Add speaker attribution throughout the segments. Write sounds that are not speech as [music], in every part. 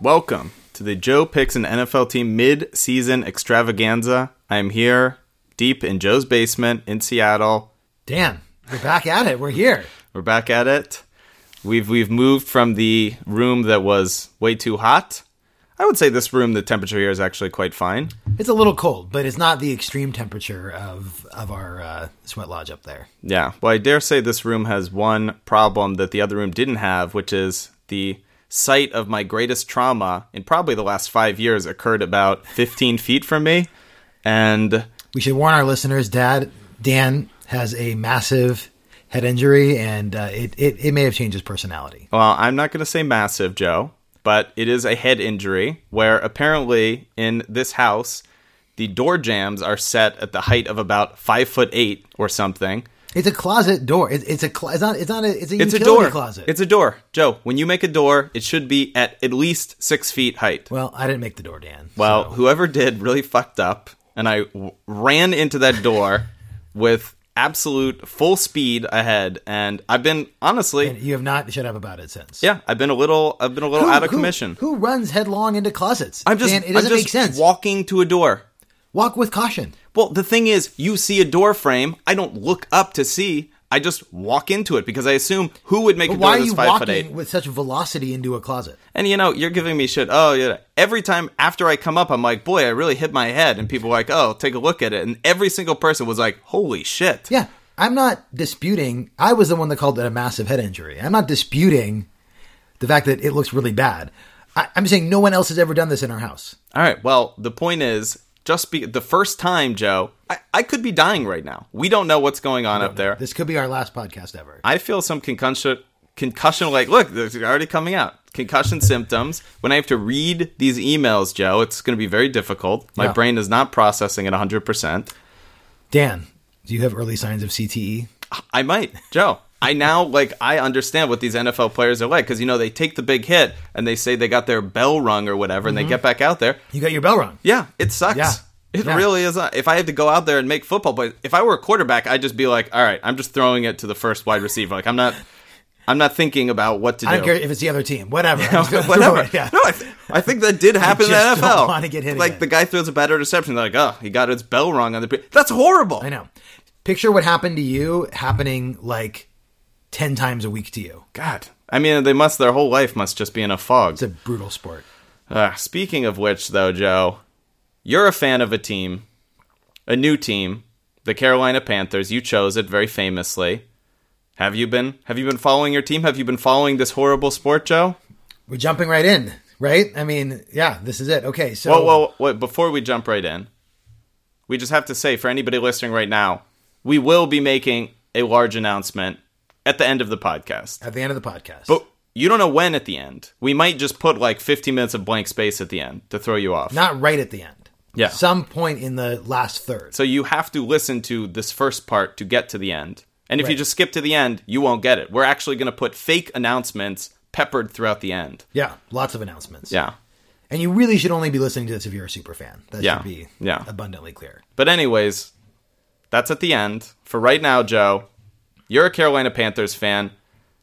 Speaker 1: Welcome to the Joe Picks an NFL Team Mid Season Extravaganza. I am here deep in Joe's basement in Seattle.
Speaker 2: Damn, we're back at it. We're here.
Speaker 1: We're back at it. We've we've moved from the room that was way too hot. I would say this room, the temperature here is actually quite fine.
Speaker 2: It's a little cold, but it's not the extreme temperature of of our uh, sweat lodge up there.
Speaker 1: Yeah. Well, I dare say this room has one problem that the other room didn't have, which is the site of my greatest trauma in probably the last five years occurred about 15 feet from me. And
Speaker 2: We should warn our listeners. Dad Dan has a massive head injury, and uh, it, it it may have changed his personality.
Speaker 1: Well, I'm not going to say massive, Joe, but it is a head injury where apparently in this house, the door jams are set at the height of about five foot eight or something.
Speaker 2: It's a closet door. It, it's a cl- it's not it's not a it's a
Speaker 1: It's
Speaker 2: utility
Speaker 1: a door.
Speaker 2: closet.
Speaker 1: It's a door, Joe. When you make a door, it should be at at least six feet height.
Speaker 2: well, I didn't make the door, Dan.
Speaker 1: Well, whoever did really fucked up, and I w- ran into that door with absolute full speed ahead, and I've been honestly.
Speaker 2: And you have not shut up about it since.
Speaker 1: yeah, I've been a little, I've been a little
Speaker 2: Who-
Speaker 1: out of
Speaker 2: who-
Speaker 1: commission.
Speaker 2: Who runs headlong into closets?
Speaker 1: I'm just,
Speaker 2: Dan, it
Speaker 1: I'm
Speaker 2: doesn't
Speaker 1: just
Speaker 2: make sense.
Speaker 1: walking to a door.
Speaker 2: Walk with caution.
Speaker 1: Well, the thing is, you see a door frame. I don't look up to see. I just walk into it because I assume who would make a door
Speaker 2: Why are
Speaker 1: that's
Speaker 2: you
Speaker 1: five foot
Speaker 2: walking
Speaker 1: eight.
Speaker 2: with such velocity into a closet?
Speaker 1: And you know, you're giving me shit. Oh yeah. Every time after I come up, I'm like, boy, I really hit my head, and people are like, oh, take a look at it. And every single person was like, holy shit.
Speaker 2: Yeah, I'm not disputing. I was the one that called it a massive head injury. I'm not disputing the fact that it looks really bad. I, I'm saying no one else has ever done this in our house.
Speaker 1: All right. Well, the point is, just be the first time, Joe. I, I could be dying right now. We don't know what's going on up there.
Speaker 2: This could be our last podcast ever.
Speaker 1: I feel some concussion concussion like look, they're already coming out. Concussion symptoms. When I have to read these emails, Joe, it's going to be very difficult. My
Speaker 2: Yeah.
Speaker 1: brain is not processing at 100%.
Speaker 2: Dan, do you have early signs of E? CTE?
Speaker 1: I might, Joe. I now like I understand what these NFL players are like cuz you know they take the big hit and they say they got their bell rung or whatever and they get back out there.
Speaker 2: You got your bell rung.
Speaker 1: Yeah, it sucks.
Speaker 2: Mm-hmm. Yeah.
Speaker 1: It
Speaker 2: Yeah.
Speaker 1: really is. Not. If I had to go out there and make football plays, if I were a quarterback, I'd just be like, "All right, I'm just throwing it to the first wide receiver. Like I'm not, I'm not thinking about what to
Speaker 2: I don't
Speaker 1: do.
Speaker 2: care if it's the other team. Whatever.
Speaker 1: [laughs]
Speaker 2: I'm just gonna throw
Speaker 1: whatever.
Speaker 2: it, Yeah.
Speaker 1: No, I, th- I think that did happen in the
Speaker 2: just
Speaker 1: NFL.
Speaker 2: don't wanna get hit
Speaker 1: like
Speaker 2: again.
Speaker 1: the guy throws a bad interception. They're like, oh, he got his bell rung on the. Pre-. That's horrible.
Speaker 2: I know. Picture what happened to you happening like 10 times a week to you.
Speaker 1: God. I mean, they must. Their whole life must just be in a fog.
Speaker 2: It's a brutal sport.
Speaker 1: Ah, speaking of which, though, Joe, you're a fan of a team, a new team, the Carolina Panthers. You chose it very famously. Have you been? Have you been following your team? Have you been following this horrible sport, Joe?
Speaker 2: We're jumping right in, right? I mean, yeah, this is it. Okay, so
Speaker 1: Well, well, wait, before we jump right in, we just have to say for anybody listening right now, we will be making a large announcement at the end of the podcast.
Speaker 2: at the end of the podcast.
Speaker 1: But you don't know when at the end. We might just put like 15 minutes of blank space at the end to throw you off.
Speaker 2: not right at the end.
Speaker 1: Yeah.
Speaker 2: Some point in the last third.
Speaker 1: so you have to listen to this first part to get to the end. And if you
Speaker 2: Right.
Speaker 1: just skip to the end, you won't get it. We're actually going to put fake announcements peppered throughout the end.
Speaker 2: Yeah, lots of announcements.
Speaker 1: Yeah.
Speaker 2: And you really should only be listening to this if you're a super fan. That
Speaker 1: Yeah,
Speaker 2: should be
Speaker 1: yeah.
Speaker 2: abundantly clear.
Speaker 1: But anyways, that's at the end. For right now, Joe, you're a Carolina Panthers fan.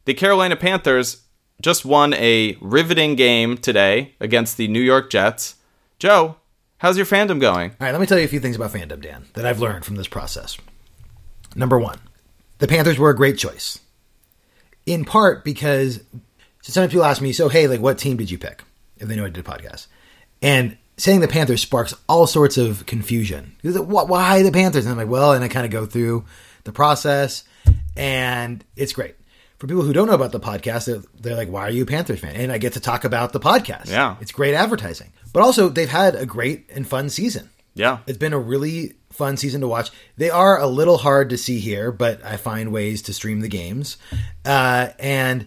Speaker 1: The Carolina Panthers just won a riveting game today against the New York Jets. Joe, how's your fandom going?
Speaker 2: All right, let me tell you a few things about fandom, Dan, that I've learned from this process. Number one, the Panthers were a great choice. In part because so sometimes people ask me, so hey, like what team did you pick? If they know I did a podcast. And saying the Panthers sparks all sorts of confusion. Because, "Wh- Why the Panthers? And I'm like, well, and I kind of go through the process, and it's great. For people who don't know about the podcast, they're, they're like, why are you a Panthers fan? And I get to talk about the podcast.
Speaker 1: Yeah.
Speaker 2: It's great advertising. But also, they've had a great and fun season.
Speaker 1: Yeah.
Speaker 2: It's been a really fun season to watch. They are a little hard to see here, but I find ways to stream the games, uh, and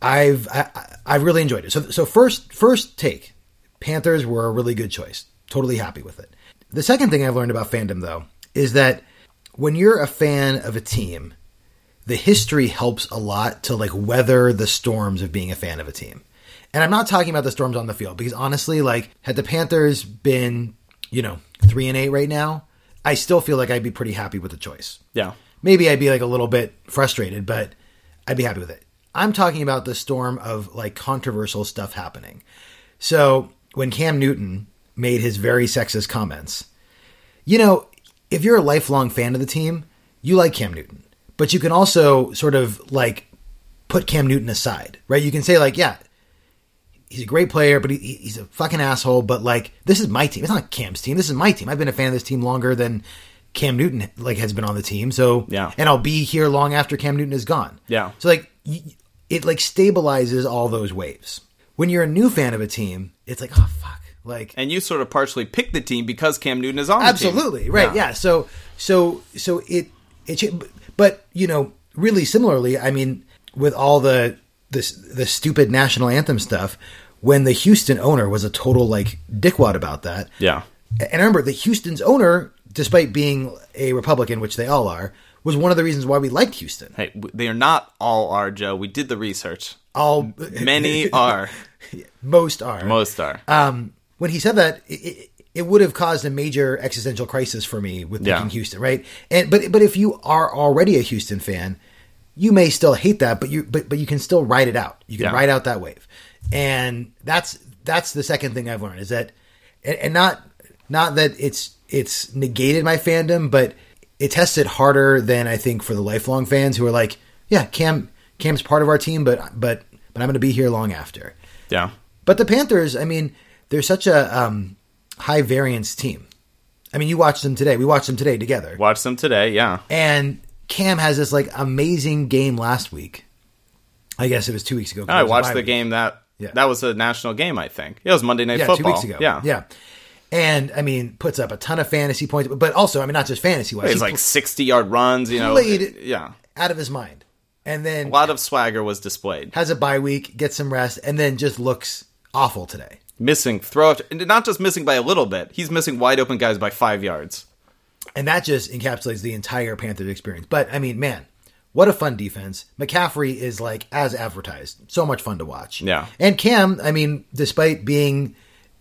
Speaker 2: I've I, I- I've really enjoyed it. So so first first take, Panthers were a really good choice. Totally happy with it. The second thing I've learned about fandom though is that when you're a fan of a team, the history helps a lot to like weather the storms of being a fan of a team. And I'm not talking about the storms on the field because honestly, like had the Panthers been, you know, three and eight right now, I still feel like I'd be pretty happy with the choice.
Speaker 1: Yeah.
Speaker 2: Maybe I'd be like a little bit frustrated, but I'd be happy with it. I'm talking about the storm of like controversial stuff happening. So when Cam Newton made his very sexist comments, you know, if you're a lifelong fan of the team, you like Cam Newton, but you can also sort of like put Cam Newton aside, right? You can say like, yeah, he's a great player, but he, he's a fucking asshole. But like, this is my team. It's not Cam's team. This is my team. I've been a fan of this team longer than Cam Newton like has been on the team. So
Speaker 1: Yeah.
Speaker 2: and I'll be here long after Cam Newton is gone.
Speaker 1: Yeah.
Speaker 2: So like, y- it like stabilizes all those waves. When you're a new fan of a team, it's like, oh fuck, like
Speaker 1: And you sort of partially picked the team because Cam Newton is on the
Speaker 2: absolutely
Speaker 1: team.
Speaker 2: right yeah. so so so it it cha- but you know really similarly i mean with all the this the stupid national anthem stuff when the houston owner was a total like dickwad about that
Speaker 1: Yeah.
Speaker 2: and remember the houston's owner despite being a republican which they all are was one of the reasons why we liked houston
Speaker 1: Hey, w- they are not all are, Joe. We did the research.
Speaker 2: all [laughs]
Speaker 1: Many are.
Speaker 2: most are
Speaker 1: Most are.
Speaker 2: um, when he said that, it, it, it would have caused a major existential crisis for me with
Speaker 1: Yeah.
Speaker 2: picking Houston, right? And but but if you are already a Houston fan, you may still hate that, but you but but you can still ride it out. You can
Speaker 1: Yeah.
Speaker 2: ride out that wave, and that's that's the second thing I've learned is that, and, and not not that it's it's negated my fandom, but it tests it harder than I think for the lifelong fans who are like, yeah, Cam Cam's part of our team, but but but I'm going to be here long after.
Speaker 1: yeah.
Speaker 2: But the Panthers, I mean, they're such a um, high variance team. I mean, you watched them today. We watched them today together.
Speaker 1: Watch them today. Yeah.
Speaker 2: And Cam has this like amazing game last week. I guess it was two weeks ago.
Speaker 1: I watched
Speaker 2: Bye
Speaker 1: the
Speaker 2: week.
Speaker 1: game that
Speaker 2: Yeah.
Speaker 1: that was a national game. I think it was Monday Night
Speaker 2: Yeah,
Speaker 1: Football.
Speaker 2: two weeks ago.
Speaker 1: Yeah,
Speaker 2: yeah. And I mean, puts up a ton of fantasy points, but also, I mean, not just fantasy wise,
Speaker 1: It's like sixty yard runs. You know,
Speaker 2: played-
Speaker 1: it- yeah.
Speaker 2: out of his mind. And then
Speaker 1: A lot of swagger was displayed.
Speaker 2: has a bye week, gets some rest, and then just looks awful today.
Speaker 1: Missing throw, after, and not just missing by a little bit. He's missing wide open guys by five yards.
Speaker 2: And that just encapsulates the entire Panthers experience. But I mean, man, what a fun defense. McCaffrey is like as advertised. So much fun to watch.
Speaker 1: Yeah.
Speaker 2: And Cam, I mean, despite being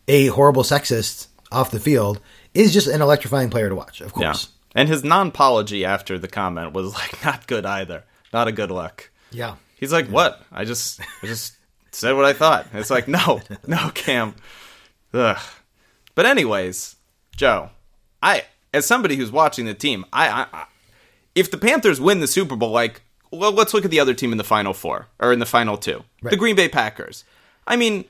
Speaker 2: a horrible sexist off the field, is just an electrifying player to watch, of
Speaker 1: Yeah,
Speaker 2: course.
Speaker 1: and his non-apology after the comment was like not good either. Not a good look.
Speaker 2: Yeah.
Speaker 1: He's like, "What? I just, I just said what I thought." It's like, no, no, Cam. Ugh. But anyways, Joe, I, as somebody who's watching the team, I, I, I, if the Panthers win the Super Bowl, like, well, let's look at the other team in the Final Four or in the Final Two, the Green Bay Packers. I mean,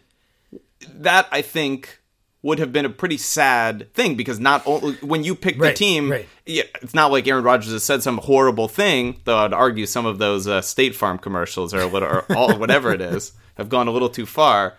Speaker 1: that I think would have been a pretty sad thing because not only when you pick
Speaker 2: Right,
Speaker 1: the team,
Speaker 2: right.
Speaker 1: yeah, it's not like Aaron Rodgers has said some horrible thing. Though I'd argue some of those uh, State Farm commercials or, a little, or all whatever it
Speaker 2: [laughs]
Speaker 1: is have gone a little too far.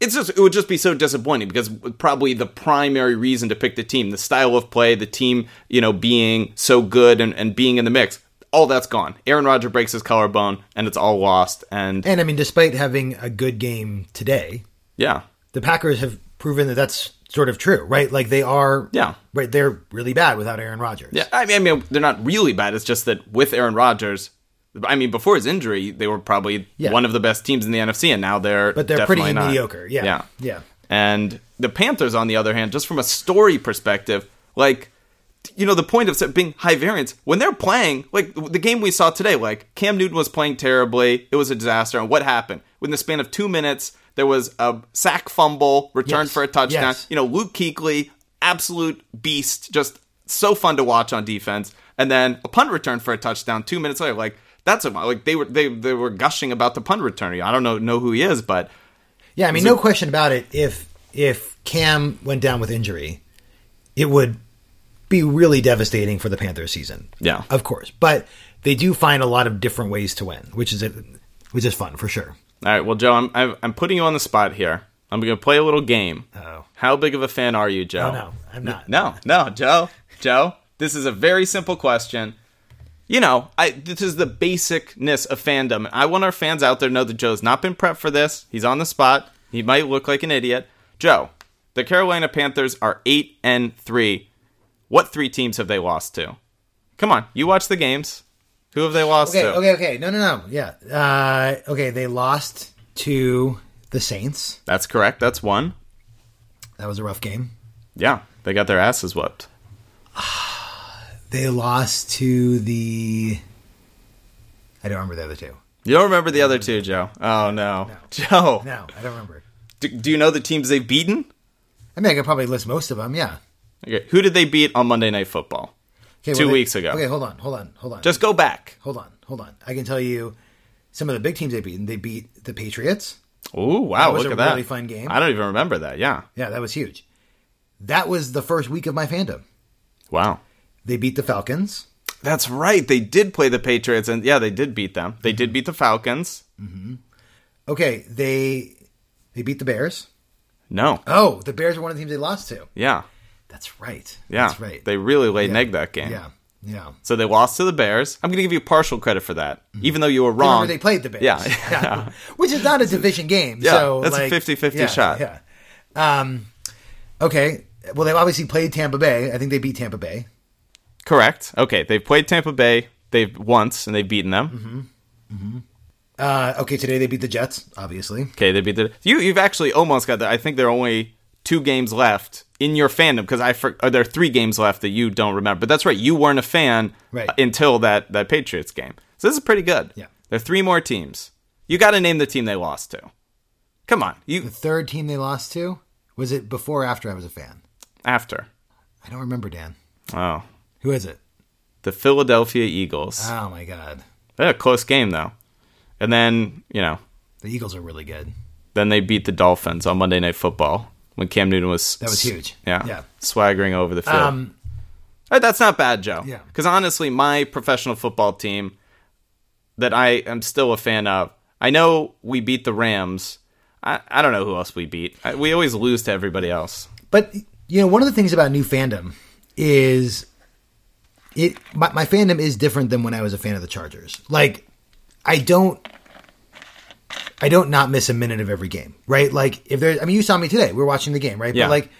Speaker 1: It's just it would just be so disappointing because probably the primary reason to pick the team, the style of play, the team, you know, being so good and, and being in the mix, all that's gone. Aaron Rodgers breaks his collarbone and it's all lost. And
Speaker 2: And I mean, despite having a good game today,
Speaker 1: yeah,
Speaker 2: the Packers have proven that that's sort of true, right? Like they are,
Speaker 1: Yeah.
Speaker 2: right? They're really bad without Aaron Rodgers.
Speaker 1: Yeah, I mean, I mean, they're not really bad. It's just that with Aaron Rodgers, I mean, before his injury, they were probably
Speaker 2: Yeah.
Speaker 1: one of the best teams in the NFC, and now they're
Speaker 2: But they're pretty
Speaker 1: definitely not.
Speaker 2: mediocre. Yeah.
Speaker 1: yeah,
Speaker 2: Yeah.
Speaker 1: And the Panthers, on the other hand, just from a story perspective, like you know, the point of being high variance when they're playing, like the game we saw today, like Cam Newton was playing terribly, it was a disaster, and what happened? Within the span of two minutes, there was a sack fumble, return
Speaker 2: Yes.
Speaker 1: for a touchdown.
Speaker 2: Yes.
Speaker 1: You know, Luke Kuechly, absolute beast, just so fun to watch on defense, and then a punt return for a touchdown two minutes later, like. That's a, like they were they they were gushing about the punt returner. I don't know know who he is, but
Speaker 2: Yeah, I mean, no question about it. If if Cam went down with injury, it would be really devastating for the Panthers season.
Speaker 1: Yeah.
Speaker 2: of course. But they do find a lot of different ways to win, which is which is fun for sure.
Speaker 1: All right, well, Joe, I'm I'm, I'm putting you on the spot here. I'm going to play a little game.
Speaker 2: Uh-oh.
Speaker 1: How big of a fan are you, Joe?
Speaker 2: Oh, no, I'm not.
Speaker 1: No, no, Joe, Joe. This is a very simple question. You know, I this is the basicness of fandom. I want our fans out there to know that Joe's not been prepped for this. He's on the spot. He might look like an idiot. Joe, the Carolina Panthers are eight and three. What three teams have they lost to? Come on, you watch the games. Who have they lost
Speaker 2: Okay,
Speaker 1: to?
Speaker 2: okay, okay. No, no, no. Yeah. Uh, okay, they lost to the Saints.
Speaker 1: That's correct. That's one.
Speaker 2: That was a rough game.
Speaker 1: Yeah, they got their asses whipped.
Speaker 2: They lost to the. I don't remember the other two.
Speaker 1: You don't remember the other two, Joe. Oh no. Joe.
Speaker 2: No, I don't remember.
Speaker 1: Do, do you know the teams they've beaten?
Speaker 2: I mean, I could probably list most of them. Yeah.
Speaker 1: Okay, who did they beat on Monday Night Football?
Speaker 2: Okay,
Speaker 1: Two
Speaker 2: they-
Speaker 1: weeks ago.
Speaker 2: Okay, hold on, hold on, hold on.
Speaker 1: Just go back.
Speaker 2: hold on, hold on. I can tell you some of the big teams they beat. They beat the Patriots.
Speaker 1: Ooh, wow!
Speaker 2: That was
Speaker 1: look
Speaker 2: a
Speaker 1: at that.
Speaker 2: really fun game.
Speaker 1: I don't even remember that. Yeah.
Speaker 2: Yeah, that was huge. That was the first week of my fandom.
Speaker 1: Wow.
Speaker 2: They beat the Falcons.
Speaker 1: That's right. They did play the Patriots, and yeah, they did beat them. They did beat the Falcons.
Speaker 2: Okay, they they beat the Bears.
Speaker 1: No.
Speaker 2: Oh, the Bears were one of the teams they lost to.
Speaker 1: Yeah.
Speaker 2: That's right.
Speaker 1: Yeah.
Speaker 2: That's right.
Speaker 1: They really laid an egg that game.
Speaker 2: yeah, yeah.
Speaker 1: So they lost to the Bears. I'm going to give you partial credit for that, even though you were wrong.
Speaker 2: Remember they played the Bears. [laughs]
Speaker 1: Yeah.
Speaker 2: Which is not a division game.
Speaker 1: Yeah,
Speaker 2: so
Speaker 1: that's a
Speaker 2: like,
Speaker 1: 50-50
Speaker 2: yeah,
Speaker 1: shot.
Speaker 2: Yeah. Um, okay. Well, they've obviously played Tampa Bay. I think they beat Tampa Bay.
Speaker 1: Correct. Okay. They've played Tampa Bay. They've once and they've beaten them.
Speaker 2: Uh, okay, today they beat the Jets, obviously.
Speaker 1: Okay. They beat the. You you've actually almost got that. I think there are only two games left in your fandom because I for, or there are three games left that you don't remember. But that's right. You weren't a fan
Speaker 2: Right.
Speaker 1: until that that Patriots game. So this is pretty good.
Speaker 2: Yeah.
Speaker 1: There are three more teams. You got to name the team they lost to. Come on. You
Speaker 2: The third team they lost to was it before or after I was a fan?
Speaker 1: after.
Speaker 2: I don't remember, Dan.
Speaker 1: Oh,
Speaker 2: Who is it?
Speaker 1: the Philadelphia Eagles.
Speaker 2: Oh my God,
Speaker 1: They had a close game though. And then, you know,
Speaker 2: the Eagles are really good.
Speaker 1: then they beat the Dolphins on Monday Night Football when Cam Newton was
Speaker 2: That was huge.
Speaker 1: Yeah.
Speaker 2: Yeah.
Speaker 1: Swaggering over the field.
Speaker 2: Um,
Speaker 1: Uh, that's not bad, Joe.
Speaker 2: Yeah.
Speaker 1: Cuz honestly, my professional football team that I am still a fan of. I know we beat the Rams. I, I don't know who else we beat. I, we always lose to everybody else.
Speaker 2: But you know, one of the things about new fandom is it my, my fandom is different than when I was a fan of the Chargers. Like I don't I don't not miss a minute of every game, right? Like if there I mean you saw me today. We were watching the game, right?
Speaker 1: Yeah.
Speaker 2: But like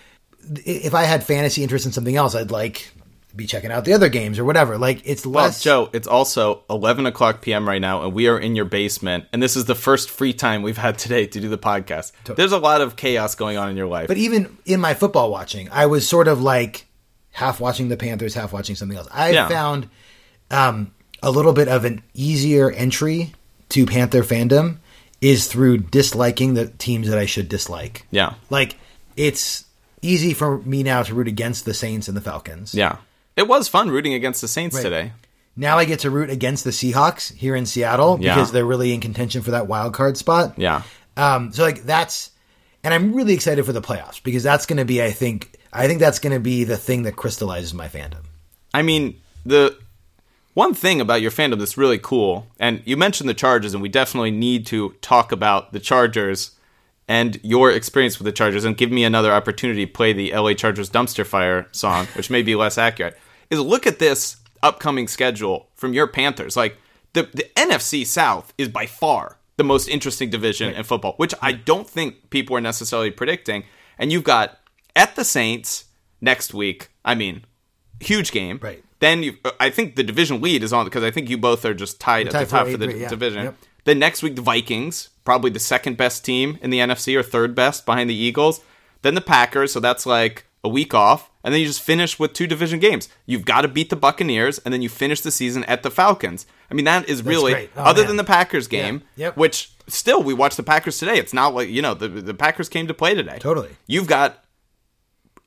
Speaker 2: th- if I had fantasy interest in something else, I'd like be checking out the other games or whatever. Like it's
Speaker 1: Well,
Speaker 2: less
Speaker 1: Oh, Joe, it's also 11 o'clock p.m. right now, and we are in your basement. And this is the first free time we've had today to do the podcast. There's a lot of chaos going on in your life.
Speaker 2: But even in my football watching, I was sort of like half watching the Panthers, half watching something else. I
Speaker 1: Yeah.
Speaker 2: found um, a little bit of an easier entry to Panther fandom is through disliking the teams that I should dislike.
Speaker 1: yeah.
Speaker 2: Like it's easy for me now to root against the Saints and the Falcons.
Speaker 1: Yeah. It was fun rooting against the Saints today.
Speaker 2: Now I get to root against the Seahawks here in Seattle
Speaker 1: Yeah.
Speaker 2: because they're really in contention for that wild card spot.
Speaker 1: Yeah.
Speaker 2: Um, so like that's, and I'm really excited for the playoffs because that's going to be, I think, I think that's going to be the thing that crystallizes my fandom.
Speaker 1: I mean, the one thing about your fandom that's really cool, and you mentioned the Chargers, and we definitely need to talk about the Chargers and your experience with the Chargers, and give me another opportunity to play the LA Chargers dumpster fire song, [laughs] which may be less accurate. Is look at this upcoming schedule from your Panthers. Like the the NFC South is by far the most interesting division in football, which I don't think people are necessarily predicting. And you've got at the Saints next week. I mean, huge game.
Speaker 2: Right.
Speaker 1: Then you, I think the division lead is on because I think you both are just tied at
Speaker 2: tied
Speaker 1: the
Speaker 2: for
Speaker 1: top for the
Speaker 2: A3, yeah.
Speaker 1: division.
Speaker 2: Yep.
Speaker 1: Then next week, the Vikings, probably the second best team in the NFC or third best behind the Eagles. Then the Packers, so that's like a week off. And then you just finish with two division games. You've got to beat the Buccaneers, and then you finish the season at the Falcons. I mean, that is really,
Speaker 2: great. Oh,
Speaker 1: other
Speaker 2: man.
Speaker 1: than the Packers game,
Speaker 2: Yeah. Yep.
Speaker 1: which still we watched the Packers today. It's not like, you know, the, the Packers came to play today.
Speaker 2: Totally.
Speaker 1: You've got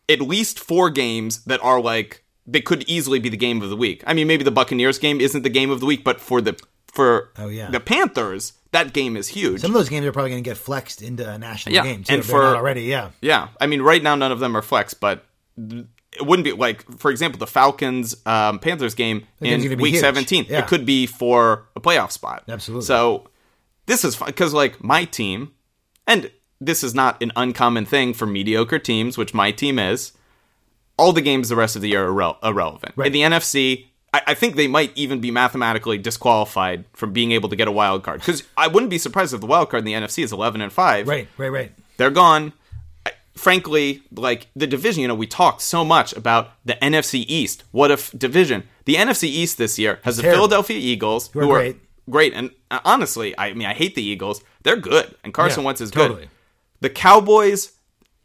Speaker 1: at least four games that are like they could easily be the game of the week. I mean, maybe the Buccaneers game isn't the game of the week, but for the for
Speaker 2: Oh, yeah.
Speaker 1: the Panthers, that game is huge.
Speaker 2: Some of those games are probably going to get flexed into a national
Speaker 1: Yeah,
Speaker 2: game too,
Speaker 1: and
Speaker 2: if they're
Speaker 1: for-
Speaker 2: not already, yeah.
Speaker 1: yeah, I mean, right now none of them are flex, but th- it wouldn't be like, for example, the Falcons um, Panthers game
Speaker 2: game's
Speaker 1: in
Speaker 2: gonna
Speaker 1: week
Speaker 2: be huge.
Speaker 1: seventeen.
Speaker 2: Yeah.
Speaker 1: It could be for a playoff spot.
Speaker 2: Absolutely.
Speaker 1: So this is because like my team, and this is not an uncommon thing for mediocre teams, which my team is. all the games the rest of the year are irre- irrelevant. In the NFC, I-, I think they might even be mathematically disqualified from being able to get a wild card because I wouldn't be surprised if the wild card in the NFC is eleven and five.
Speaker 2: Right, right, right.
Speaker 1: They're gone. I- Frankly, like the division, you know, we talked so much about the NFC East. What if division? The NFC East this year has the
Speaker 2: terrible.
Speaker 1: Philadelphia Eagles, who
Speaker 2: are
Speaker 1: are
Speaker 2: great.
Speaker 1: great. And uh, honestly, I mean, I hate the Eagles. They're good, and Carson
Speaker 2: Yeah,
Speaker 1: Wentz is
Speaker 2: totally.
Speaker 1: good. The Cowboys,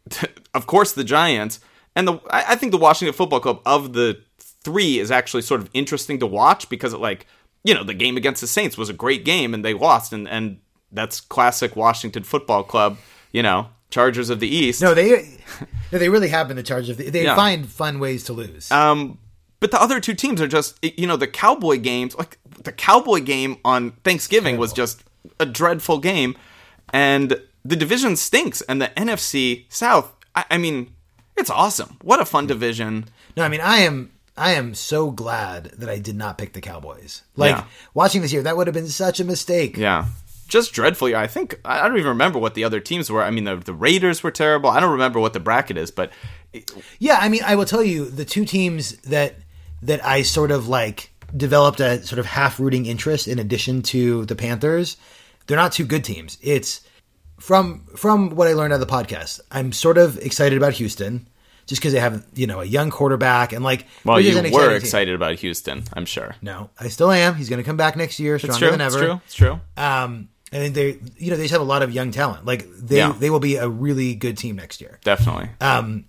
Speaker 1: [laughs] of course, the Giants, and the I, I think the Washington Football Club of the three is actually sort of interesting to watch because it like you know the game against the Saints was a great game and they lost and and that's classic Washington Football Club. You know Chargers of the East.
Speaker 2: No,
Speaker 1: [laughs]
Speaker 2: they no, they really have been the Chargers. Of the, they
Speaker 1: Yeah.
Speaker 2: find fun ways to lose.
Speaker 1: Um, but the other two teams are just you know the Cowboy games like the Cowboy game on Thanksgiving was just a dreadful game, and the division stinks. And the NFC South, I, I mean, it's awesome. What a fun division!
Speaker 2: No, I mean I am I am so glad that I did not pick the Cowboys. Like
Speaker 1: Yeah.
Speaker 2: watching this year, that would have been such a mistake.
Speaker 1: Yeah, just dreadful. I think I I don't even remember what the other teams were. I mean, the the Raiders were terrible. I don't remember what the bracket is, but
Speaker 2: Yeah, I mean, I will tell you the two teams that that I sort of like developed a sort of half rooting interest in addition to the Panthers. They're not two good teams. It's from from what I learned on the podcast. I'm sort of excited about Houston just because they have you know a young quarterback and like
Speaker 1: well,
Speaker 2: Bridges
Speaker 1: you
Speaker 2: an exciting
Speaker 1: were
Speaker 2: team.
Speaker 1: excited about Houston, I'm sure.
Speaker 2: No, I still am. He's going to come back next year stronger
Speaker 1: It's true.
Speaker 2: than
Speaker 1: It's
Speaker 2: ever.
Speaker 1: true. It's true.
Speaker 2: Um, I think they, you know, they just have a lot of young talent. Like they,
Speaker 1: Yeah.
Speaker 2: they will be a really good team next year
Speaker 1: Definitely.
Speaker 2: Uh, um,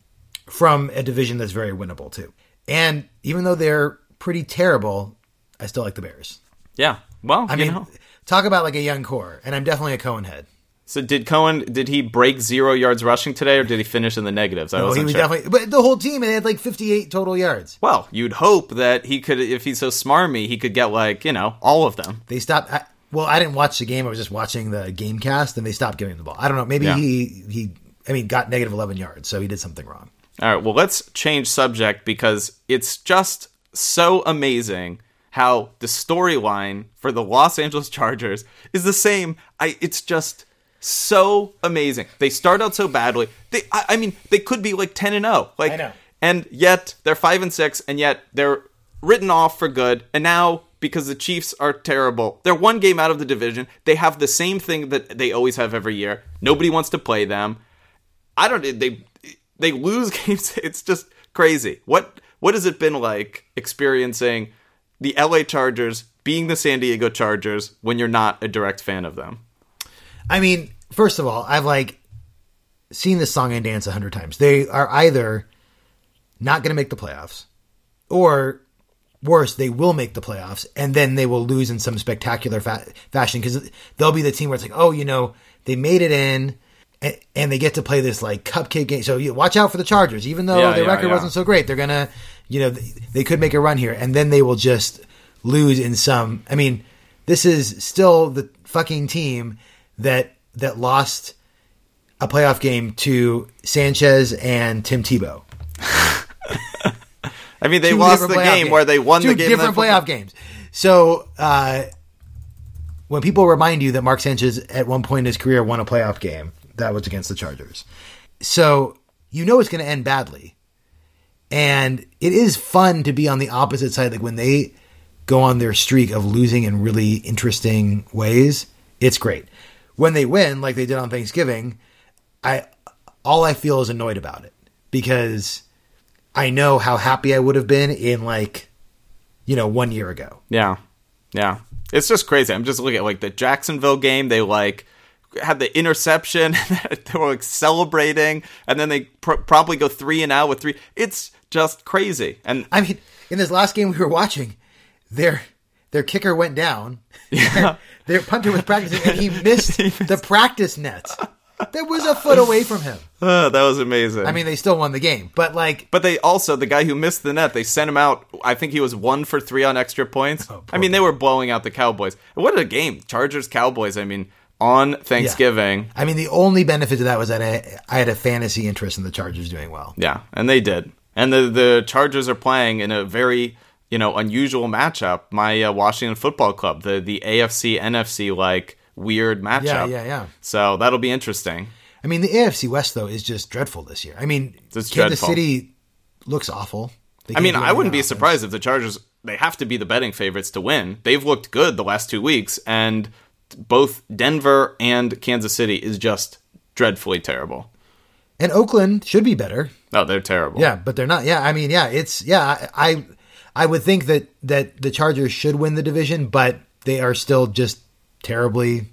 Speaker 2: from a division that's very winnable too. And even though they're pretty terrible, I still like the Bears.
Speaker 1: yeah. Well,
Speaker 2: I
Speaker 1: you
Speaker 2: mean,
Speaker 1: know.
Speaker 2: talk about like a young core, and I'm definitely a Cohen head.
Speaker 1: So did Cohen? Did he break zero yards rushing today, or did he finish in the negatives? I
Speaker 2: Oh, he
Speaker 1: wasn't
Speaker 2: was
Speaker 1: sure.
Speaker 2: definitely, but the whole team they had like 58 total yards.
Speaker 1: well, you'd hope that he could, if he's so smarmy, he could get like you know all of them.
Speaker 2: They stopped. I, well, I didn't watch the game. I was just watching the game cast, and they stopped giving him the ball. I don't know. Maybe
Speaker 1: Yeah.
Speaker 2: he he. I mean, got negative 11 yards, so he did something wrong.
Speaker 1: All right. Well, let's change subject because it's just so amazing how the storyline for the Los Angeles Chargers is the same. I. It's just so amazing. They start out so badly. They. I, I mean, they could be like ten and zero. Like.
Speaker 2: I know.
Speaker 1: And yet they're five and six, and yet they're written off for good. And now because the Chiefs are terrible, they're one game out of the division. They have the same thing that they always have every year. Nobody wants to play them. I don't. They they lose [laughs] games. It's just crazy. What what has it been like experiencing the LA Chargers being the San Diego Chargers when you're not a direct fan of them?
Speaker 2: I mean, first of all, I've like seen this song and dance a hundred times. They are either not going to make the playoffs, or worse, they will make the playoffs and then they will lose in some spectacular fa- fashion because they'll be the team where it's like, oh, you know, they made it in. a- And they get to play this like cupcake game, so you watch out for the Chargers. Even though
Speaker 1: Yeah,
Speaker 2: their
Speaker 1: yeah,
Speaker 2: record
Speaker 1: yeah.
Speaker 2: wasn't so great, they're gonna, you know, th- they could make a run here, and then they will just lose in some. I mean, this is still the fucking team that that lost a playoff game to Sanchez and Tim Tebow.
Speaker 1: I mean, they
Speaker 2: Two
Speaker 1: lost the
Speaker 2: different
Speaker 1: game
Speaker 2: playoff games.
Speaker 1: where they won
Speaker 2: Two
Speaker 1: the game. and
Speaker 2: Different
Speaker 1: then-
Speaker 2: playoff games. So uh, when people remind you that Mark Sanchez at one point in his career won a playoff game, that was against the Chargers. So you know it's going to end badly, and it is fun to be on the opposite side. Like when they go on their streak of losing in really interesting ways, it's great. When they win, like they did on Thanksgiving, I all I feel is annoyed about it because I know how happy I would have been in like, you know, one year ago.
Speaker 1: Yeah, yeah. It's just crazy. I'm just looking at like the Jacksonville game. They like had the interception. [laughs] they were like celebrating, and then they pr- probably go three and out with three. It's just crazy. And
Speaker 2: I mean, in this last game we were watching, their their kicker went down. [laughs] their punter was practicing and [laughs] he missed the practice net. That was a foot away from him.
Speaker 1: uh, that was amazing.
Speaker 2: I mean, they still won the game, but like
Speaker 1: But they also the guy who missed the net, they sent him out. I think he was one for three on extra points.
Speaker 2: Oh,
Speaker 1: I mean, they were blowing out the Cowboys. What a game, Chargers Cowboys. I mean, on Thanksgiving,
Speaker 2: I mean, the only benefit to that was that I, I had a fantasy interest in the Chargers doing well.
Speaker 1: yeah, and they did. And the the Chargers are playing in a very you know unusual matchup. My uh, Washington Football Club, the the AFC NFC like weird matchup.
Speaker 2: yeah, yeah.
Speaker 1: So that'll be interesting.
Speaker 2: I mean, the AFC West though is just dreadful this year. I mean,
Speaker 1: It's
Speaker 2: Kansas
Speaker 1: dreadful.
Speaker 2: City looks awful. They
Speaker 1: I
Speaker 2: can't
Speaker 1: mean,
Speaker 2: do
Speaker 1: I wouldn't be
Speaker 2: anything.
Speaker 1: surprised if the Chargers they have to be the betting favorites to win. They've looked good the last 2 weeks and both Denver and Kansas City is just dreadfully terrible.
Speaker 2: And Oakland should be better.
Speaker 1: No, they're terrible.
Speaker 2: Yeah, but they're not. Yeah, I mean, yeah, it's yeah. I I, I would think that that the Chargers should win the division, but they are still just terribly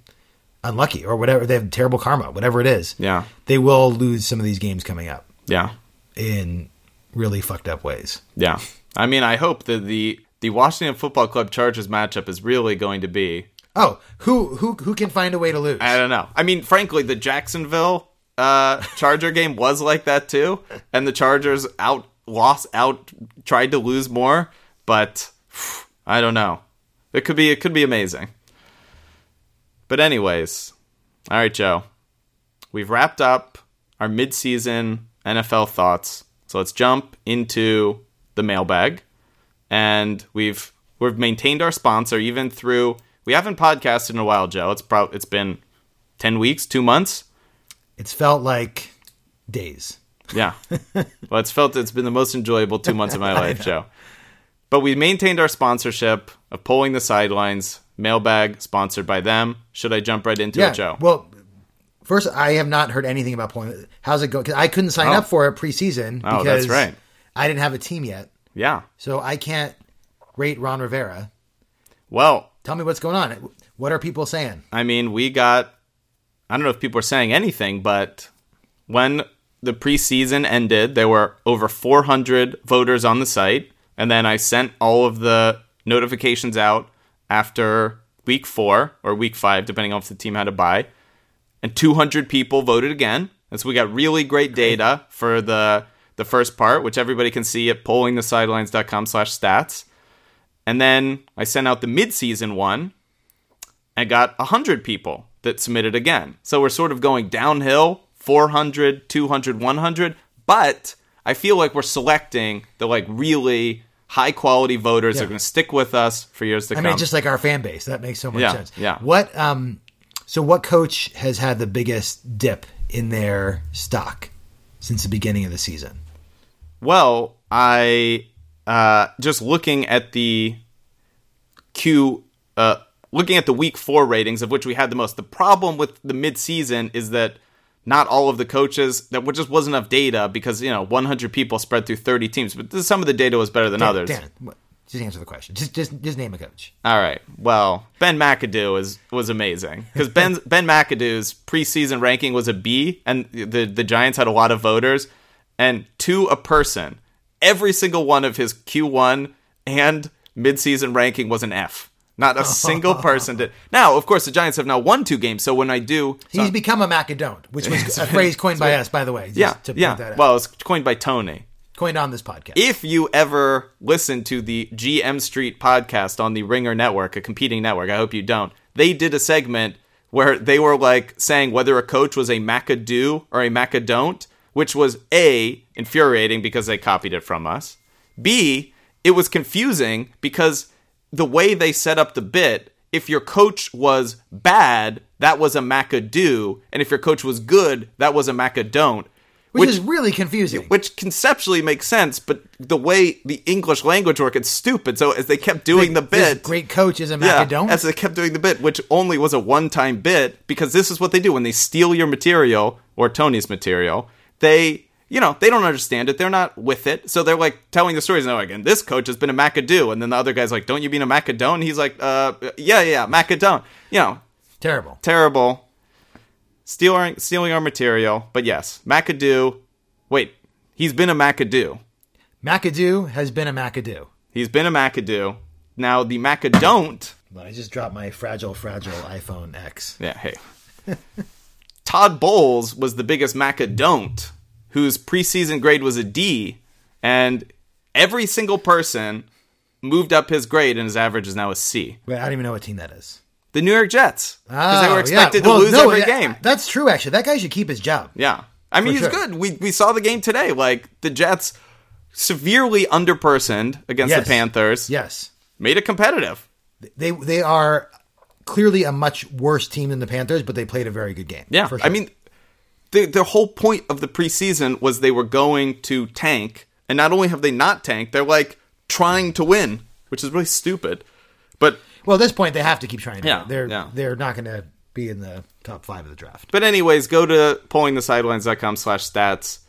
Speaker 2: unlucky or whatever. They have terrible karma, whatever it is.
Speaker 1: Yeah.
Speaker 2: they will lose some of these games coming up
Speaker 1: Yeah.
Speaker 2: in really fucked up ways.
Speaker 1: Yeah. I mean, I hope that the the Washington Football Club Chargers matchup is really going to be
Speaker 2: Oh, who who who can find a way to lose?
Speaker 1: I don't know. I mean, frankly, the Jacksonville uh, Charger game was like that too, and the Chargers out lost out tried to lose more, but phew, I don't know. It could be it could be amazing. But anyways, all right, Joe, we've wrapped up our midseason NFL thoughts. So let's jump into the mailbag, and we've we've maintained our sponsor even through we haven't podcasted in a while, Joe. It's pro- it's been ten weeks, two months.
Speaker 2: It's felt like days.
Speaker 1: Yeah. well, it's felt it's been the most enjoyable two months of my life, Joe. But we maintained our sponsorship of polling the sidelines, mailbag sponsored by them. Should I jump right into
Speaker 2: yeah.
Speaker 1: it, Joe?
Speaker 2: Well, first, I have not heard anything about point. How's it going? Because I couldn't sign
Speaker 1: Oh.
Speaker 2: up for it preseason.
Speaker 1: Oh,
Speaker 2: because
Speaker 1: that's right.
Speaker 2: I didn't have a team yet,
Speaker 1: yeah.
Speaker 2: so I can't rate Ron Rivera.
Speaker 1: Well,
Speaker 2: Tell me what's going on. What are people saying?
Speaker 1: I mean, we got I don't know if people are saying anything, but when the preseason ended, there were over 400 voters on the site, and then I sent all of the notifications out after week 4 or week 5 depending on if the team had a bye. And 200 people voted again. And so we got really great data for the the first part, which everybody can see at pollingthesidelines.com/stats. And then I sent out the midseason one, and got 100 people that submitted again. So we're sort of going downhill 400, 200, 100. But I feel like we're selecting the like really high quality voters that are
Speaker 2: Yeah.
Speaker 1: going to stick with us for years to
Speaker 2: I
Speaker 1: come.
Speaker 2: mean, it's just like our fan base. That makes so much
Speaker 1: Um, Yeah,
Speaker 2: sense.
Speaker 1: yeah.
Speaker 2: What? Um. So, what coach has had the biggest dip in their stock since the beginning of the season?
Speaker 1: Well, I uh, just looking at the Q, uh, looking at the week four ratings of which we had the most. The problem with the midseason is that not all of the coaches that just wasn't enough data because you know 100 people spread through 30 teams, but this, some of the data was better than others.
Speaker 2: Dan, what- just answer the question. Just, just, just name a coach.
Speaker 1: All right. Well, Ben McAdoo is was amazing because
Speaker 2: [laughs]
Speaker 1: Ben Ben McAdoo's preseason ranking was a B, and the the Giants had a lot of voters, and to a person, every single one of his Q1 and midseason ranking was an F. Not a single person
Speaker 2: [laughs]
Speaker 1: did. Now, of course, the Giants have now won two games, so when I do, so-
Speaker 2: He's become a macadon't,
Speaker 1: [laughs]
Speaker 2: which was a phrase coined by us, by the way. Just
Speaker 1: yeah,
Speaker 2: to point
Speaker 1: yeah.
Speaker 2: that out.
Speaker 1: Well, it's coined by Tony.
Speaker 2: coined on this podcast.
Speaker 1: if you ever listen to the GM Street podcast on the Ringer Network, a competing network, I hope you don't, they did a segment where they were like saying whether a coach was a McAdoo or a McAdon't, which was A, infuriating because they copied it from us. B, it was confusing because the way they set up the bit, if your coach was bad, that was a McAdoo, and if your coach was good, that was a McAdon't.
Speaker 2: which, is really confusing.
Speaker 1: Which conceptually makes sense, but the way the English language work, it's stupid. So as they kept doing the
Speaker 2: This
Speaker 1: bit,
Speaker 2: great coach is a
Speaker 1: yeah,
Speaker 2: macadon't.
Speaker 1: as they kept doing the bit, which only was a one-time bit, because this is what they do when they steal your material or Tony's material. They, you know, they don't understand it. They're not with it, so they're like telling the stories. And they're like, and this coach has been a McAdoo, and then the other guy's like, "Don't you mean a Macadone?" He's like, "Uh, yeah, yeah, Macadone." You know,
Speaker 2: Terrible.
Speaker 1: terrible. Stealing stealing our material, but yes, McAdoo. Wait, he's been a McAdoo.
Speaker 2: McAdoo has been a macadoo.
Speaker 1: He's been a McAdoo. Now the McAdon't.
Speaker 2: But I just dropped my fragile, fragile iPhone X.
Speaker 1: Yeah,
Speaker 2: [laughs]
Speaker 1: hey. Todd Bowles was the biggest McAdon't, whose preseason grade was a D, and every single person moved up his grade, and his average is now a C.
Speaker 2: Wait, I don't even know what team that is.
Speaker 1: The New York Jets, because they
Speaker 2: Oh,
Speaker 1: were
Speaker 2: yeah.
Speaker 1: expected
Speaker 2: Well,
Speaker 1: to lose
Speaker 2: no,
Speaker 1: every
Speaker 2: that-
Speaker 1: game.
Speaker 2: That's true, actually. That guy should keep his job.
Speaker 1: Yeah. I mean, he's
Speaker 2: sure.
Speaker 1: good. We we saw the game today. Like the Jets severely underpersoned against
Speaker 2: Yes.
Speaker 1: the Panthers.
Speaker 2: Yes.
Speaker 1: Made it competitive.
Speaker 2: They they are clearly a much worse team than the Panthers, but they played a very good game.
Speaker 1: Yeah.
Speaker 2: For
Speaker 1: I
Speaker 2: sure.
Speaker 1: mean, the the whole point of the preseason was they were going to tank, and not only have they not tanked, they're like trying to win, which is really stupid. But
Speaker 2: well, at this point, they have to keep trying. To
Speaker 1: Yeah,
Speaker 2: win. They're
Speaker 1: yeah.
Speaker 2: they're not going to be in the top five of the draft.
Speaker 1: But anyways, go to pollingthesidelines.com slash stats.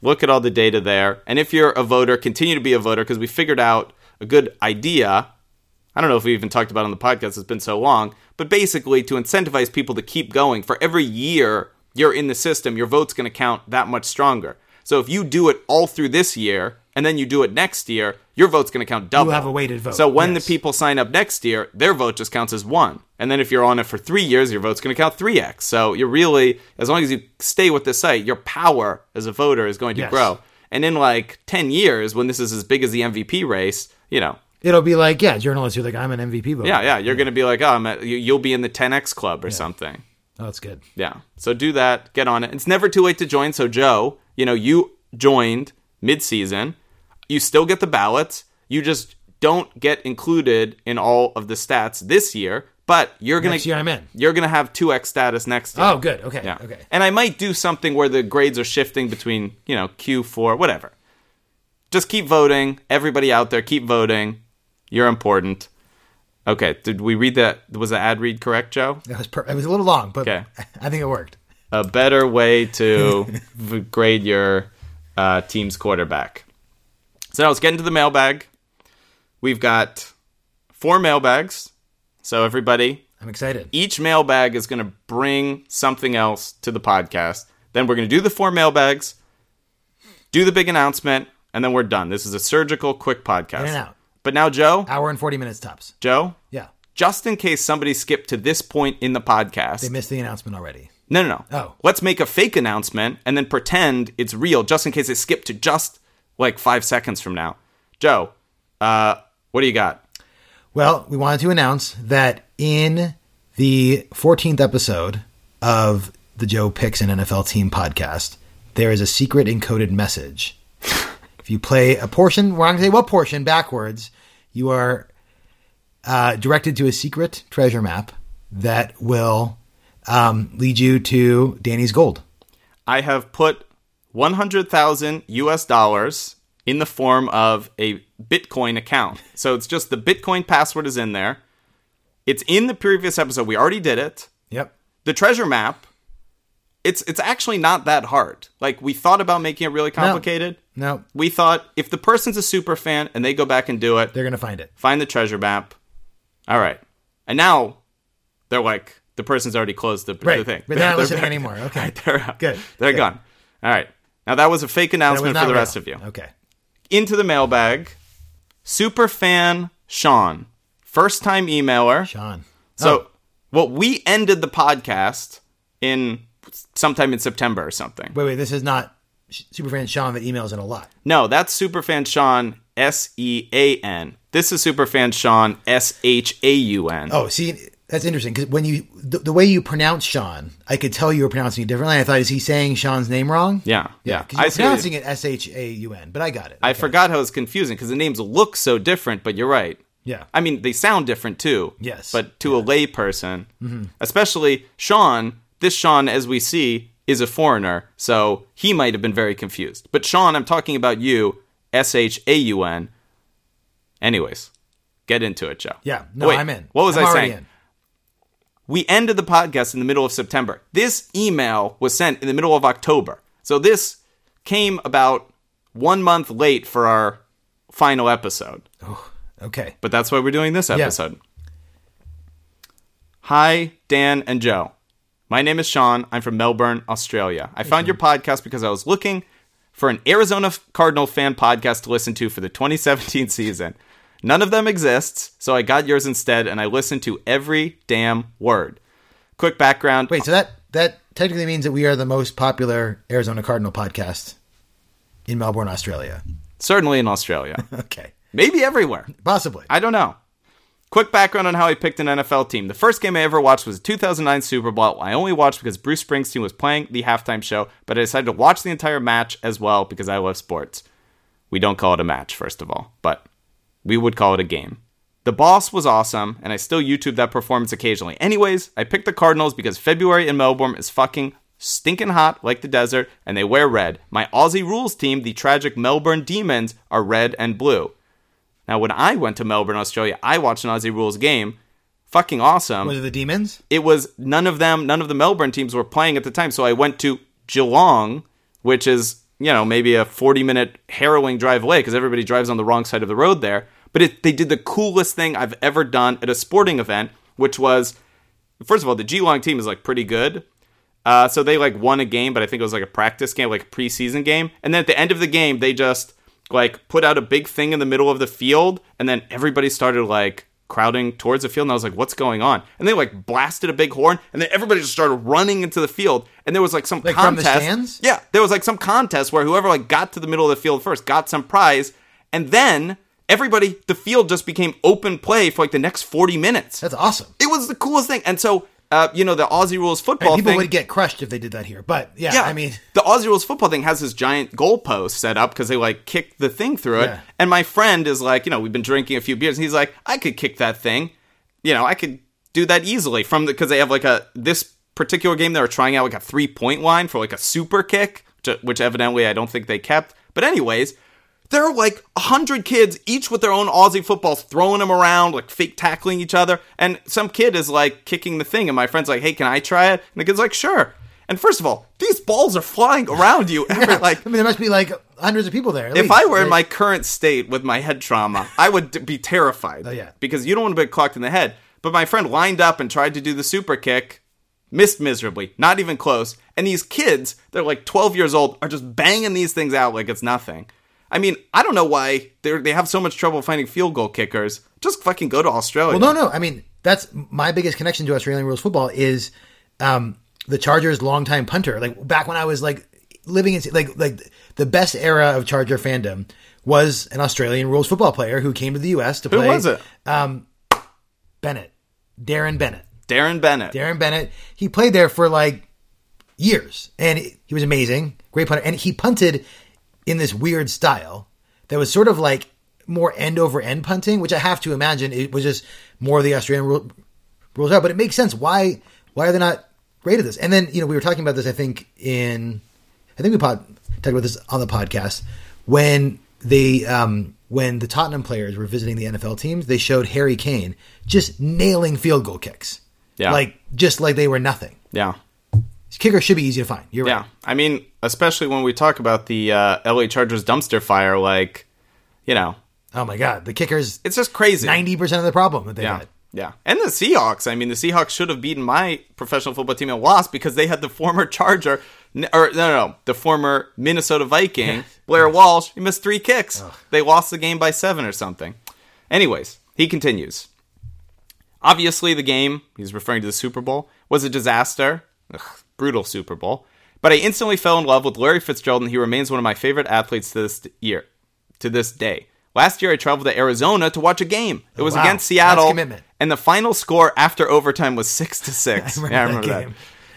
Speaker 1: Look at all the data there. And if you're a voter, continue to be a voter because we figured out a good idea. I don't know if we even talked about it on the podcast, it's been so long. But basically, to incentivize people to keep going, for every year you're in the system, your vote's going to count that much stronger. So if you do it all through this year, and then you do it next year, your vote's going to count double.
Speaker 3: have a weighted vote,
Speaker 1: So when
Speaker 3: yes.
Speaker 1: the people sign up next year, their vote just counts as one. And then if you're on it for three years, your vote's going to count 3x. So you're really, as long as you stay with this site, your power as a voter is going to
Speaker 3: Yes.
Speaker 1: grow. And in like 10 years, when this is as big as the MVP race, you know,
Speaker 3: It'll be like, yeah, journalists, you're like, I'm an MVP voter.
Speaker 1: yeah, yeah, you're going to be like, oh, I'm at, you, you'll be in the 10x club or something.
Speaker 3: Oh, that's good.
Speaker 1: Yeah. So do that. Get on it. It's never too late to join. So Joe, you know, you joined mid-season. You still get the ballots. You just don't get included in all of the stats this year. But you're gonna
Speaker 3: Next year I'm in.
Speaker 1: You're gonna have two X status next year.
Speaker 3: Oh, good. Okay.
Speaker 1: yeah.
Speaker 3: Okay.
Speaker 1: And I might do something where the grades are shifting between you know Q four whatever. Just keep voting. Everybody out there, keep voting. You're important. Okay. Did we read that? Was the ad read correct, Joe?
Speaker 2: That was per- it was a little long, but
Speaker 1: Okay.
Speaker 2: [laughs] I think it worked.
Speaker 1: a better way to [laughs] v- grade your uh, team's quarterback. So now let's get into the mailbag. We've got four mailbags. So everybody,
Speaker 2: I'm excited.
Speaker 1: each mailbag is going to bring something else to the podcast. Then we're going to do the four mailbags, do the big announcement, and then we're done. This is a surgical quick podcast.
Speaker 2: In and out.
Speaker 1: But now, Joe,
Speaker 2: Hour and 40 minutes tops.
Speaker 1: Joe,
Speaker 2: Yeah.
Speaker 1: just in case somebody skipped to this point in the podcast,
Speaker 2: They missed the announcement already.
Speaker 1: no, no, no.
Speaker 2: Oh.
Speaker 1: Let's make a fake announcement and then pretend it's real just in case it skipped to just like five seconds from now. Joe, uh, what do you got?
Speaker 2: Well, we wanted to announce that in the 14th episode of the Joe Picks an NFL Team podcast, there is a secret encoded message. if you play a portion, we're not going to say what portion, backwards, you are uh, directed to a secret treasure map that will um, lead you to Danny's gold.
Speaker 1: I have put 100,000 US dollars in the form of a Bitcoin account. So it's just the Bitcoin password is in there. It's in the previous episode. We already did it.
Speaker 2: Yep.
Speaker 1: The treasure map, it's it's actually not that hard. Like we thought about making it really complicated.
Speaker 2: No,
Speaker 1: We thought if the person's a super fan and they go back and do it,
Speaker 2: they're going to find it.
Speaker 1: find the treasure map. All right. And now they're like, the person's already closed the, the
Speaker 2: Right.
Speaker 1: thing. [laughs]
Speaker 2: But they're not listening
Speaker 1: back.
Speaker 2: anymore. Okay.
Speaker 1: They're out.
Speaker 2: Good.
Speaker 1: They're
Speaker 2: Good.
Speaker 1: gone. All right. Now that was a fake
Speaker 2: That was
Speaker 1: announcement
Speaker 2: not
Speaker 1: for the
Speaker 2: real.
Speaker 1: rest of you.
Speaker 2: Okay.
Speaker 1: Into the mailbag. Super fan Sean, first time emailer.
Speaker 2: Sean.
Speaker 1: So, well, we ended the podcast in sometime in September or something.
Speaker 2: Wait, wait, this is not Sh- Superfan Sean that emails in a lot.
Speaker 1: No, that's Superfan Sean S E A N. This is Superfan Sean S H A U N.
Speaker 2: Oh, see, that's interesting because when you the, the way you pronounce Sean, I could tell you were pronouncing it differently. I thought is he saying Sean's name wrong?
Speaker 1: Yeah, yeah.
Speaker 2: Because you're
Speaker 1: I see what you-
Speaker 2: pronouncing it S H A U N, but I got it.
Speaker 1: I forgot how it's confusing because the names look so different, but you're right.
Speaker 2: Yeah.
Speaker 1: I mean, they sound different too.
Speaker 2: Yes. Mm-hmm.
Speaker 1: But to a layperson, especially Sean, this Sean, as we see, is a foreigner, so he might have been very confused. But Sean, I'm talking about you, S H A U N. Anyways, get into it, Joe.
Speaker 2: Yeah, no,
Speaker 1: Wait,
Speaker 2: I'm in.
Speaker 1: What was
Speaker 2: I'm already
Speaker 1: saying? We ended the podcast in the middle of September. This email was sent in the middle of October. So this came about one month late for our final episode.
Speaker 2: in. Okay,
Speaker 1: But that's why we're doing this episode. Hi, Dan and Joe. My name is Sean. I'm from Melbourne, Australia. I found your podcast because I was looking for an Arizona F- Cardinal fan podcast to listen to for the 2017 [laughs] season. None of them exists, so I got yours instead and I listened to every damn word. Quick background.
Speaker 2: wait. So that that technically means that we are the most popular Arizona Cardinal podcast in Melbourne, Australia. [laughs]
Speaker 1: Certainly in Australia.
Speaker 2: Okay,
Speaker 1: Maybe everywhere.
Speaker 2: possibly.
Speaker 1: I don't know. Quick background on how I picked an NFL team. The first game I ever watched was the 2009 Super Bowl. I only watched because Bruce Springsteen was playing the halftime show, but I decided to watch the entire match as well because I love sports. We don't call it a match, first of all, but we would call it a game. The boss was awesome, and I still YouTube that performance occasionally. Anyways, I picked the Cardinals because February in Melbourne is fucking stinking hot like the desert, and they wear red. My Aussie rules team, the tragic Melbourne Demons, are red and blue. Now, when I went to Melbourne, Australia, I watched an Aussie Rules game. Fucking awesome.
Speaker 2: was it the Demons?
Speaker 1: it was none of them, none of the Melbourne teams were playing at the time. So I went to Geelong, which is, you know, maybe a 40 minute harrowing drive away because everybody drives on the wrong side of the road there. But it, they did the coolest thing I've ever done at a sporting event, which was, first of all, the Geelong team is like pretty good. Uh, so they like won a game, but I think it was like a practice game, like a preseason game. And then at the end of the game, they just like put out a big thing in the middle of the field, and then everybody started like crowding towards the field, and I was like, "What's going on?" And they like blasted a big horn, and then everybody just started running into the field, and there was like some
Speaker 2: Like, from the
Speaker 1: contest.
Speaker 2: stands?
Speaker 1: Yeah, there was like some contest where whoever like got to the middle of the field first got some prize, and then everybody the field just became open play for like the next forty minutes.
Speaker 2: That's awesome.
Speaker 1: It was the coolest thing. And so, uh, you know, the Aussie rules football
Speaker 2: People
Speaker 1: thing.
Speaker 2: would get crushed if they did that here. But yeah,
Speaker 1: yeah,
Speaker 2: I mean,
Speaker 1: the Aussie rules football thing has this giant goalpost set up because they like kick the thing through it.
Speaker 2: Yeah.
Speaker 1: And my friend is like, you know, we've been drinking a few beers, and he's like, I could kick that thing. You know, I could do that easily from the because they have like a this particular game they were trying out like a three point line for like a super kick, which- which evidently I don't think they kept. But anyways. There are like a hundred kids, each with their own Aussie footballs, throwing them around, like fake tackling each other. And some kid is like kicking the thing, and my friend's like, "Hey, can I try it?" And the kid's like, "Sure." And first of all, these balls are flying around you. Every, like,
Speaker 2: I mean, there must be like hundreds of people there.
Speaker 1: if I were in my current state with my head trauma, I would d- be
Speaker 2: [laughs]
Speaker 1: terrified.
Speaker 2: Oh, yeah.
Speaker 1: Because you don't want to be clocked in the head. But my friend lined up and tried to do the super kick, missed miserably, not even close. And these kids, they're like 12 years old, are just banging these things out like it's nothing. I mean, I don't know why they they have so much trouble finding field goal kickers. Just fucking go to Australia.
Speaker 2: Well, no, no. I mean, that's my biggest connection to Australian rules football is um, the Chargers' longtime punter. Like back when I was like living in like like the best era of Charger fandom was an Australian rules football player who came to the U.S. to
Speaker 1: Who
Speaker 2: play. um,
Speaker 1: was it?
Speaker 2: Bennett, Darren Bennett,
Speaker 1: Darren Bennett.
Speaker 2: Darren Bennett. He played there for like years, and he was amazing, great punter, and he punted in this weird style that was sort of like more end over end punting, which I have to imagine it was just more of the Australian rule, rules out. But it makes sense why why are they not great at this? And then you know we were talking about this, I think in I think we pod, talked about this on the podcast when they um, when the Tottenham players were visiting the NFL teams, they showed Harry Kane just nailing field goal kicks,
Speaker 1: Yeah.
Speaker 2: like just like they were nothing.
Speaker 1: yeah.
Speaker 2: Kicker should be easy to find. You're
Speaker 1: Yeah,
Speaker 2: right.
Speaker 1: I mean, especially when we talk about the uh, LA Chargers dumpster fire, like, you know,
Speaker 2: Oh my god, the kickers
Speaker 1: it's just crazy.
Speaker 2: ninety percent of the problem that they
Speaker 1: yeah,
Speaker 2: had.
Speaker 1: yeah, and the Seahawks. I mean, the Seahawks should have beaten my professional football team and lost because they had the former [laughs] Charger, n- or no, no, no, the former Minnesota Viking Blair Walsh. He missed three kicks. They lost the game by seven or something. Anyways, he continues. Obviously, the game, he's referring to the Super Bowl, was a disaster. Ugh, brutal Super Bowl. But I instantly fell in love with Larry Fitzgerald, and he remains one of my favorite athletes to this year, to this day. Last year, I traveled to Arizona to watch a game. It was
Speaker 2: Oh, wow.
Speaker 1: against Seattle,
Speaker 2: That's commitment.
Speaker 1: [laughs] and the final score after overtime was six to
Speaker 2: [laughs]
Speaker 1: six.
Speaker 2: remember
Speaker 1: yeah, I
Speaker 2: that
Speaker 1: remember that,
Speaker 2: game.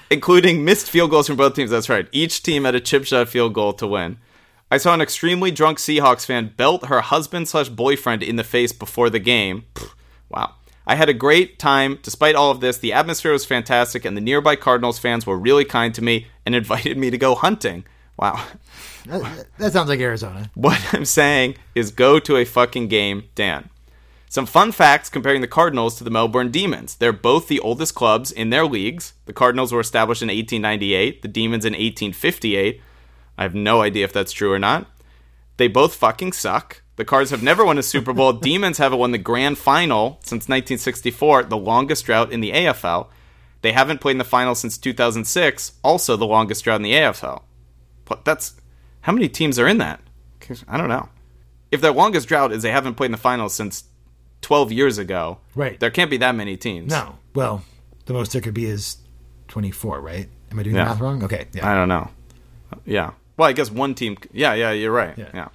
Speaker 1: including missed field goals from both teams. That's right. Each team had a chip shot field goal to win. I saw an extremely drunk Seahawks fan belt her husband slash boyfriend in the face before the game. Pfft, Wow. I had a great time. Despite all of this, the atmosphere was fantastic, and the nearby Cardinals fans were really kind to me and [laughs] invited me to go hunting. Wow.
Speaker 2: That, that sounds like Arizona.
Speaker 1: What [laughs] I'm saying is go to a fucking game, Dan. Some fun facts comparing the Cardinals to the Melbourne Demons. They're both the oldest clubs in their leagues. The Cardinals were established in 1898, the Demons in 1858. I have no idea if that's true or not. They both fucking suck. The Cards have never won a Super
Speaker 2: [laughs]
Speaker 1: Bowl. Demons haven't won the grand final since 1964, the longest drought in the AFL. They haven't played in the final since 2006, also the longest drought in the AFL. But that's how many teams are in that? 'Cause I don't know. If their longest drought is they haven't played in the finals since 12 years ago,
Speaker 2: Right.
Speaker 1: There can't be that many teams.
Speaker 2: No. Well, the most there could be is 24, right? Am I doing the
Speaker 1: Yeah.
Speaker 2: math wrong? Okay. Yeah.
Speaker 1: I don't know. Yeah. Well, I guess one team. Yeah, yeah, you're right.
Speaker 2: Yeah.
Speaker 1: Yeah.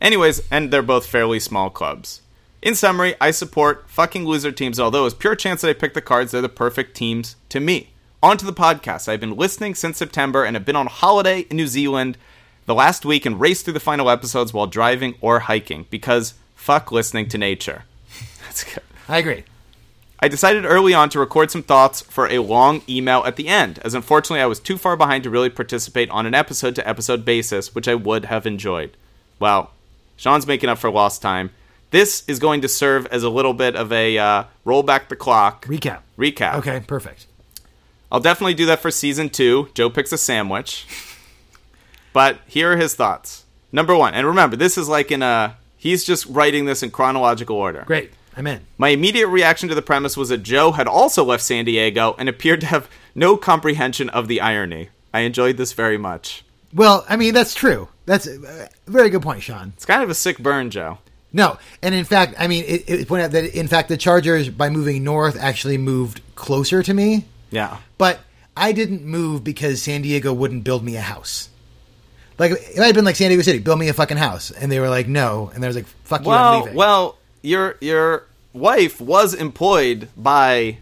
Speaker 1: Anyways, and they're both fairly small clubs. In summary, I support fucking loser teams, although it's pure chance that I pick the cards, they're the perfect teams to me. On to the podcast. I've been listening since September and have been on holiday in New Zealand the last week and raced through the final episodes while driving or hiking because fuck listening to nature. [laughs] That's good.
Speaker 2: I agree.
Speaker 1: I decided early on to record some thoughts for a long email at the end, as unfortunately I was too far behind to really participate on an episode to episode basis, which I would have enjoyed. Well, Sean's making up for lost time. This is going to serve as a little bit of a uh, roll back the clock
Speaker 2: Recap.
Speaker 1: Recap.
Speaker 2: Okay, perfect.
Speaker 1: I'll definitely do that for season two. Joe picks a
Speaker 2: [laughs]
Speaker 1: sandwich. But here are his thoughts. Number one, and remember, this is like in a. He's just writing this in chronological order.
Speaker 2: Great. I'm in.
Speaker 1: My immediate reaction to the premise was that Joe had also left San Diego and appeared to have no comprehension of the irony. I enjoyed this very much.
Speaker 2: Well, I mean, that's true. That's a very good point, Sean.
Speaker 1: It's kind of a sick burn, Joe.
Speaker 2: No, and in fact, I mean, it, it pointed out that in fact the Chargers by moving north actually moved closer to me,
Speaker 1: Yeah.
Speaker 2: but I didn't move because San Diego wouldn't build me a house. Like if I had been like San Diego City, build me a fucking house, and they were like, no, and I was like, fuck you, I'm
Speaker 1: Well,
Speaker 2: leaving.
Speaker 1: well, your your wife was employed by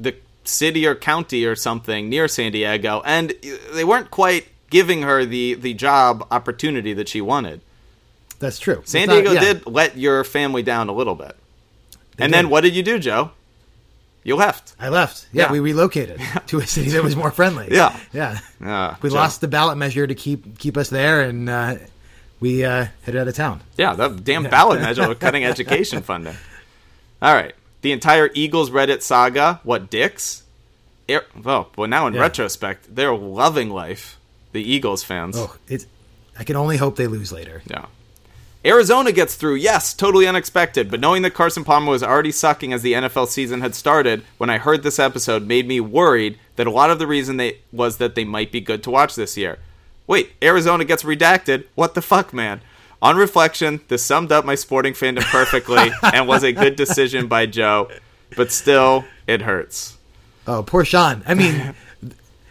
Speaker 1: the city or county or something near San Diego, and they weren't quite giving her the the job opportunity that she wanted.
Speaker 2: that's true.
Speaker 1: San
Speaker 2: It's not-
Speaker 1: Diego
Speaker 2: yeah.
Speaker 1: did let your family down a little bit, and then what did you do, Joe? You left.
Speaker 2: I left. Yeah,
Speaker 1: Yeah.
Speaker 2: we
Speaker 1: [laughs]
Speaker 2: relocated to a city that was more friendly.
Speaker 1: Yeah.
Speaker 2: yeah.
Speaker 1: Ah,
Speaker 2: we
Speaker 1: Joe.
Speaker 2: lost the ballot measure to keep keep us there, and uh, we uh, headed out of town.
Speaker 1: Yeah, that damn ballot measure of cutting education funding. All right. The entire Eagles Reddit saga, what dicks? Air, oh, well, now in retrospect, they're loving life, the Eagles fans.
Speaker 2: Oh, it's. I can only hope they lose later.
Speaker 1: Yeah. Arizona gets through, yes, totally unexpected, but knowing that Carson Palmer was already sucking as the NFL season had started when I heard this episode made me worried that a lot of the reason they was that they might be good to watch this year. Wait, Arizona gets redacted? What the fuck, man? On reflection, this summed up my sporting fandom perfectly and was a good decision by Joe, but still, it hurts.
Speaker 2: Oh, poor Sean.
Speaker 1: [laughs]
Speaker 2: I mean,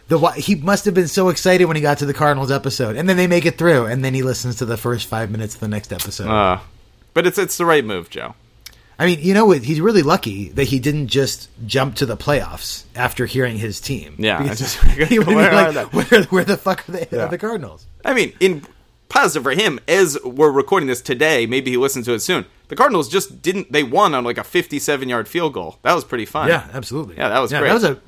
Speaker 2: the wa- he must have been so excited when he got to the Cardinals episode, and then they make it through, and then he listens to the first five minutes of the next episode.
Speaker 1: Uh, but it's it's the right move, Joe.
Speaker 2: I mean, you know what? He's really lucky that he didn't just jump to the playoffs after hearing his team.
Speaker 1: Yeah, I
Speaker 2: Because
Speaker 1: just- [laughs]
Speaker 2: [laughs] he would
Speaker 1: Where
Speaker 2: where
Speaker 1: are
Speaker 2: like, where, where the fuck are, they, are the Cardinals?
Speaker 1: I mean, in positive for him, as we're recording this today, maybe he listens to it soon. The Cardinals just didn't. They won on like a 57 yard field goal. That was pretty fun.
Speaker 2: Yeah, absolutely.
Speaker 1: Yeah, that was great.
Speaker 2: That was a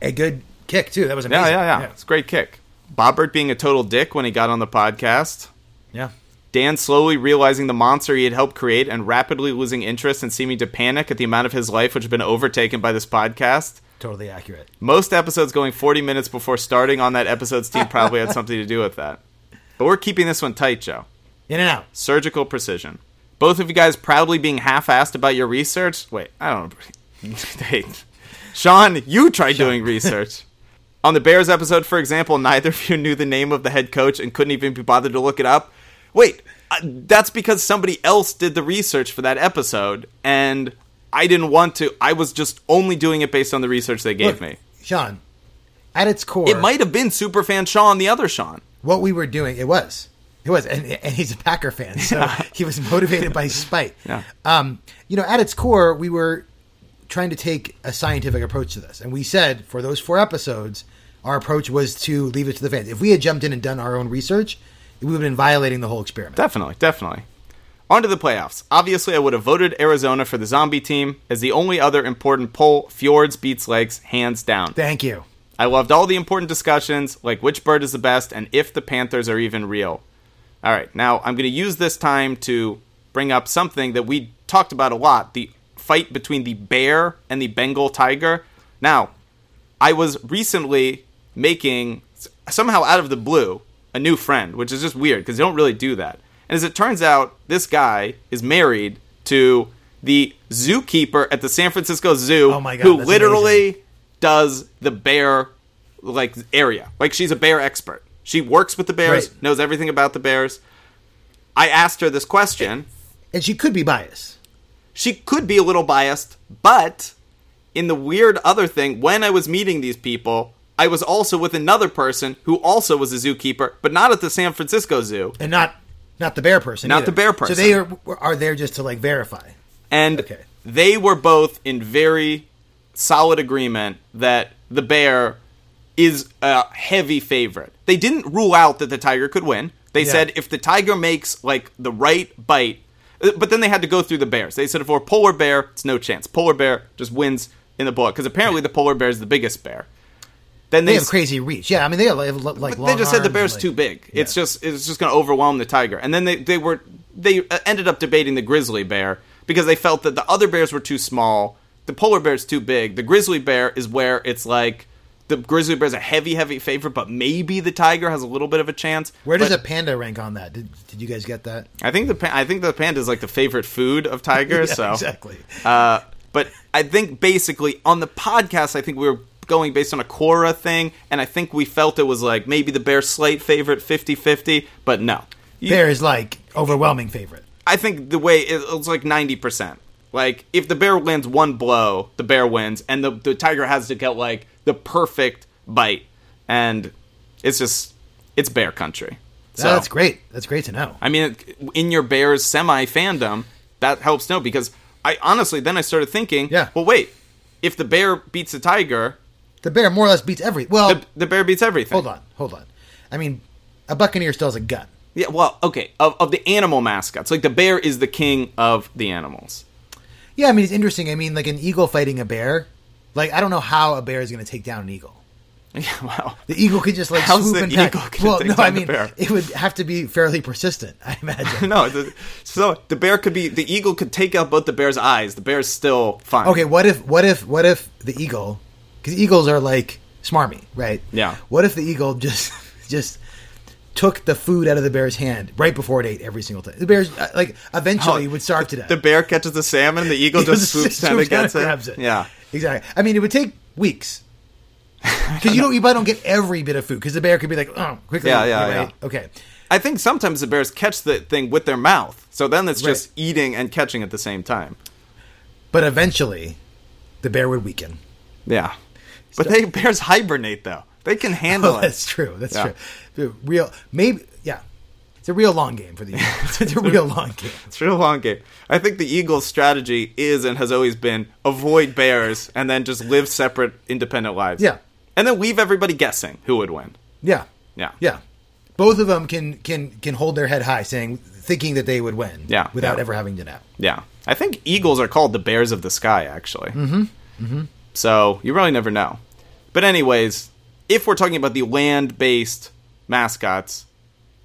Speaker 2: a good kick too. That was
Speaker 1: Yeah,
Speaker 2: amazing.
Speaker 1: yeah, yeah. It's a great kick. Bobbert being a total dick when he got on the podcast.
Speaker 2: yeah.
Speaker 1: Dan slowly realizing the monster he had helped create and rapidly losing interest and seeming to panic at the amount of his life which had been overtaken by this podcast.
Speaker 2: Totally accurate.
Speaker 1: Most episodes going 40 minutes before starting on that episode's team probably had something to do with that. But we're keeping this one tight, Joe.
Speaker 2: In and out.
Speaker 1: surgical precision. Both of you guys proudly being half-assed about your research. Wait, I don't. [laughs] Hey, Sean, you tried doing research. On the Bears episode, for example, neither of you knew the name of the head coach and couldn't even be bothered to look it up. Wait, uh, that's because somebody else did the research for that episode, and I didn't want to. I was just only doing it based on the research they gave
Speaker 2: Look,
Speaker 1: me.
Speaker 2: Sean, at its core,
Speaker 1: It might have been superfan Sean, the other Sean.
Speaker 2: what we were doing, it was. It was. And, and he's a Packer fan, so [laughs] he was motivated by spite.
Speaker 1: Yeah.
Speaker 2: Um, you know, at its core, we were trying to take a scientific approach to this. And we said for those four episodes, our approach was to leave it to the fans. If we had jumped in and done our own research, we would have been violating the whole experiment.
Speaker 1: Definitely, definitely. On to the playoffs. Obviously, I would have voted Arizona for the zombie team as the only other important poll. Fjords beats legs, hands down.
Speaker 2: Thank you.
Speaker 1: I loved all the important discussions, like which bird is the best and if the Panthers are even real. All right, now I'm going to use this time to bring up something that we talked about a lot the fight between the bear and the Bengal tiger. Now, I was recently making, somehow out of the blue, a new friend, which is just weird because they don't really do that. And as it turns out, this guy is married to the zookeeper at the San Francisco Zoo
Speaker 2: Oh my God,
Speaker 1: who
Speaker 2: that's
Speaker 1: literally
Speaker 2: amazing.
Speaker 1: does the bear like area. Like she's a bear expert. She works with the bears,
Speaker 2: Right.
Speaker 1: knows everything about the bears. I asked her this question.
Speaker 2: And she could be biased.
Speaker 1: She could be a little biased, but in the weird other thing, when I was meeting these people, I was also with another person who also was a zookeeper, but not at the San Francisco Zoo.
Speaker 2: And not not the bear person.
Speaker 1: Not
Speaker 2: either.
Speaker 1: the bear
Speaker 2: So they are,
Speaker 1: person.
Speaker 2: are there just to like verify.
Speaker 1: And
Speaker 2: Okay.
Speaker 1: they were both in very solid agreement that the bear is a heavy favorite. They didn't rule out that the tiger could win. They
Speaker 2: Yeah.
Speaker 1: said if the tiger makes like the right bite, uh, but then they had to go through the bears. They said if we're polar bear, it's no chance. Polar bear just wins in the book because apparently the polar bear is the biggest bear. Then
Speaker 2: They
Speaker 1: they,
Speaker 2: have crazy reach. Yeah, I mean they have like like
Speaker 1: but they
Speaker 2: long
Speaker 1: just said the
Speaker 2: arms
Speaker 1: bear's
Speaker 2: and, like-
Speaker 1: too big. It's just it's just going to overwhelm the tiger. And then they they were they uh, ended up debating the grizzly bear because they felt that the other bears were too small, the polar bear's too big. The grizzly bear is where it's like the grizzly bear's a heavy heavy favorite, but maybe the tiger has a little bit of a chance.
Speaker 2: Where does
Speaker 1: But
Speaker 2: a panda rank on that? Did, did you guys get that?
Speaker 1: I think the pa- I think the panda is like the favorite food of tigers,
Speaker 2: [laughs] Yeah,
Speaker 1: so
Speaker 2: exactly.
Speaker 1: uh, but I think basically on the podcast, I think we were going based on a Quora thing, and I think we felt it was like maybe the Bears slight favorite 50 50, but no.
Speaker 2: Bears like overwhelming favorite.
Speaker 1: I think the way it, it's like ninety percent. Like if the bear lands one blow, the bear wins, and the the tiger has to get like the perfect bite, and it's just it's bear country. So
Speaker 2: that's great. That's great to know.
Speaker 1: I mean, in your bears semi fandom, that helps know because I honestly then I started thinking,
Speaker 2: Yeah.
Speaker 1: Well, wait, if the bear beats the tiger,
Speaker 2: The bear more or less beats every. Well,
Speaker 1: the, the bear beats everything.
Speaker 2: hold on, hold on. I mean, a buccaneer still has a gun.
Speaker 1: Yeah. Well, okay. Of of the animal mascots, like the bear is the king of the animals. [laughs]
Speaker 2: Yeah, I mean it's interesting. I mean, like an eagle fighting a bear. Like I don't know how a bear is going to take down an eagle.
Speaker 1: Yeah. Wow.
Speaker 2: The eagle could just like
Speaker 1: How's
Speaker 2: swoop
Speaker 1: the
Speaker 2: and peck.
Speaker 1: eagle gonna
Speaker 2: Well,
Speaker 1: take
Speaker 2: no,
Speaker 1: down
Speaker 2: I
Speaker 1: the
Speaker 2: mean
Speaker 1: bear?
Speaker 2: it would have to be fairly persistent. [laughs] I imagine.
Speaker 1: No, the, so the bear could be the eagle could take out both the bear's eyes. The bear's still fine.
Speaker 2: Okay, what if what if what if the eagle? Because eagles are like smarmy, right?
Speaker 1: Yeah.
Speaker 2: What if the eagle just [laughs] just took the food out of the bear's hand right before it ate every single time? The bear's uh, like eventually
Speaker 1: Oh,
Speaker 2: would starve to death. [laughs]
Speaker 1: The bear catches the salmon. The eagle just swoops down
Speaker 2: swoops
Speaker 1: and gets
Speaker 2: and
Speaker 1: it.
Speaker 2: grabs it.
Speaker 1: Yeah.
Speaker 2: exactly. I mean, it would take
Speaker 1: [laughs]
Speaker 2: weeks because you don't you probably don't get every bit of food because the bear could be like, oh, quickly,
Speaker 1: Yeah, yeah,
Speaker 2: you're
Speaker 1: yeah.
Speaker 2: right. okay.
Speaker 1: I think sometimes the bears catch the thing with their mouth. So then it's just
Speaker 2: Right.
Speaker 1: eating and catching at the same time.
Speaker 2: But eventually, the bear would weaken.
Speaker 1: Yeah. But they [laughs] bears hibernate though. They can handle
Speaker 2: Oh,
Speaker 1: it.
Speaker 2: that's true. That's
Speaker 1: Yeah.
Speaker 2: true. The real, maybe, yeah. It's a real long game for the Eagles. [laughs] It's a real long game.
Speaker 1: It's a real long game. I think the eagle's strategy is and has always been avoid bears and then just live separate independent lives.
Speaker 2: Yeah.
Speaker 1: And then leave everybody guessing who would win.
Speaker 2: Yeah,
Speaker 1: Yeah.
Speaker 2: yeah. Both of them can can can hold their head high, saying thinking that they would win.
Speaker 1: Yeah,
Speaker 2: without
Speaker 1: yeah.
Speaker 2: ever having to know.
Speaker 1: Yeah. I think eagles are called the bears of the sky, actually. Mm hmm. Mm hmm. So you really never know. But, anyways, if we're talking about the land based mascots,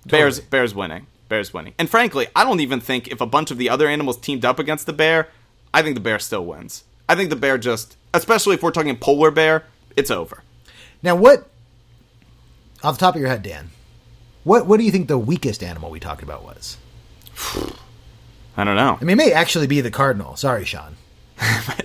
Speaker 1: bears, bears winning. Bears winning. And frankly, I don't even think if a bunch of the other animals teamed up against the bear, I think the bear still wins. I think the bear just, especially if we're talking polar bear, it's over.
Speaker 2: Now, what? Off the top of your head, Dan, what what do you think the weakest animal we talked about was?
Speaker 1: I don't know.
Speaker 2: I mean, it may actually be the cardinal. Sorry, Sean. [laughs]
Speaker 1: [laughs]
Speaker 2: I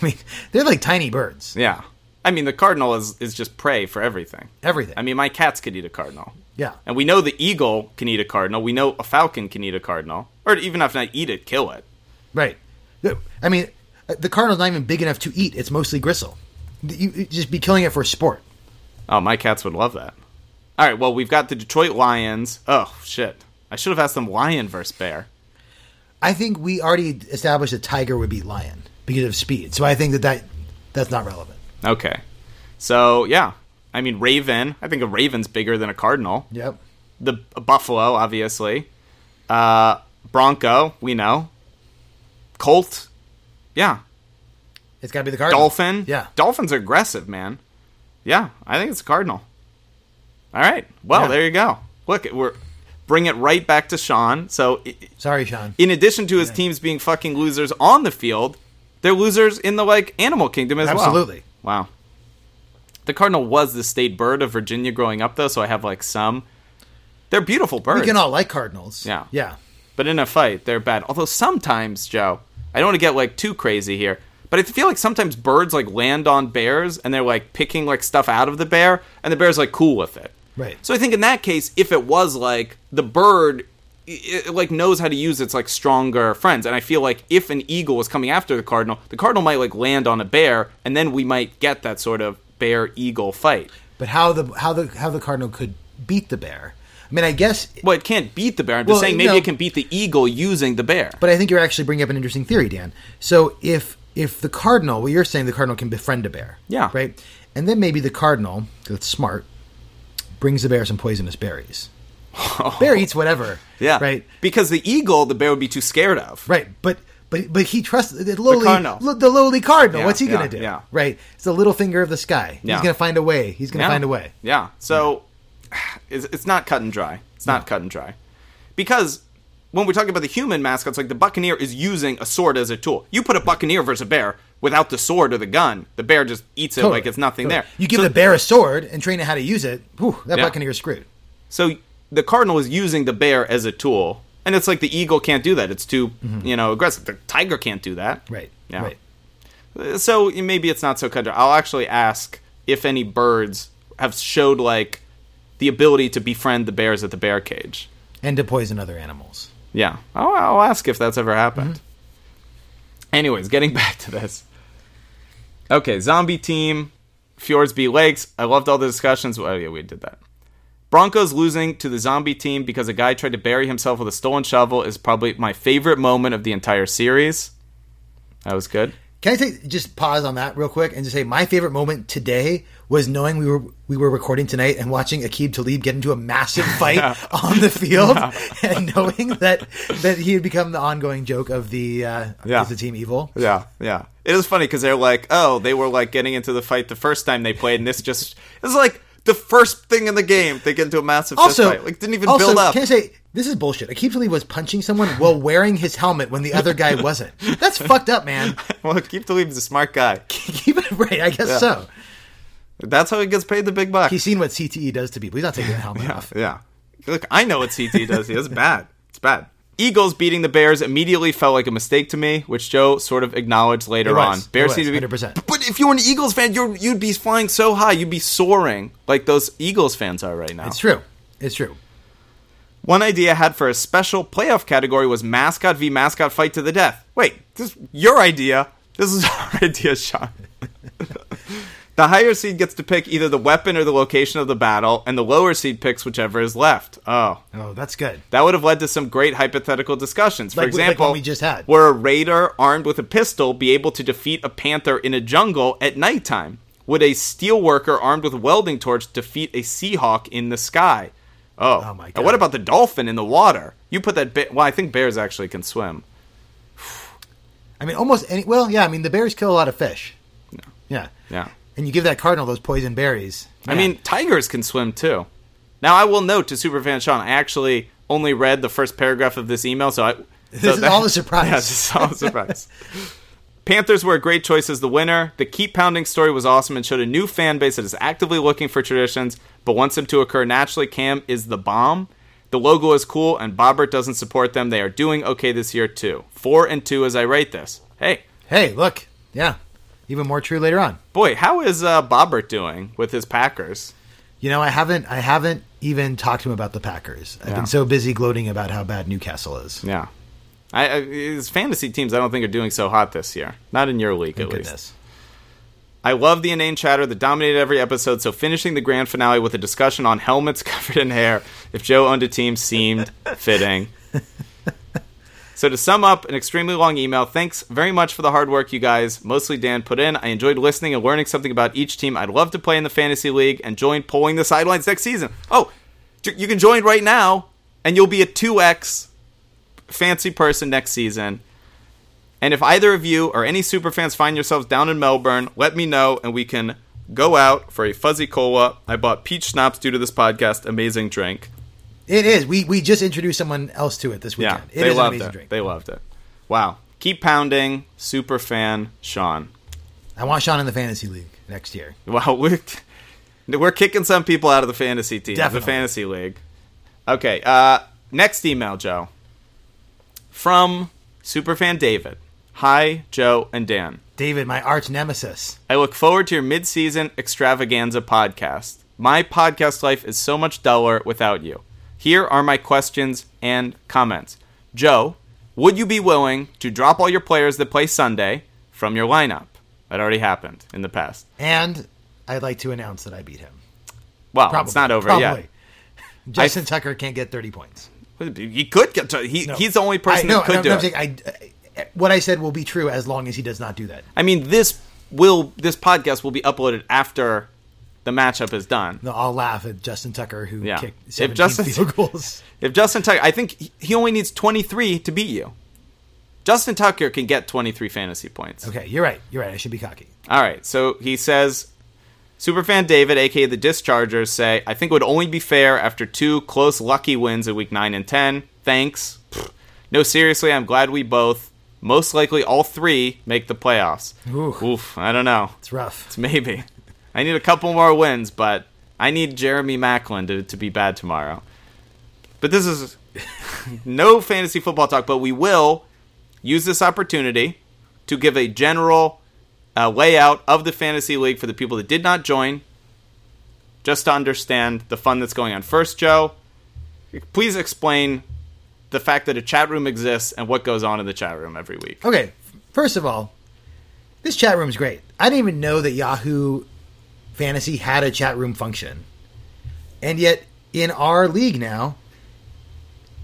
Speaker 2: mean, they're like tiny birds.
Speaker 1: yeah. I mean, the cardinal is, is just prey for everything.
Speaker 2: Everything.
Speaker 1: I mean, my cats could eat a cardinal.
Speaker 2: yeah.
Speaker 1: And we know the eagle can eat a cardinal. We know a falcon can eat a cardinal. Or even if not eat it, kill it.
Speaker 2: Right. The- I mean, uh, the cardinal's not even big enough to eat. It's mostly gristle. You you'd just be killing it for sport.
Speaker 1: Oh, my cats would love that. All right, well, we've got the Detroit Lions. Oh, shit. I should have asked them lion versus bear.
Speaker 2: I think we already established that tiger would beat lion because of speed. So I think that, that that's not relevant.
Speaker 1: Okay. So, yeah. I mean, raven. I think a raven's bigger than a cardinal.
Speaker 2: Yep.
Speaker 1: The a buffalo, obviously. Uh, bronco, we know. Colt. Yeah.
Speaker 2: It's got to be the cardinal.
Speaker 1: Dolphin.
Speaker 2: Yeah.
Speaker 1: Dolphins are aggressive, man. Yeah, I think it's a cardinal. All right. Well,
Speaker 2: Yeah.
Speaker 1: there you go. Look, we're bring it right back to Sean. So, i-
Speaker 2: Sorry, Sean.
Speaker 1: in addition to his teams being fucking losers on the field, they're losers in the like animal kingdom as well.
Speaker 2: Absolutely.
Speaker 1: Wow. The cardinal was the state bird of Virginia growing up, though, so I have like some. They're beautiful birds.
Speaker 2: We can all like cardinals.
Speaker 1: Yeah.
Speaker 2: Yeah.
Speaker 1: But in a fight, they're bad. Although sometimes, Joe, I don't want to get like too crazy here, but I feel like sometimes birds like land on bears and they're like picking like stuff out of the bear, and the bear's like cool with it.
Speaker 2: Right.
Speaker 1: So I think in that case, if it was like the bird, it, it, like knows how to use its like stronger friends, and I feel like if an eagle was coming after the cardinal, the cardinal might like land on a bear, and then we might get that sort of bear eagle fight.
Speaker 2: But how the how the how the cardinal could beat the bear? I mean, I guess.
Speaker 1: Well, it can't beat the bear. I'm just
Speaker 2: Well,
Speaker 1: saying maybe
Speaker 2: no.
Speaker 1: it can beat the eagle using the bear.
Speaker 2: But I think you're actually bringing up an interesting theory, Dan. So if if the cardinal, well, you're saying the cardinal can befriend a bear.
Speaker 1: Yeah.
Speaker 2: Right. And then maybe the cardinal, 'cause it's smart, brings the bear some poisonous
Speaker 1: [laughs]
Speaker 2: berries. Bear eats whatever.
Speaker 1: Oh. Yeah.
Speaker 2: Right.
Speaker 1: Because the eagle, the bear would be too scared of.
Speaker 2: Right, but but but he trusts the lowly
Speaker 1: cardinal.
Speaker 2: lo- the lowly cardinal.
Speaker 1: Yeah,
Speaker 2: What's he
Speaker 1: yeah,
Speaker 2: going to do?
Speaker 1: yeah.
Speaker 2: Right, it's the little finger of the sky.
Speaker 1: Yeah.
Speaker 2: He's going to find a way. He's going to
Speaker 1: Yeah.
Speaker 2: find a way.
Speaker 1: Yeah. So [sighs] it's, it's not cut and dry. It's not cut and dry. Because when we're talking about the human mascots, like the buccaneer is using a sword as a tool. You put a buccaneer versus a bear without the sword or the gun, the bear just eats it like it's nothing
Speaker 2: Totally.
Speaker 1: there.
Speaker 2: You give the bear a sword and train it how to use it. Whew, that
Speaker 1: Yeah.
Speaker 2: buccaneer's screwed.
Speaker 1: So the cardinal is using the bear as a tool. And it's like the eagle can't do that. It's too, you know, aggressive. The tiger can't do that.
Speaker 2: Mm-hmm. Right.
Speaker 1: Yeah.
Speaker 2: Right.
Speaker 1: so maybe it's not so cut. I'll actually ask if any birds have showed like the ability to befriend the bears at the bear cage.
Speaker 2: and to poison other animals.
Speaker 1: Yeah. I'll, I'll ask if that's ever happened. Anyways, getting [laughs] back to this. Okay, zombie team, Fjords beat Lakes. I loved all the discussions. Oh, yeah, we did that. Broncos losing to the zombie team because a guy tried to bury himself with a stolen shovel is probably my favorite moment of the entire series. That was good.
Speaker 2: Can I take, just pause on that real quick and just say my favorite moment today was knowing we were we were recording tonight and watching Akib Talib get into
Speaker 1: [laughs]
Speaker 2: a massive fight on the field and knowing that that he had become the ongoing joke of the uh,
Speaker 1: Yeah.
Speaker 2: is the team evil.
Speaker 1: Yeah, yeah. It is funny because they're like, oh, they were like getting into the fight the first time they played, and this just this is like the first thing in the game. They get into a massive fist
Speaker 2: Also,
Speaker 1: fight. Like didn't even
Speaker 2: also,
Speaker 1: build up.
Speaker 2: Can I say this is bullshit? Akib Talib was punching someone while wearing his helmet when the other guy
Speaker 1: [laughs]
Speaker 2: wasn't. That's fucked up, man.
Speaker 1: [laughs]
Speaker 2: [laughs]
Speaker 1: well, keep the leaves a smart guy.
Speaker 2: Keep it right. I guess so.
Speaker 1: That's how he gets paid the big bucks.
Speaker 2: He's seen what CTE does to people. He's not taking that helmet off.
Speaker 1: Yeah. Look, I know what CT does. It's bad. It's bad. Eagles beating the Bears immediately felt like a mistake to me, which Joe sort of acknowledged later
Speaker 2: It was.
Speaker 1: on. Bears
Speaker 2: It was,
Speaker 1: seem to be
Speaker 2: 100%.
Speaker 1: But if you were an Eagles fan, you're, you'd be flying so high, you'd be soaring like those Eagles fans are right now.
Speaker 2: It's true. It's true.
Speaker 1: One idea I had for a special playoff category was mascot v mascot fight to the death. Wait, this your idea. This is [laughs] our idea, Sean. [laughs] the higher seed gets to pick either the weapon or the location of the battle, and the lower seed picks whichever is left. Oh.
Speaker 2: Oh, that's good.
Speaker 1: That would have led to some great hypothetical discussions. For
Speaker 2: Like- like one
Speaker 1: example,
Speaker 2: we just had.
Speaker 1: where a raider armed with a pistol be able to defeat a panther in a jungle at nighttime? Would a steel worker armed with a welding torch defeat a seahawk in the sky? Oh,
Speaker 2: Oh my
Speaker 1: And what
Speaker 2: God.
Speaker 1: about the dolphin in the water? You put that. Ba- well, I think bears actually can swim.
Speaker 2: I mean, almost any. Well, yeah. I mean, the bears kill a lot of fish. Yeah.
Speaker 1: Yeah.
Speaker 2: And you give that cardinal those poison berries.
Speaker 1: I
Speaker 2: Man.
Speaker 1: mean, tigers can swim too. Now, I will note to Superfan Sean, I actually only read the first paragraph of this email,
Speaker 2: [laughs]
Speaker 1: so I. so
Speaker 2: is all a surprise.
Speaker 1: [laughs] Yeah, this is all a surprise. Panthers were a great choice as the winner. The keep pounding story was awesome and showed a new fan base that is actively looking for traditions, but wants them to occur naturally. Cam is the bomb. The logo is cool, and Bobbert doesn't support them. They are doing okay this year too. Four and two as I rate this. Hey,
Speaker 2: hey, look. Yeah. Even more true later on.
Speaker 1: boy, how is uh, Bobbert doing with his Packers?
Speaker 2: You know, I haven't. I haven't even talked to him about the Packers. I've
Speaker 1: Yeah.
Speaker 2: been so busy gloating about how bad Newcastle is.
Speaker 1: Yeah. I, I his fantasy teams I don't think are doing so hot this year. Not in your league at least.
Speaker 2: Goodness.
Speaker 1: I love the inane chatter that dominated every episode, so finishing the grand finale with a discussion on helmets [laughs] covered in hair, if Joe owned a team, seemed fitting. So to sum up, an extremely long email. Thanks very much for the hard work you guys, mostly Dan, put in. I enjoyed listening and learning something about each team. I'd love to play in the fantasy league and join pulling the sidelines next season. Oh, j- you can join right now, and you'll be a two X fancy person next season. And if either of you or any super fans find yourselves down in Melbourne, let me know and we can go out for a fuzzy cola. I bought peach schnapps due to this podcast. Amazing drink.
Speaker 2: It is. We we just introduced someone else to it this
Speaker 1: Yeah,
Speaker 2: weekend. It is
Speaker 1: they
Speaker 2: an
Speaker 1: loved
Speaker 2: amazing
Speaker 1: it.
Speaker 2: drink.
Speaker 1: They loved it. Wow. Keep pounding, super fan Sean. [laughs]
Speaker 2: I want Sean in the fantasy league next year.
Speaker 1: Wow, we're we're kicking some people out of the fantasy team, the
Speaker 2: Definitely.
Speaker 1: fantasy league. Okay, uh, next email, Joe, from superfan David. Hi, Joe and Dan.
Speaker 2: David, my arch nemesis.
Speaker 1: I look forward to your mid-season extravaganza podcast. My podcast life is so much duller without you. Here are my questions and comments. Joe, would you be willing to drop all your players that play Sunday from your lineup? That already happened in the past.
Speaker 2: And I'd like to announce that I beat him.
Speaker 1: Well,
Speaker 2: Probably.
Speaker 1: Oh, it's not over
Speaker 2: Probably.
Speaker 1: yet.
Speaker 2: Justin Tucker can't get 30 points.
Speaker 1: He could get. To, he,
Speaker 2: No.
Speaker 1: He's the only person
Speaker 2: I, no,
Speaker 1: who could
Speaker 2: no,
Speaker 1: do
Speaker 2: no,
Speaker 1: it.
Speaker 2: I'm saying I, I- what I said will be true as long as he does not do that.
Speaker 1: I mean, this will this podcast will be uploaded after the matchup is done.
Speaker 2: No, I'll laugh at Justin Tucker who
Speaker 1: Yeah.
Speaker 2: kicked
Speaker 1: If
Speaker 2: 17
Speaker 1: Justin-
Speaker 2: field goals.
Speaker 1: If Justin Tucker, I think he- he only needs 23 to beat you. Justin Tucker can get 23 fantasy points.
Speaker 2: Okay, you're right. You're right. I should be cocky.
Speaker 1: All right. So he says, Superfan David, aka the Dischargers, say, I think it would only be fair after two close lucky wins in week 9 and 10. Thanks. Pfft. No, seriously, I'm glad we both, most likely all three, make the playoffs.
Speaker 2: Oof.
Speaker 1: Oof I don't know.
Speaker 2: It's rough.
Speaker 1: [laughs] Maybe. I need a couple more wins, but I need Jeremy Macklin to, to be bad tomorrow. But this is [laughs] no fantasy football talk, but we will use this opportunity to give a general uh, layout of the fantasy league for the people that did not join, just to understand the fun that's going on. First, Joe, please explain the fact that a chat room exists and what goes on in the chat room every week.
Speaker 2: Okay, first of all, this chat room's great. I didn't even know that Yahoo Fantasy had a chat room function. And yet, in our league now,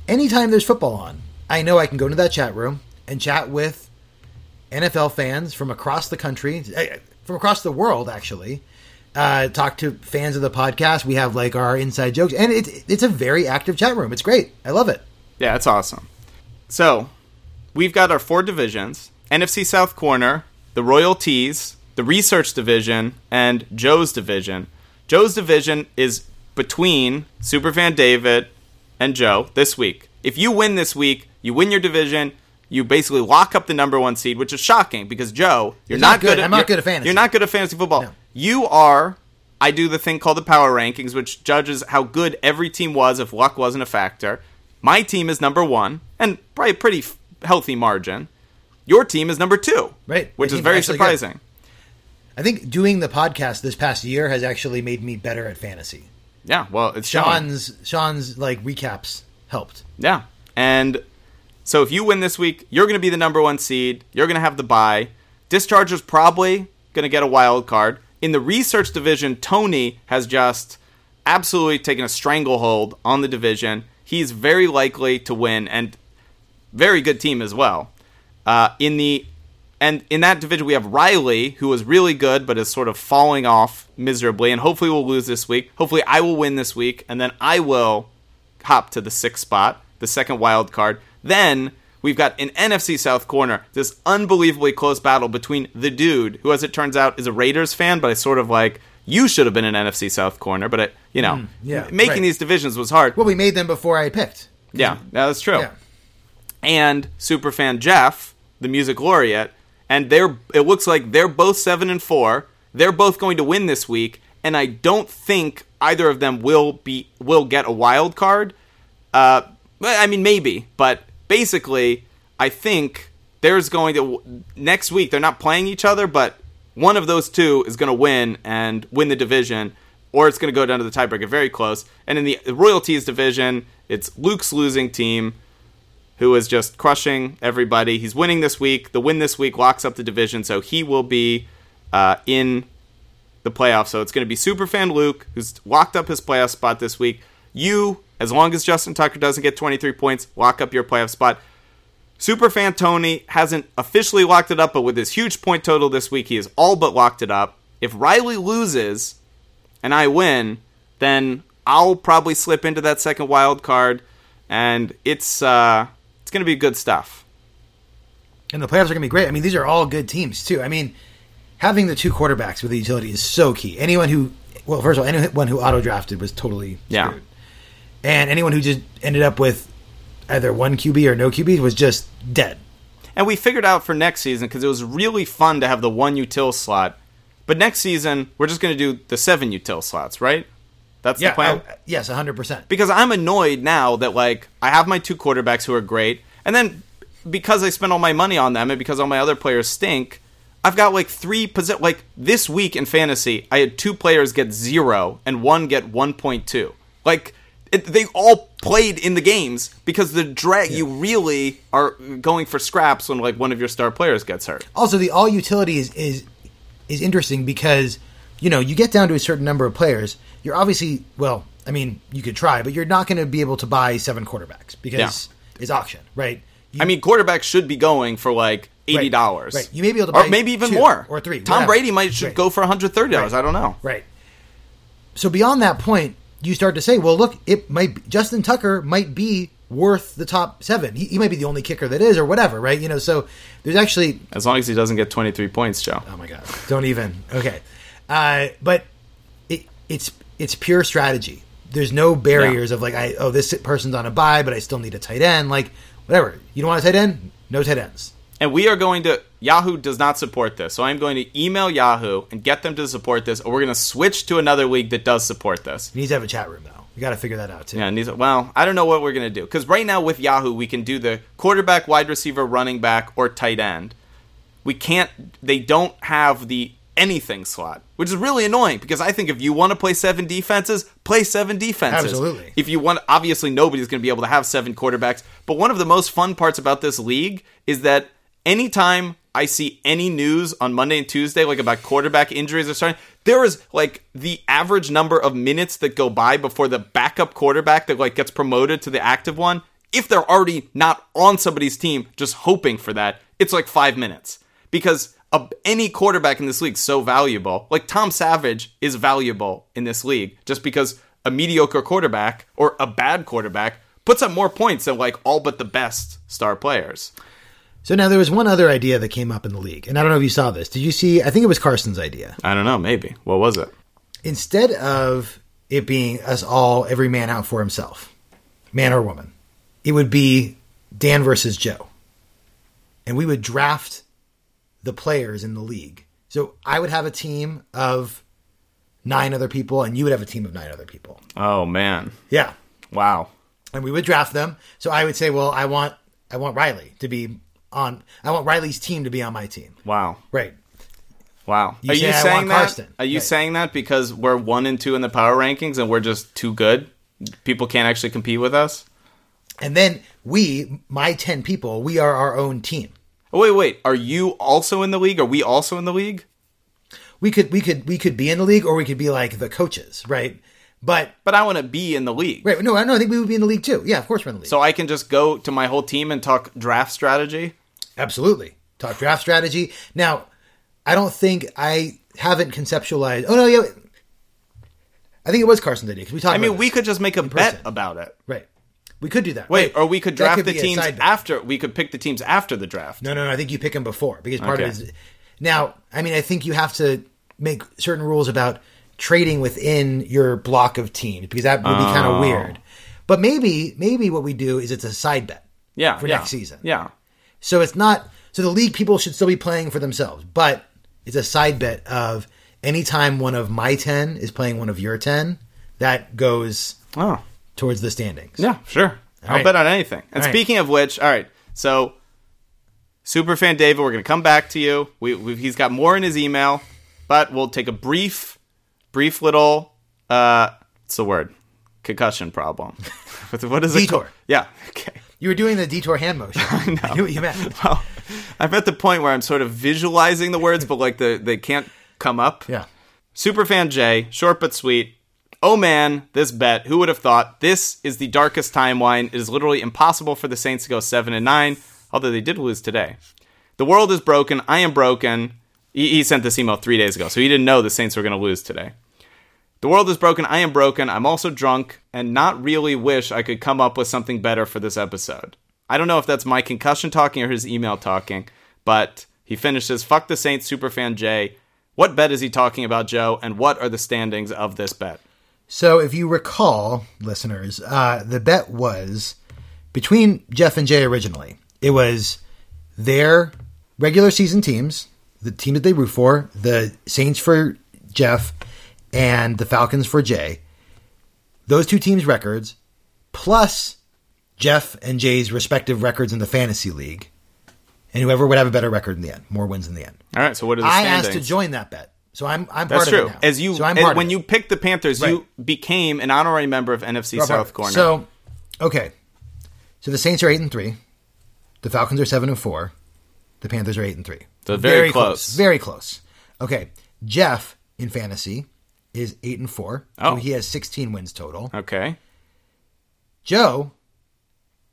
Speaker 2: anytime there's football on, I know I can go into that chat room and chat with NFL fans from across the country, eh, from across the world, actually. Uh, talk to fans of the podcast. We have like our inside jokes, and it's it's a very active chat room. It's great. I love it.
Speaker 1: Yeah, that's awesome. So, we've got our four divisions NFC South Corner, the Royal Tees, the Research Division, and Joe's Division. Joe's Division is between Super Van David and Joe this week. If you win this week, you win your division. You basically lock up the number one seed, which is shocking because Joe, you're
Speaker 2: He's
Speaker 1: not, good. at,
Speaker 2: I'm not
Speaker 1: you're-
Speaker 2: good at fantasy.
Speaker 1: You're not good at fantasy football.
Speaker 2: No.
Speaker 1: You are. I do the thing called the power rankings, which judges how good every team was if luck wasn't a factor. My team is number one, and probably a pretty f- healthy margin. Your team is number two,
Speaker 2: Right.
Speaker 1: Which is
Speaker 2: My team's
Speaker 1: very
Speaker 2: actually good.
Speaker 1: surprising.
Speaker 2: I think doing the podcast this past year has actually made me better at fantasy.
Speaker 1: Yeah, well, it's showing.
Speaker 2: Sean's Sean's like recaps helped.
Speaker 1: Yeah. And so if you win this week, you're going to be the number one seed. You're going to have the bye. Discharger's probably going to get a wild card. In the research division, Tony has just absolutely taken a stranglehold on the division. He's very likely to win and very good team as well. Uh, in the and in that division, we have Riley, who was really good but is sort of falling off miserably, and hopefully we'll lose this week. Hopefully, I will win this week, and then I will hop to the sixth spot, the second wild card. Then we've got an NFC South corner, this unbelievably close battle between the dude, who, as it turns out, is a Raiders fan, but I sort of like you should have been an NFC South corner, but it, you know,
Speaker 2: Mm, yeah,
Speaker 1: making
Speaker 2: right.
Speaker 1: these divisions was hard.
Speaker 2: Well, we made them before I picked.
Speaker 1: yeah, that's true
Speaker 2: Yeah.
Speaker 1: and superfan Jeff, the music laureate, and they're it looks like they're both 7 and 4. They're both going to win this week, and I don't think either of them will be will get a wild card. Uh well, I mean maybe, but basically I think there's going to next week they're not playing each other, but one of those two is going to win and win the division or it's going to go down to the tiebreaker very close. And in the Royalties division, it's Luke's losing team who is just crushing everybody. He's winning this week. The win this week locks up the division, so he will be uh, in the playoffs. So it's going to be Superfan Luke, who's locked up his playoff spot this week. You, as long as Justin Tucker doesn't get 23 points, lock up your playoff spot. Superfan Tony hasn't officially locked it up, but with his huge point total this week, he has all but locked it up. If Riley loses, and I win, then I'll probably slip into that second wild card, and it's uh, it's gonna be good stuff.
Speaker 2: And the playoffs are going to be great. I mean, these are all good teams too. I mean, having the two quarterbacks with the utility is so key. Anyone who, well, first of all, anyone who auto drafted was totally
Speaker 1: Yeah.
Speaker 2: screwed. and anyone who just ended up with either one QB or no QB was just dead.
Speaker 1: And we figured out for next season because it was really fun to have the one util slot, but next season we're just gonna do the seven util slots, right? That's the plan.
Speaker 2: I- yes, hundred percent.
Speaker 1: because I'm annoyed now that like I have my two quarterbacks who are great, and then because I spent all my money on them and because all my other players stink, I've got like three posi- like this week in fantasy, I had two players get zero and one get one point two. Like it, they all played in the games because the drag you really are going for scraps when like one of your star players gets hurt.
Speaker 2: also the all utility is is is interesting because you know you get down to a certain number of players you're obviously well i mean you could try but you're not going to be able to buy seven quarterbacks because it's auction right You-
Speaker 1: I mean, quarterbacks should be going for like eighty dollars.
Speaker 2: Right. You may be able to
Speaker 1: or
Speaker 2: buy
Speaker 1: maybe even
Speaker 2: two
Speaker 1: more,
Speaker 2: or three,
Speaker 1: Tom
Speaker 2: whatever.
Speaker 1: Brady might should
Speaker 2: Right.
Speaker 1: go for one hundred thirty dollars. I don't know.
Speaker 2: right so beyond that point you start to say well look it might be, justin tucker might be worth the top seven he, he might be the only kicker that is or whatever right you know so there's actually
Speaker 1: As long as he doesn't get 23 points, Joe.
Speaker 2: Oh my god! Don't even. Okay, uh, but it, it's it's pure strategy. There's no barriers of like, I oh this person's on a buy, but I still need a tight end. Like whatever. You don't want a tight end? No tight ends.
Speaker 1: And we are going to Yahoo does not support this. So I'm going to email Yahoo and get them to support this, or we're going to switch to another league that does support this.
Speaker 2: You need to have a chat room though. You got to figure that out too.
Speaker 1: Yeah, and these, well, I don't know what we're going to do because right now with Yahoo we can do the quarterback, wide receiver, running back, or tight end. We can't. They don't have the anything slot, which is really annoying because I think if you want to play seven defenses, play seven defenses.
Speaker 2: Absolutely.
Speaker 1: If you want, obviously, nobody's going to be able to have seven quarterbacks. But one of the most fun parts about this league is that anytime I see any news on Monday and Tuesday, like about quarterback injuries or starting, there is like the average number of minutes that go by before the backup quarterback that like gets promoted to the active one. If they're already not on somebody's team, just hoping for that, it's like five minutes because a, any quarterback in this league is so valuable. Like Tom Savage is valuable in this league just because a mediocre quarterback or a bad quarterback puts up more points than like all but the best star players.
Speaker 2: So now there was one other idea that came up in the league, and I don't know if you saw this. Did you see? I think it was Carson's idea.
Speaker 1: I don't know, maybe. What was it?
Speaker 2: Instead of it being us all, every man out for himself, man or woman, it would be Dan versus Joe, and we would draft the players in the league. So I would have a team of nine other people, and you would have a team of nine other people.
Speaker 1: Oh man.
Speaker 2: Yeah,
Speaker 1: Wow.
Speaker 2: and we would draft them. So I would say, well, I want I want Riley to be on. I want Riley's team to be on my team.
Speaker 1: Wow.
Speaker 2: Right.
Speaker 1: Wow.
Speaker 2: You
Speaker 1: Are
Speaker 2: say
Speaker 1: you
Speaker 2: I
Speaker 1: saying
Speaker 2: want
Speaker 1: that?
Speaker 2: Karsten.
Speaker 1: Are you
Speaker 2: Right.
Speaker 1: saying that because we're 1 and 2 in the power rankings and we're just too good? People can't actually compete with us?
Speaker 2: And then we, my 10 people, we are our own team.
Speaker 1: Oh wait, wait. Are you also in the league? Are we also in the league?
Speaker 2: We could we could we could be in the league or we could be like the coaches, right? But
Speaker 1: But I want to be in the league.
Speaker 2: right, no, I no, I think we would be in the league too. Yeah, of course we're in the league.
Speaker 1: So I can just go to my whole team and talk draft strategy.
Speaker 2: Absolutely. Talk draft strategy. Now, I don't think I haven't conceptualized. Oh no, yeah. I think it was Carson's idea because we talked.
Speaker 1: I mean,
Speaker 2: about
Speaker 1: we
Speaker 2: this.
Speaker 1: could just make a
Speaker 2: person.
Speaker 1: bet about it.
Speaker 2: right. We could do that.
Speaker 1: Wait, or we could
Speaker 2: That
Speaker 1: draft
Speaker 2: could
Speaker 1: the
Speaker 2: be a
Speaker 1: teams
Speaker 2: side bet.
Speaker 1: after. We could pick the teams after the draft.
Speaker 2: No, no, no. I think you pick him before because part of
Speaker 1: Okay.
Speaker 2: it is now. I mean, I think you have to make certain rules about trading within your block of teams because that would be kind of weird. But maybe, maybe what we do is it's a side bet.
Speaker 1: Yeah,
Speaker 2: for
Speaker 1: yeah,
Speaker 2: next season.
Speaker 1: Yeah.
Speaker 2: So it's not. So the league people should still be playing for themselves, but it's a side bet of anytime one of my ten is playing one of your ten, that goes
Speaker 1: Oh.
Speaker 2: towards the standings.
Speaker 1: Yeah, sure. I'll
Speaker 2: right.
Speaker 1: bet on anything. And
Speaker 2: All right.
Speaker 1: speaking of which, all right. So, Superfan David, we're going to come back to you. We, we he's got more in his email, but we'll take a brief, brief little. uh What's the word? Concussion problem. [laughs] what what is it? called?
Speaker 2: Detour.
Speaker 1: Yeah. [laughs] Okay.
Speaker 2: You were doing the detour hand motion. I, knew what you meant.
Speaker 1: Well, I'm at the point where I'm sort of visualizing the words, but like the they can't come up.
Speaker 2: Yeah.
Speaker 1: Superfan Jay, short but sweet. Oh man, this bet. Who would have thought? This is the darkest timeline. It is literally impossible for the Saints to go 7 and 9, although they did lose today. The world is broken. I am broken. He, he sent this email three days ago, so he didn't know the Saints were going to lose today. The world is broken. I am broken. I'm also drunk and not really wish I could come up with something better for this episode. I don't know if that's my concussion talking or his email talking, but he finishes Fuck the Saints, Superfan Jay. What bet is he talking about, Joe? And what are the standings of this bet?
Speaker 2: So, if you recall, listeners, uh, the bet was between Jeff and Jay originally. It was their regular season teams, the team that they root for, the Saints for Jeff and the Falcons for Jay, those two teams' records, plus Jeff and Jay's respective records in the fantasy league, and whoever would have a better record in the end, more wins in the end.
Speaker 1: All right, so what are the
Speaker 2: I
Speaker 1: standings?
Speaker 2: asked to join that bet, so I'm I'm
Speaker 1: That's
Speaker 2: part
Speaker 1: true.
Speaker 2: of it now.
Speaker 1: As you,
Speaker 2: so I'm
Speaker 1: as-
Speaker 2: part of
Speaker 1: when
Speaker 2: it.
Speaker 1: you picked the Panthers, you became an honorary member of NFC South Corner.
Speaker 2: So, okay. So the Saints are eight and three. The Falcons are seven and four. The Panthers are eight and three.
Speaker 1: So very close.
Speaker 2: Very close. Okay. Jeff in fantasy is eight and four.
Speaker 1: Oh.
Speaker 2: So he has sixteen wins total.
Speaker 1: okay,
Speaker 2: Joe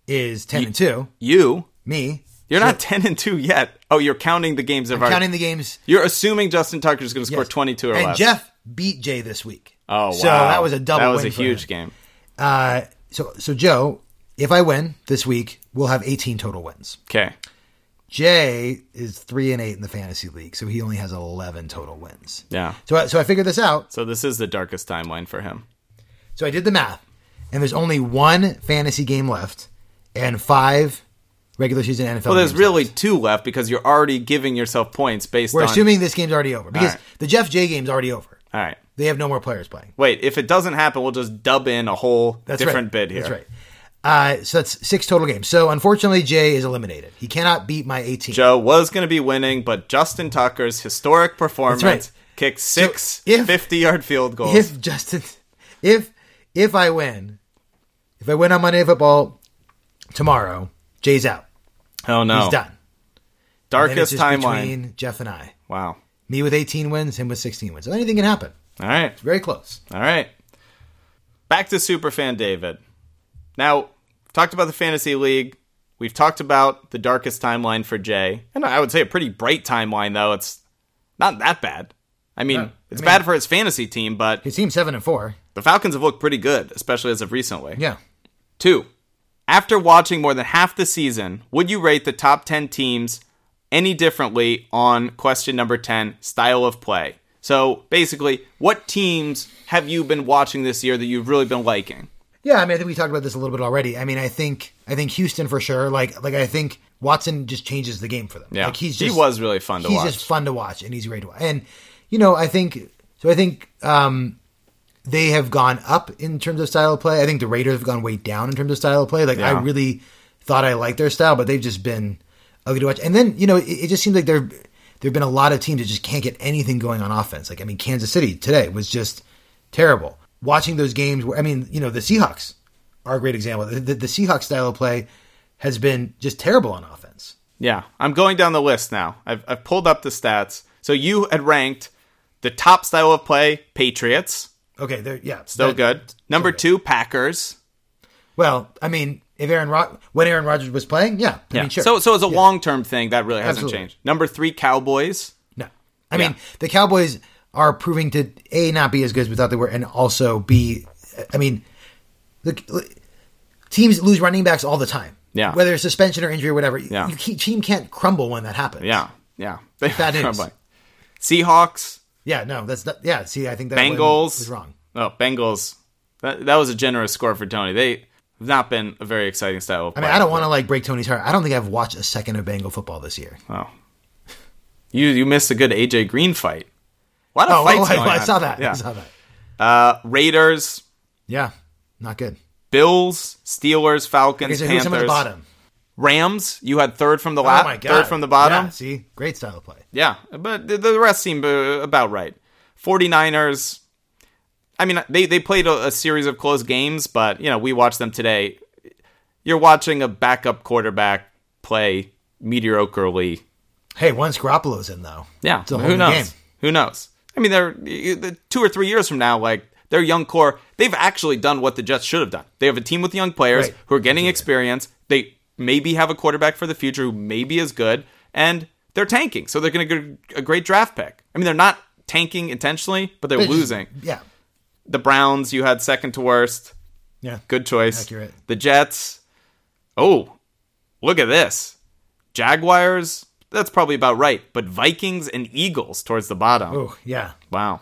Speaker 2: is ten and two.
Speaker 1: you
Speaker 2: Me.
Speaker 1: you're not ten and two yet. Oh, you're counting the games of our.
Speaker 2: Counting the games.
Speaker 1: You're assuming Justin Tucker's going to score
Speaker 2: yes.
Speaker 1: 22 or
Speaker 2: and
Speaker 1: less.
Speaker 2: Jeff beat Jay this week.
Speaker 1: oh, wow.
Speaker 2: So that was a double
Speaker 1: That was
Speaker 2: win
Speaker 1: a
Speaker 2: for
Speaker 1: huge
Speaker 2: him.
Speaker 1: game.
Speaker 2: Uh, so, so Joe, if I win this week, we'll have 18 total wins.
Speaker 1: Okay.
Speaker 2: Jay is three and eight in the fantasy league, so he only has eleven total wins.
Speaker 1: Yeah.
Speaker 2: So I, so I figured this out.
Speaker 1: So this is the darkest timeline for him.
Speaker 2: So I did the math, and there's only one fantasy game left, and five regular season NFL.
Speaker 1: Well, there's
Speaker 2: games
Speaker 1: really
Speaker 2: left.
Speaker 1: two left because you're already giving yourself points based
Speaker 2: We're
Speaker 1: on.
Speaker 2: assuming this game's already over because
Speaker 1: All right.
Speaker 2: the Jeff J game's already over.
Speaker 1: All right.
Speaker 2: They have no more players playing.
Speaker 1: Wait, if it doesn't happen, we'll just dub in a whole
Speaker 2: That's
Speaker 1: different
Speaker 2: right.
Speaker 1: bid here.
Speaker 2: That's right. Uh, so that's six total games. So unfortunately, Jay is eliminated. He cannot beat my 18.
Speaker 1: Joe was going to be winning, but Justin Tucker's historic performance
Speaker 2: right.
Speaker 1: kicked six
Speaker 2: if-
Speaker 1: 50 yard field goals.
Speaker 2: if Justin, if if I win, if I win on Monday Night Football tomorrow, Jay's out.
Speaker 1: oh, no.
Speaker 2: He's done. And it's
Speaker 1: Darkest
Speaker 2: just
Speaker 1: timeline.
Speaker 2: between Jeff and I.
Speaker 1: Wow.
Speaker 2: Me with 18 wins, him with 16 wins. So anything can happen.
Speaker 1: All right.
Speaker 2: Very close.
Speaker 1: All right. Back to Superfan David. Now, talked about the Fantasy League. We've talked about the darkest timeline for Jay. And I would say a pretty bright timeline, though. It's not that bad. I mean, it's bad for his fantasy team, but
Speaker 2: His team's seven and four.
Speaker 1: the Falcons have looked pretty good, especially as of recently.
Speaker 2: Yeah.
Speaker 1: Two, after watching more than half the season, would you rate the top 10 teams any differently on question number 10, style of play? So basically, what teams have you been watching this year that you've really been liking?
Speaker 2: Yeah, I mean, I think we talked about this a little bit already. I mean, I think I think Houston for sure. Like, like I think Watson just changes the game for them.
Speaker 1: Yeah,
Speaker 2: like he's
Speaker 1: he
Speaker 2: just,
Speaker 1: was really fun to
Speaker 2: he's
Speaker 1: watch.
Speaker 2: just fun to watch, and he's great to watch. And you know, I think so. I think um, they have gone up in terms of style of play. I think the Raiders have gone way down in terms of style of play. Like,
Speaker 1: Yeah.
Speaker 2: I really thought I liked their style, but they've just been ugly to watch. And then you know, it, it just seems like there there've been a lot of teams that just can't get anything going on offense. Like, I mean, Kansas City today was just terrible. Watching those games, where I mean, you know, the Seahawks are a great example. The, the, the Seahawks style of play has been just terrible on offense.
Speaker 1: Yeah, I'm going down the list now. I've, I've pulled up the stats. So you had ranked the top style of play, Patriots.
Speaker 2: Okay, there, yeah,
Speaker 1: Still
Speaker 2: that-
Speaker 1: good. Number two, Packers.
Speaker 2: Well, I mean, if Aaron Rod- when Aaron Rodgers was playing, yeah, I
Speaker 1: Yeah.
Speaker 2: mean, sure.
Speaker 1: So so it's a long term thing that really hasn't
Speaker 2: Absolutely.
Speaker 1: changed. Number three, Cowboys.
Speaker 2: no, I
Speaker 1: Yeah.
Speaker 2: mean, the Cowboys are proving to a not be as good as we thought they were, and also b, I mean, the teams lose running backs all the time.
Speaker 1: Yeah.
Speaker 2: whether it's suspension or injury or whatever,
Speaker 1: Yeah.
Speaker 2: you, you, team can't crumble when that happens.
Speaker 1: Yeah, yeah. [laughs] They
Speaker 2: Bad news.
Speaker 1: Probably. Seahawks,
Speaker 2: yeah, no, that's not, yeah. See, I think that one
Speaker 1: Bengals.
Speaker 2: was wrong.
Speaker 1: Oh, Bengals. That that was a generous score for Tony. They have not been a very exciting style of
Speaker 2: I
Speaker 1: play.
Speaker 2: mean, I don't want to like break Tony's heart. I don't think I've watched a second of Bengal football this year.
Speaker 1: Oh. You you missed a good AJ Green fight. A lot of
Speaker 2: Oh,
Speaker 1: fights
Speaker 2: I,
Speaker 1: going
Speaker 2: I
Speaker 1: on.
Speaker 2: saw that.
Speaker 1: Yeah.
Speaker 2: I saw that.
Speaker 1: Uh, Raiders,
Speaker 2: Yeah, not good.
Speaker 1: Bills, Steelers,
Speaker 2: Okay,
Speaker 1: Falcons,
Speaker 2: so who's some
Speaker 1: Panthers,
Speaker 2: at the bottom?
Speaker 1: Rams. You had third from the
Speaker 2: Oh
Speaker 1: last,
Speaker 2: my god!
Speaker 1: third from the bottom.
Speaker 2: Yeah, see, great style of play.
Speaker 1: Yeah, but the- the rest seem uh, about right. 49ers, I mean, they, they played a, a series of close games, but, you know, we watched them today. You're watching a backup quarterback play mediocrely.
Speaker 2: Hey, once Garoppolo's in though,
Speaker 1: Yeah,
Speaker 2: it's a whole
Speaker 1: who
Speaker 2: new
Speaker 1: knows?
Speaker 2: game.
Speaker 1: Who knows? I mean, they're you- the- two or three years from now, like, their young core, they've actually done what the Jets should have done. They have a team with young players
Speaker 2: Right.
Speaker 1: who are getting experience. They maybe have a quarterback for the future who maybe is good, and they're tanking. So they're going to get a great draft pick. I mean, they're not tanking intentionally, but they're
Speaker 2: They're just-
Speaker 1: losing.
Speaker 2: yeah,
Speaker 1: The Browns, you had second to worst.
Speaker 2: yeah,
Speaker 1: Good choice.
Speaker 2: Accurate.
Speaker 1: The Jets. Oh, look at this. Jaguars. That's probably about right. But Vikings and Eagles towards the bottom.
Speaker 2: Oh, yeah.
Speaker 1: Wow.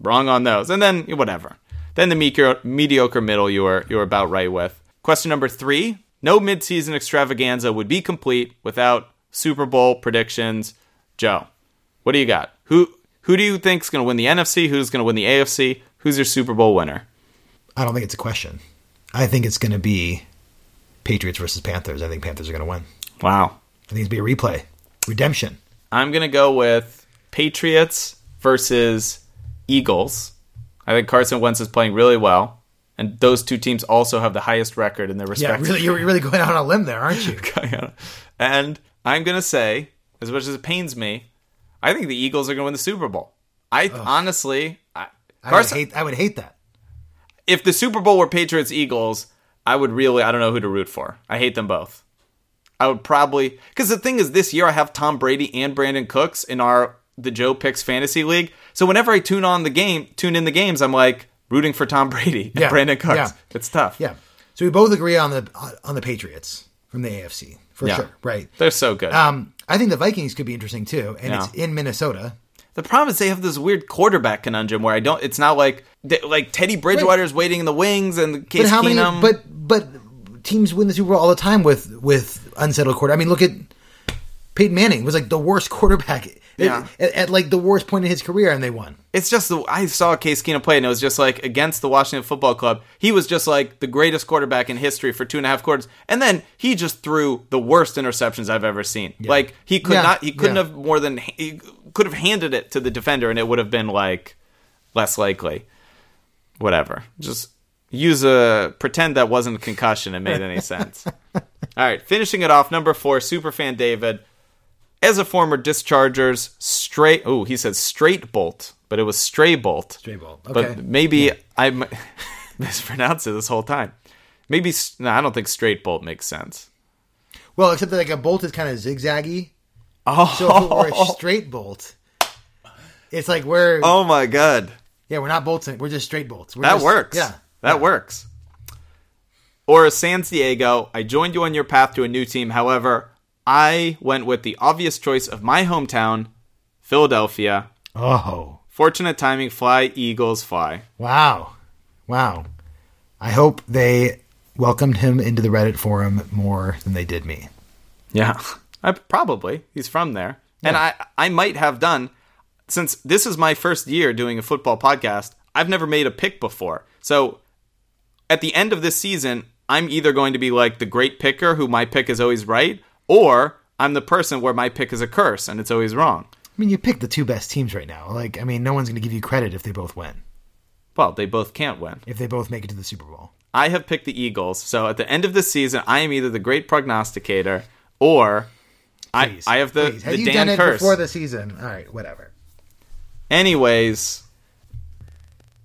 Speaker 1: Wrong on those. And then whatever. Then the mediocre, mediocre middle you were you were about right with. Question number three. No midseason extravaganza would be complete without Super Bowl predictions. Joe, what do you got? Who who do you think's gonna win the NFC? Who's gonna win the AFC? Who's your Super Bowl winner?
Speaker 2: I don't think it's a question. I think it's going to be Patriots versus Panthers. I think Panthers are going to win.
Speaker 1: Wow.
Speaker 2: I think it's going to be a replay, redemption.
Speaker 1: I'm gonna go with Patriots versus Eagles. I think Carson Wentz is playing really well, and those two teams also have the highest record in their
Speaker 2: Yeah,
Speaker 1: respective.
Speaker 2: really, you're really going out on a limb there, aren't [laughs] you?
Speaker 1: [laughs] and I'm gonna say, as much as it pains me, I think the Eagles are gonna win the Super Bowl. I honestly, I,
Speaker 2: I would
Speaker 1: Carson,
Speaker 2: hate. I would hate that.
Speaker 1: if the Super Bowl were Patriots Eagles, I would really I don't know who to root for. I hate them both. I would probably because the thing is this year I have Tom Brady and Brandon Cooks in our the Joe Picks Fantasy League. So whenever I tune on the game, tune in the games, I'm like rooting for Tom Brady and
Speaker 2: Yeah,
Speaker 1: Brandon Cooks.
Speaker 2: yeah.
Speaker 1: It's tough.
Speaker 2: Yeah. So we both agree on the on the Patriots from the AFC for
Speaker 1: Yeah.
Speaker 2: sure, right?
Speaker 1: They're so good.
Speaker 2: Um, I think the Vikings could be interesting too, and it's
Speaker 1: Yeah.
Speaker 2: in Minnesota.
Speaker 1: the problem is they have this weird quarterback conundrum where I don't. It's not like they, like Teddy Bridgewater's waiting in the wings and Case
Speaker 2: But how many?
Speaker 1: Keenum.
Speaker 2: But but teams win the Super Bowl all the time with with unsettled quarter. I mean, look at Peyton Manning was like the worst [laughs] quarterback at-
Speaker 1: Yeah.
Speaker 2: at, at, like the worst point in his career, and they won.
Speaker 1: It's just the I saw Case Keenum play, and it was just like against the Washington Football Club. He was just like the greatest quarterback in history for two and a half quarters, and then he just threw the worst interceptions I've ever seen. Like he could
Speaker 2: Yeah,
Speaker 1: not, he couldn't
Speaker 2: yeah.
Speaker 1: have more than he could have handed it to the defender, and it would have been like less likely. Whatever, just use a pretend that wasn't a concussion and made any [laughs] sense. All right, finishing it off, number four, superfan David. As a former dischargers, straight. Oh, he says straight bolt, but it was stray bolt. Stray
Speaker 2: bolt, okay.
Speaker 1: But maybe I m- [laughs] mispronounced it this whole time. Maybe s- no, I don't think straight bolt makes sense.
Speaker 2: Well, except that like a bolt is kind of zigzaggy.
Speaker 1: Oh,
Speaker 2: So if it were a straight bolt, it's like we're
Speaker 1: oh my god,
Speaker 2: yeah we're not bolting, we're just straight bolts. We're
Speaker 1: that
Speaker 2: just-
Speaker 1: works.
Speaker 2: Yeah,
Speaker 1: that works. Or San Diego, I joined you on your path to a new team. However, I went with the obvious choice of my hometown, Philadelphia.
Speaker 2: Oh,
Speaker 1: Fortunate timing, fly, Eagles, fly.
Speaker 2: wow. Wow. I hope they welcomed him into the Reddit forum more than they did me.
Speaker 1: Yeah, [laughs] I, probably he's from there, and I I might have done since this is my first year doing a football podcast. I've never made a pick before, so at the end of this season, I'm either going to be like the great picker who my pick is always right, or I'm the person where my pick is a curse and it's always wrong.
Speaker 2: I mean, you picked the two best teams right now. Like, I mean, no one's going to give you credit if they both win,
Speaker 1: Well, they both can't win.
Speaker 2: if they both make it to the Super Bowl.
Speaker 1: I have picked the Eagles, so at the end of this season, I am either the great prognosticator or I,
Speaker 2: Please,
Speaker 1: I have the,
Speaker 2: please. Had
Speaker 1: the
Speaker 2: you
Speaker 1: Dan
Speaker 2: done it
Speaker 1: curse.
Speaker 2: before the season? All right, whatever.
Speaker 1: Anyways,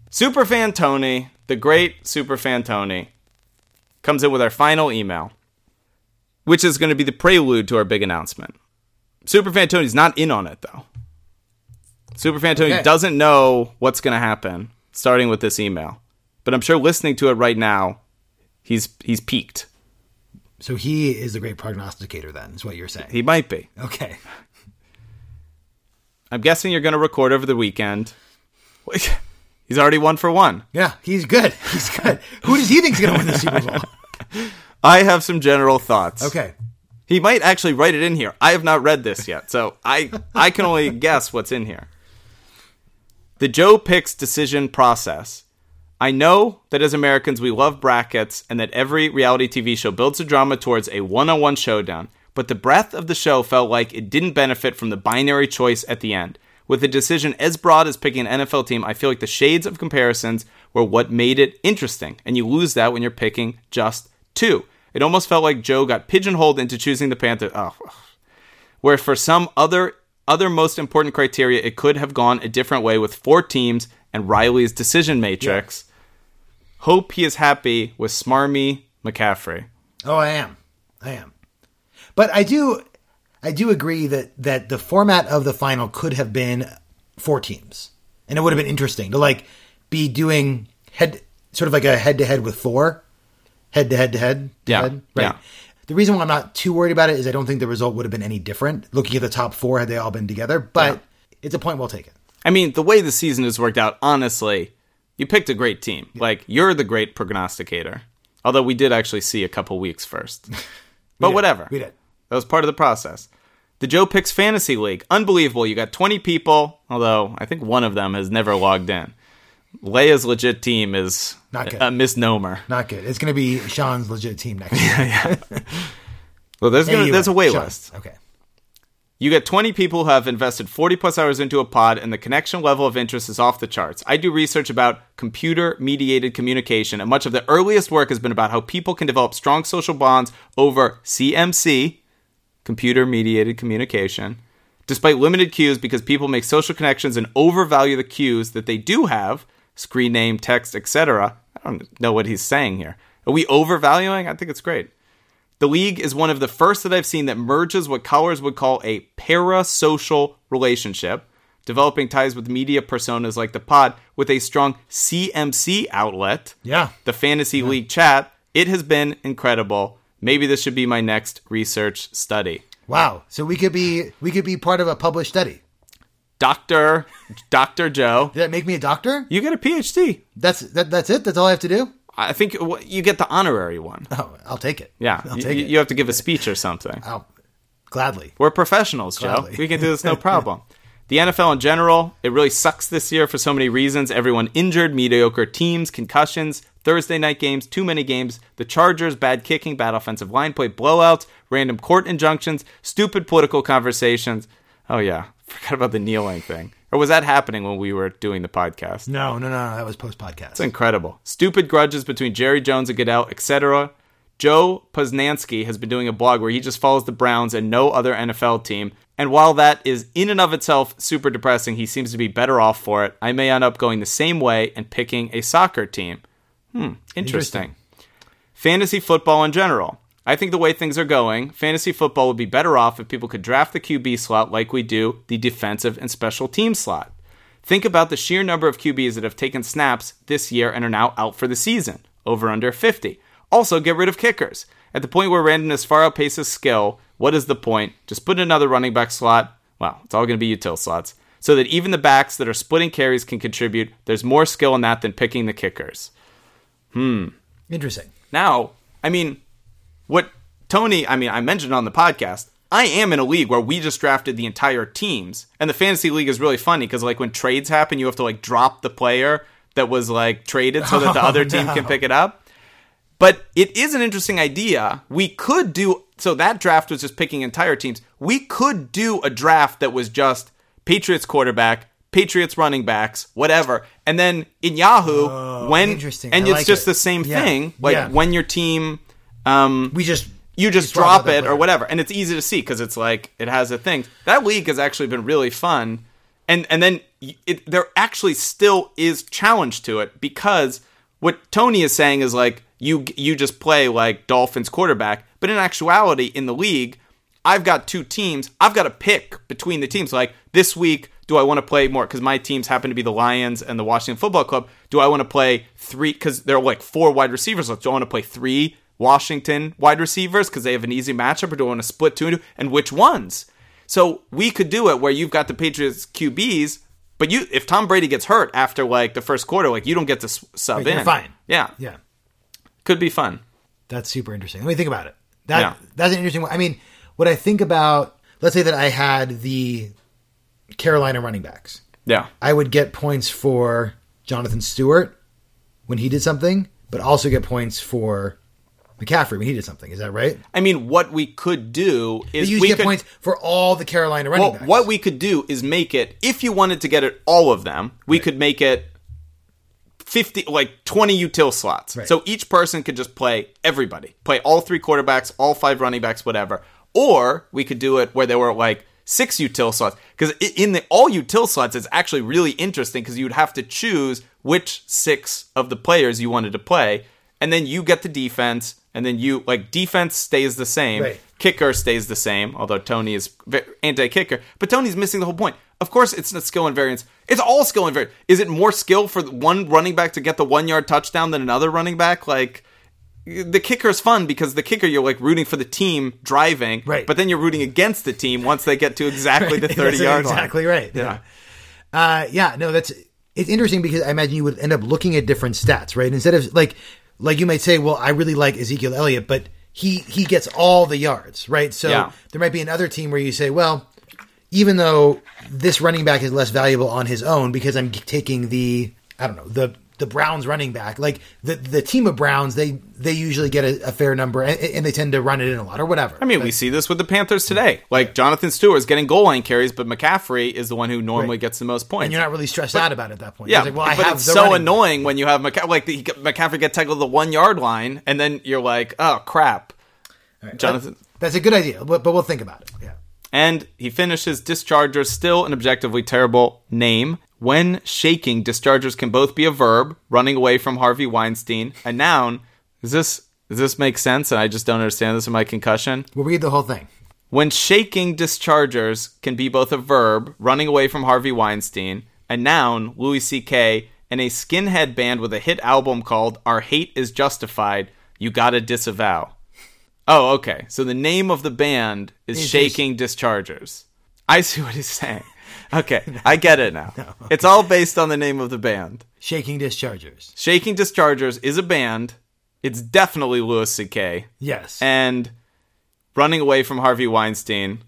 Speaker 1: Superfan Tony, the great Superfan Tony, comes in with our final email, which is going to be the prelude to our big announcement. Superfan Tony's not in on it, though. Superfan Tony
Speaker 2: Okay.
Speaker 1: doesn't know what's going to happen starting with this email. But I'm sure listening to it right now, he's he's peaked.
Speaker 2: So he is the great prognosticator, then, is what you're saying.
Speaker 1: He might be.
Speaker 2: okay.
Speaker 1: I'm guessing you're going to record over the weekend. he's already one for one.
Speaker 2: Yeah, he's good. [laughs] He's good. Who does he think's going to win the
Speaker 1: [laughs]
Speaker 2: Super Bowl?
Speaker 1: I have some general thoughts.
Speaker 2: Okay.
Speaker 1: He might actually write it in here. I have not read this yet, so I I can only guess what's in here. The Joe picks decision process. I know that as Americans we love brackets and that every reality TV show builds a drama towards a one-on-one showdown, but the breadth of the show felt like it didn't benefit from the binary choice at the end. With a decision as broad as picking an NFL team, I feel like the shades of comparisons were what made it interesting, and you lose that when you're picking just two. It almost felt like Joe got pigeonholed into choosing the Panthers. Oh, where for some other other most important criteria it could have gone a different way with four teams and Riley's decision matrix. Hope he is happy with Smarmy McCaffrey.
Speaker 2: Oh, I am. I am. But I do I do agree that that the format of the final could have been four teams. And it would have been interesting to like be doing head sort of like a head to head with four. Head to head to head. to
Speaker 1: Yeah,
Speaker 2: head,
Speaker 1: yeah.
Speaker 2: The reason why I'm not too worried about it is I don't think the result would have been any different looking at the top four had they all been together, but it's a point well taken.
Speaker 1: I mean, the way the season has worked out, honestly, you picked a great team. Like you're the great prognosticator. Although we did actually see a couple weeks
Speaker 2: [laughs]
Speaker 1: first. But whatever.
Speaker 2: We did.
Speaker 1: That was part of the process. The Joe Picks Fantasy League. Unbelievable. You got 20 people, although I think one of them has never logged in. Leia's legit team is
Speaker 2: Not good.
Speaker 1: a misnomer.
Speaker 2: Not good. It's gonna be Sean's legit
Speaker 1: [laughs]
Speaker 2: team next year.
Speaker 1: Well, there's, gonna,
Speaker 2: Anyway,
Speaker 1: there's a wait
Speaker 2: Sean.
Speaker 1: list.
Speaker 2: Okay.
Speaker 1: You get 20 people who have invested 40 plus hours into a pod, and the connection level of interest is off the charts. I do research about computer mediated communication, and much of the earliest work has been about how people can develop strong social bonds over CMC, computer mediated communication, despite limited cues because people make social connections and overvalue the cues that they do have screen name, text, etc. I don't know what he's saying here. Are we overvaluing? I think it's great. The league is one of the first that I've seen that merges what callers would call a parasocial relationship, developing ties with media personas like the pod with a strong CMC outlet.
Speaker 2: Yeah.
Speaker 1: The fantasy league chat. It has been incredible. Maybe this should be my next research study.
Speaker 2: Wow. So we could be we could be part of a published study.
Speaker 1: Dr. Dr. Joe,
Speaker 2: Did that make me a doctor?
Speaker 1: you get a PhD.
Speaker 2: That's that, that's it. That's all I have to do. [laughs]
Speaker 1: I think you get the honorary one.
Speaker 2: Oh, I'll take it.
Speaker 1: Yeah.
Speaker 2: I'll
Speaker 1: You,
Speaker 2: take it.
Speaker 1: you have to give a speech or something.
Speaker 2: I'll, Gladly.
Speaker 1: We're professionals, Joe.
Speaker 2: Gladly.
Speaker 1: We can do this no problem. the NFL in general, it really sucks this year for so many reasons. Everyone injured, mediocre teams, concussions, Thursday night games, too many games, the Chargers, bad kicking, bad offensive line play, blowouts, random court injunctions, stupid political conversations. Oh, yeah. [laughs] Forgot about the kneeling thing. Or was that happening when we were doing the podcast?
Speaker 2: No, no, no, no. That was post podcast.
Speaker 1: It's incredible. Stupid grudges between Jerry Jones and Goodell, etc. Joe Poznanski has been doing a blog where he just follows the Browns and no other NFL team. And while that is in and of itself super depressing, he seems to be better off for it. I may end up going the same way and picking a soccer team. Hmm, interesting. Fantasy football in general. I think the way things are going, fantasy football would be better off if people could draft the QB slot like we do the defensive and special team slot. Think about the sheer number of QBs that have taken snaps this year and are now out for the season, over under 50. Also, get rid of kickers. At the point where randomness far outpaces skill, what is the point? Just put in another running back slot. Well, it's all going to be util slots. So that even the backs that are splitting carries can contribute. There's more skill in that than picking the kickers.
Speaker 2: Interesting.
Speaker 1: Now, I mean, what Tony, I mean, I mentioned on the podcast, I am in a league where we just drafted the entire teams. And the fantasy league is really funny because, like, when trades happen, you have to, like, drop the player that was, like, traded so that the
Speaker 2: [laughs] Oh,
Speaker 1: other team can pick it up. But it is an interesting idea. We could do so that draft was just picking entire teams. We could do a draft that was just Patriots quarterback, Patriots running backs, whatever. And then in Yahoo, when
Speaker 2: Oh, interesting.
Speaker 1: and
Speaker 2: I
Speaker 1: it's
Speaker 2: like
Speaker 1: just
Speaker 2: it.
Speaker 1: the same
Speaker 2: Yeah.
Speaker 1: thing, like
Speaker 2: Yeah.
Speaker 1: when your team um
Speaker 2: We just
Speaker 1: you just
Speaker 2: swap out
Speaker 1: drop
Speaker 2: that
Speaker 1: it or
Speaker 2: player.
Speaker 1: whatever and it's easy to see because it's like it has a thing that league has actually been really fun and and then y- it, there actually still is challenge to it because what tony is saying is like you you just play like dolphins quarterback but in actuality in the league i've got two teams i've got to pick between the teams like this week do i want to play more because my teams happen to be the lions and the washington football club do i want to play three because there are like four wide receivers left do i want to play three Washington wide receivers because they have an easy matchup, or do I want to split two and two? And which ones? So we could do it where you've got the Patriots QBs, but you if Tom Brady gets hurt after like the first quarter, like you don't get to s- sub
Speaker 2: you're
Speaker 1: in.
Speaker 2: fine.
Speaker 1: Yeah.
Speaker 2: yeah.
Speaker 1: could be fun.
Speaker 2: That's super interesting. Let me think about it. That
Speaker 1: Yeah.
Speaker 2: that's an interesting one. I mean, what I think about let's say that I had the Carolina running backs.
Speaker 1: Yeah,
Speaker 2: I would get points for Jonathan Stewart when he did something, but also get points for McCaffrey when he did something. Is that right?
Speaker 1: I mean, what we could do is
Speaker 2: You
Speaker 1: we
Speaker 2: get
Speaker 1: could
Speaker 2: points for all the Carolina running
Speaker 1: well,
Speaker 2: backs.
Speaker 1: what we could do is make it if you wanted to get it all of them, we could make it 50 like 20 util slots.
Speaker 2: Right.
Speaker 1: So each person could just play everybody. Play all three quarterbacks, all five running backs, whatever. Or we could do it where there were like six util slots cuz in the all util slots it's actually really interesting cuz you'd have to choose which six of the players you wanted to play and then you get the defense and then you like defense stays the same
Speaker 2: Right.
Speaker 1: kicker stays the same, although Tony is anti kicker. But Tony's missing the whole point. Of course, it's not skill and variance. It's all skill and variance. Is it more skill for the one running back to get the one yard touchdown than another running back? Like, the kicker is fun because the kicker you're like rooting for the team driving,
Speaker 2: Right.
Speaker 1: But then you're rooting against the team once they get to
Speaker 2: [laughs]
Speaker 1: exactly the
Speaker 2: That's
Speaker 1: thirty yard line.
Speaker 2: exactly right.
Speaker 1: Yeah.
Speaker 2: Uh, yeah, no, that's it's interesting because I imagine you would end up looking at different stats, right? Instead of like like you might say, well, I really like Ezekiel Elliott, but he he gets all the yards, right? So
Speaker 1: Yeah.
Speaker 2: there might be another team where you say, well, even though this running back is less valuable on his own because I'm taking the I don't know the the Browns running back, like the the team of Browns, they they usually get a, a fair number and, and they tend to run it in a lot or whatever.
Speaker 1: I mean, we see this with the Panthers today. Like Jonathan Stewart is getting goal line carries, but McCaffrey is the one who normally
Speaker 2: Right.
Speaker 1: gets the most points.
Speaker 2: and you're not really stressed out about it at that point.
Speaker 1: Yeah,
Speaker 2: It's like, well, I
Speaker 1: but
Speaker 2: have
Speaker 1: it's
Speaker 2: the
Speaker 1: so
Speaker 2: running back.
Speaker 1: annoying when you have McCaffrey, like the, McCaffrey get tackled at the one yard line, and then you're like, oh crap, Jonathan.
Speaker 2: That's a good idea, but, but we'll think about it. Yeah.
Speaker 1: And he finishes discharger, still an objectively terrible name. When shaking, dischargers can both be a verb, running away from Harvey Weinstein, a noun. Does this does this make sense? And I just don't understand this in my concussion.
Speaker 2: We'll read the whole thing.
Speaker 1: When shaking dischargers can be both a verb, running away from Harvey Weinstein, a noun, Louis C.K., and a skinhead band with a hit album called Our Hate is Justified, You Gotta Disavow. Oh, okay. So the name of the band is Shaking Dischargers. I see what he's saying. Okay, I get it now. It's all based on the name of the band.
Speaker 2: Shaking dischargers.
Speaker 1: Shaking Dischargers is a band. It's definitely Louis C.K.
Speaker 2: Yes.
Speaker 1: And running away from Harvey Weinstein.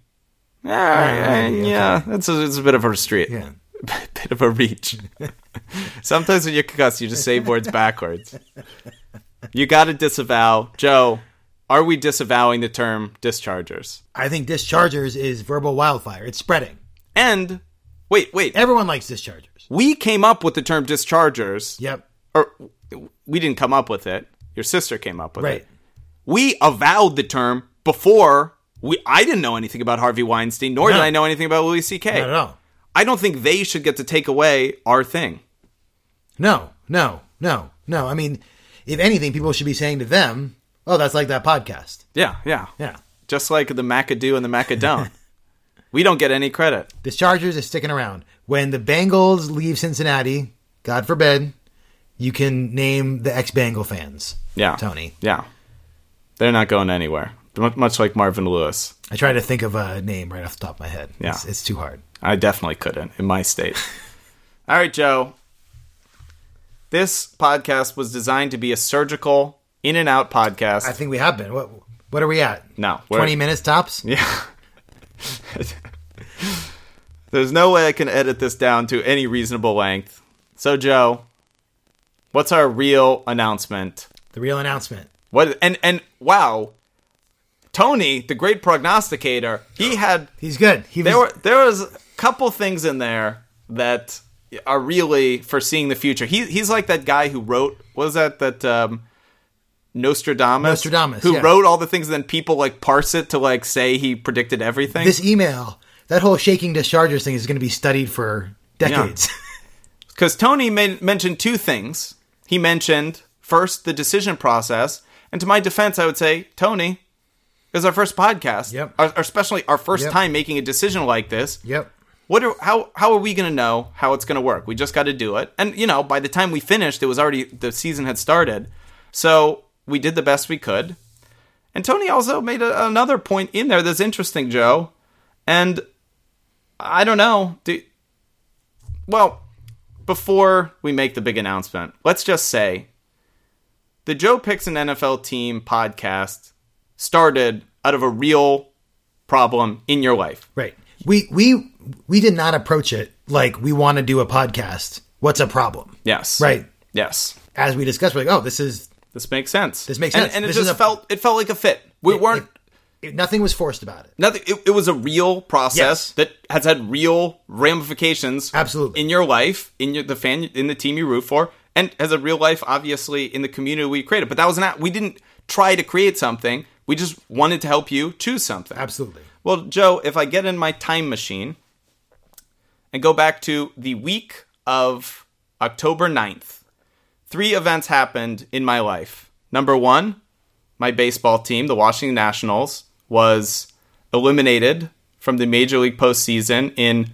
Speaker 1: ah, Yeah, yeah, that's a, it's a bit of a street,
Speaker 2: Ah, Yeah.
Speaker 1: [laughs] bit of a
Speaker 2: [laughs]
Speaker 1: reach. Sometimes when you're concussed, you just say words backwards. You got to disavow, Joe. Are we disavowing the term dischargers?
Speaker 2: I think dischargers is verbal wildfire. It's spreading.
Speaker 1: And wait, wait,
Speaker 2: Everyone likes dischargers.
Speaker 1: we came up with the term dischargers.
Speaker 2: Yep.
Speaker 1: or we didn't come up with it. Your sister came up with
Speaker 2: Right.
Speaker 1: it. We avowed the term before we. I didn't know anything about Harvey Weinstein, nor did
Speaker 2: No.
Speaker 1: I know anything about Louis
Speaker 2: Not at
Speaker 1: C.K.
Speaker 2: all.
Speaker 1: I don't think they should get to take away our thing.
Speaker 2: No, no, no, no. I mean, if anything, people should be saying to them, "Oh, that's like that podcast."
Speaker 1: Yeah, yeah,
Speaker 2: Yeah.
Speaker 1: Just like the McAdoo and the McAdone.
Speaker 2: [laughs]
Speaker 1: we don't get any credit.
Speaker 2: The Chargers are sticking around. When the Bengals leave Cincinnati, God forbid, you can name the ex-Bengal fans.
Speaker 1: Yeah,
Speaker 2: Tony.
Speaker 1: Yeah, they're not going anywhere. Mu- Much like Marvin Lewis,
Speaker 2: I try to think of a name right off the top of my head.
Speaker 1: Yeah.
Speaker 2: It's, it's too hard.
Speaker 1: I definitely couldn't in my state.
Speaker 2: [laughs]
Speaker 1: All right, Joe. This podcast was designed to be a surgical in and out podcast.
Speaker 2: I think we have been. What What are we at?
Speaker 1: No, we're-
Speaker 2: Twenty minutes tops.
Speaker 1: Yeah. There's no way I can edit this down to any reasonable length. So, Joe, what's our real announcement?
Speaker 2: The real announcement.
Speaker 1: What and and wow, Tony, the great prognosticator, he had
Speaker 2: He's good. He was,
Speaker 1: there were there was a couple things in there that are really foreseeing the future. He he's like that guy who wrote what was that that um Nostradamus,
Speaker 2: Nostradamus,
Speaker 1: who
Speaker 2: yeah.
Speaker 1: wrote all the things, and then people like parse it to like say he predicted everything.
Speaker 2: this email. That whole shaking dischargers thing is going to be studied for decades. [laughs]
Speaker 1: because Tony men- mentioned two things. He mentioned first the decision process, and to my defense, I would say Tony it was our first podcast,
Speaker 2: Yep.
Speaker 1: our, our- especially our first
Speaker 2: Yep.
Speaker 1: time making a decision like this.
Speaker 2: yep.
Speaker 1: What are how how are we going to know how it's going to work? We just got to do it, and you know, by the time we finished, it was already the season had started, so we did the best we could. And Tony also made a, another point in there that's interesting, Joe, and I don't know. Do, well, before we make the big announcement, let's just say the Joe Picks an NFL team podcast started out of a real problem in your life.
Speaker 2: Right. We we we did not approach it like we want to do a podcast. What's a problem?
Speaker 1: Yes.
Speaker 2: Right.
Speaker 1: Yes.
Speaker 2: As we discussed, we're like, oh, this is
Speaker 1: This makes sense.
Speaker 2: This makes
Speaker 1: And-
Speaker 2: sense.
Speaker 1: And, it
Speaker 2: This is
Speaker 1: just
Speaker 2: a-
Speaker 1: felt it felt like a fit. We weren't
Speaker 2: it, nothing was forced about it.
Speaker 1: nothing. It, it was a real process
Speaker 2: Yes.
Speaker 1: that has had real ramifications,
Speaker 2: Absolutely.
Speaker 1: in your life, in your the fan, in the team you root for, and as a real life, obviously, in the community we created. But that was not. We didn't try to create something. We just wanted to help you choose something.
Speaker 2: Absolutely.
Speaker 1: Well, Joe, if I get in my time machine and go back to the week of October 9th, three events happened in my life. Number one, my baseball team, the Washington Nationals, was eliminated from the Major League postseason in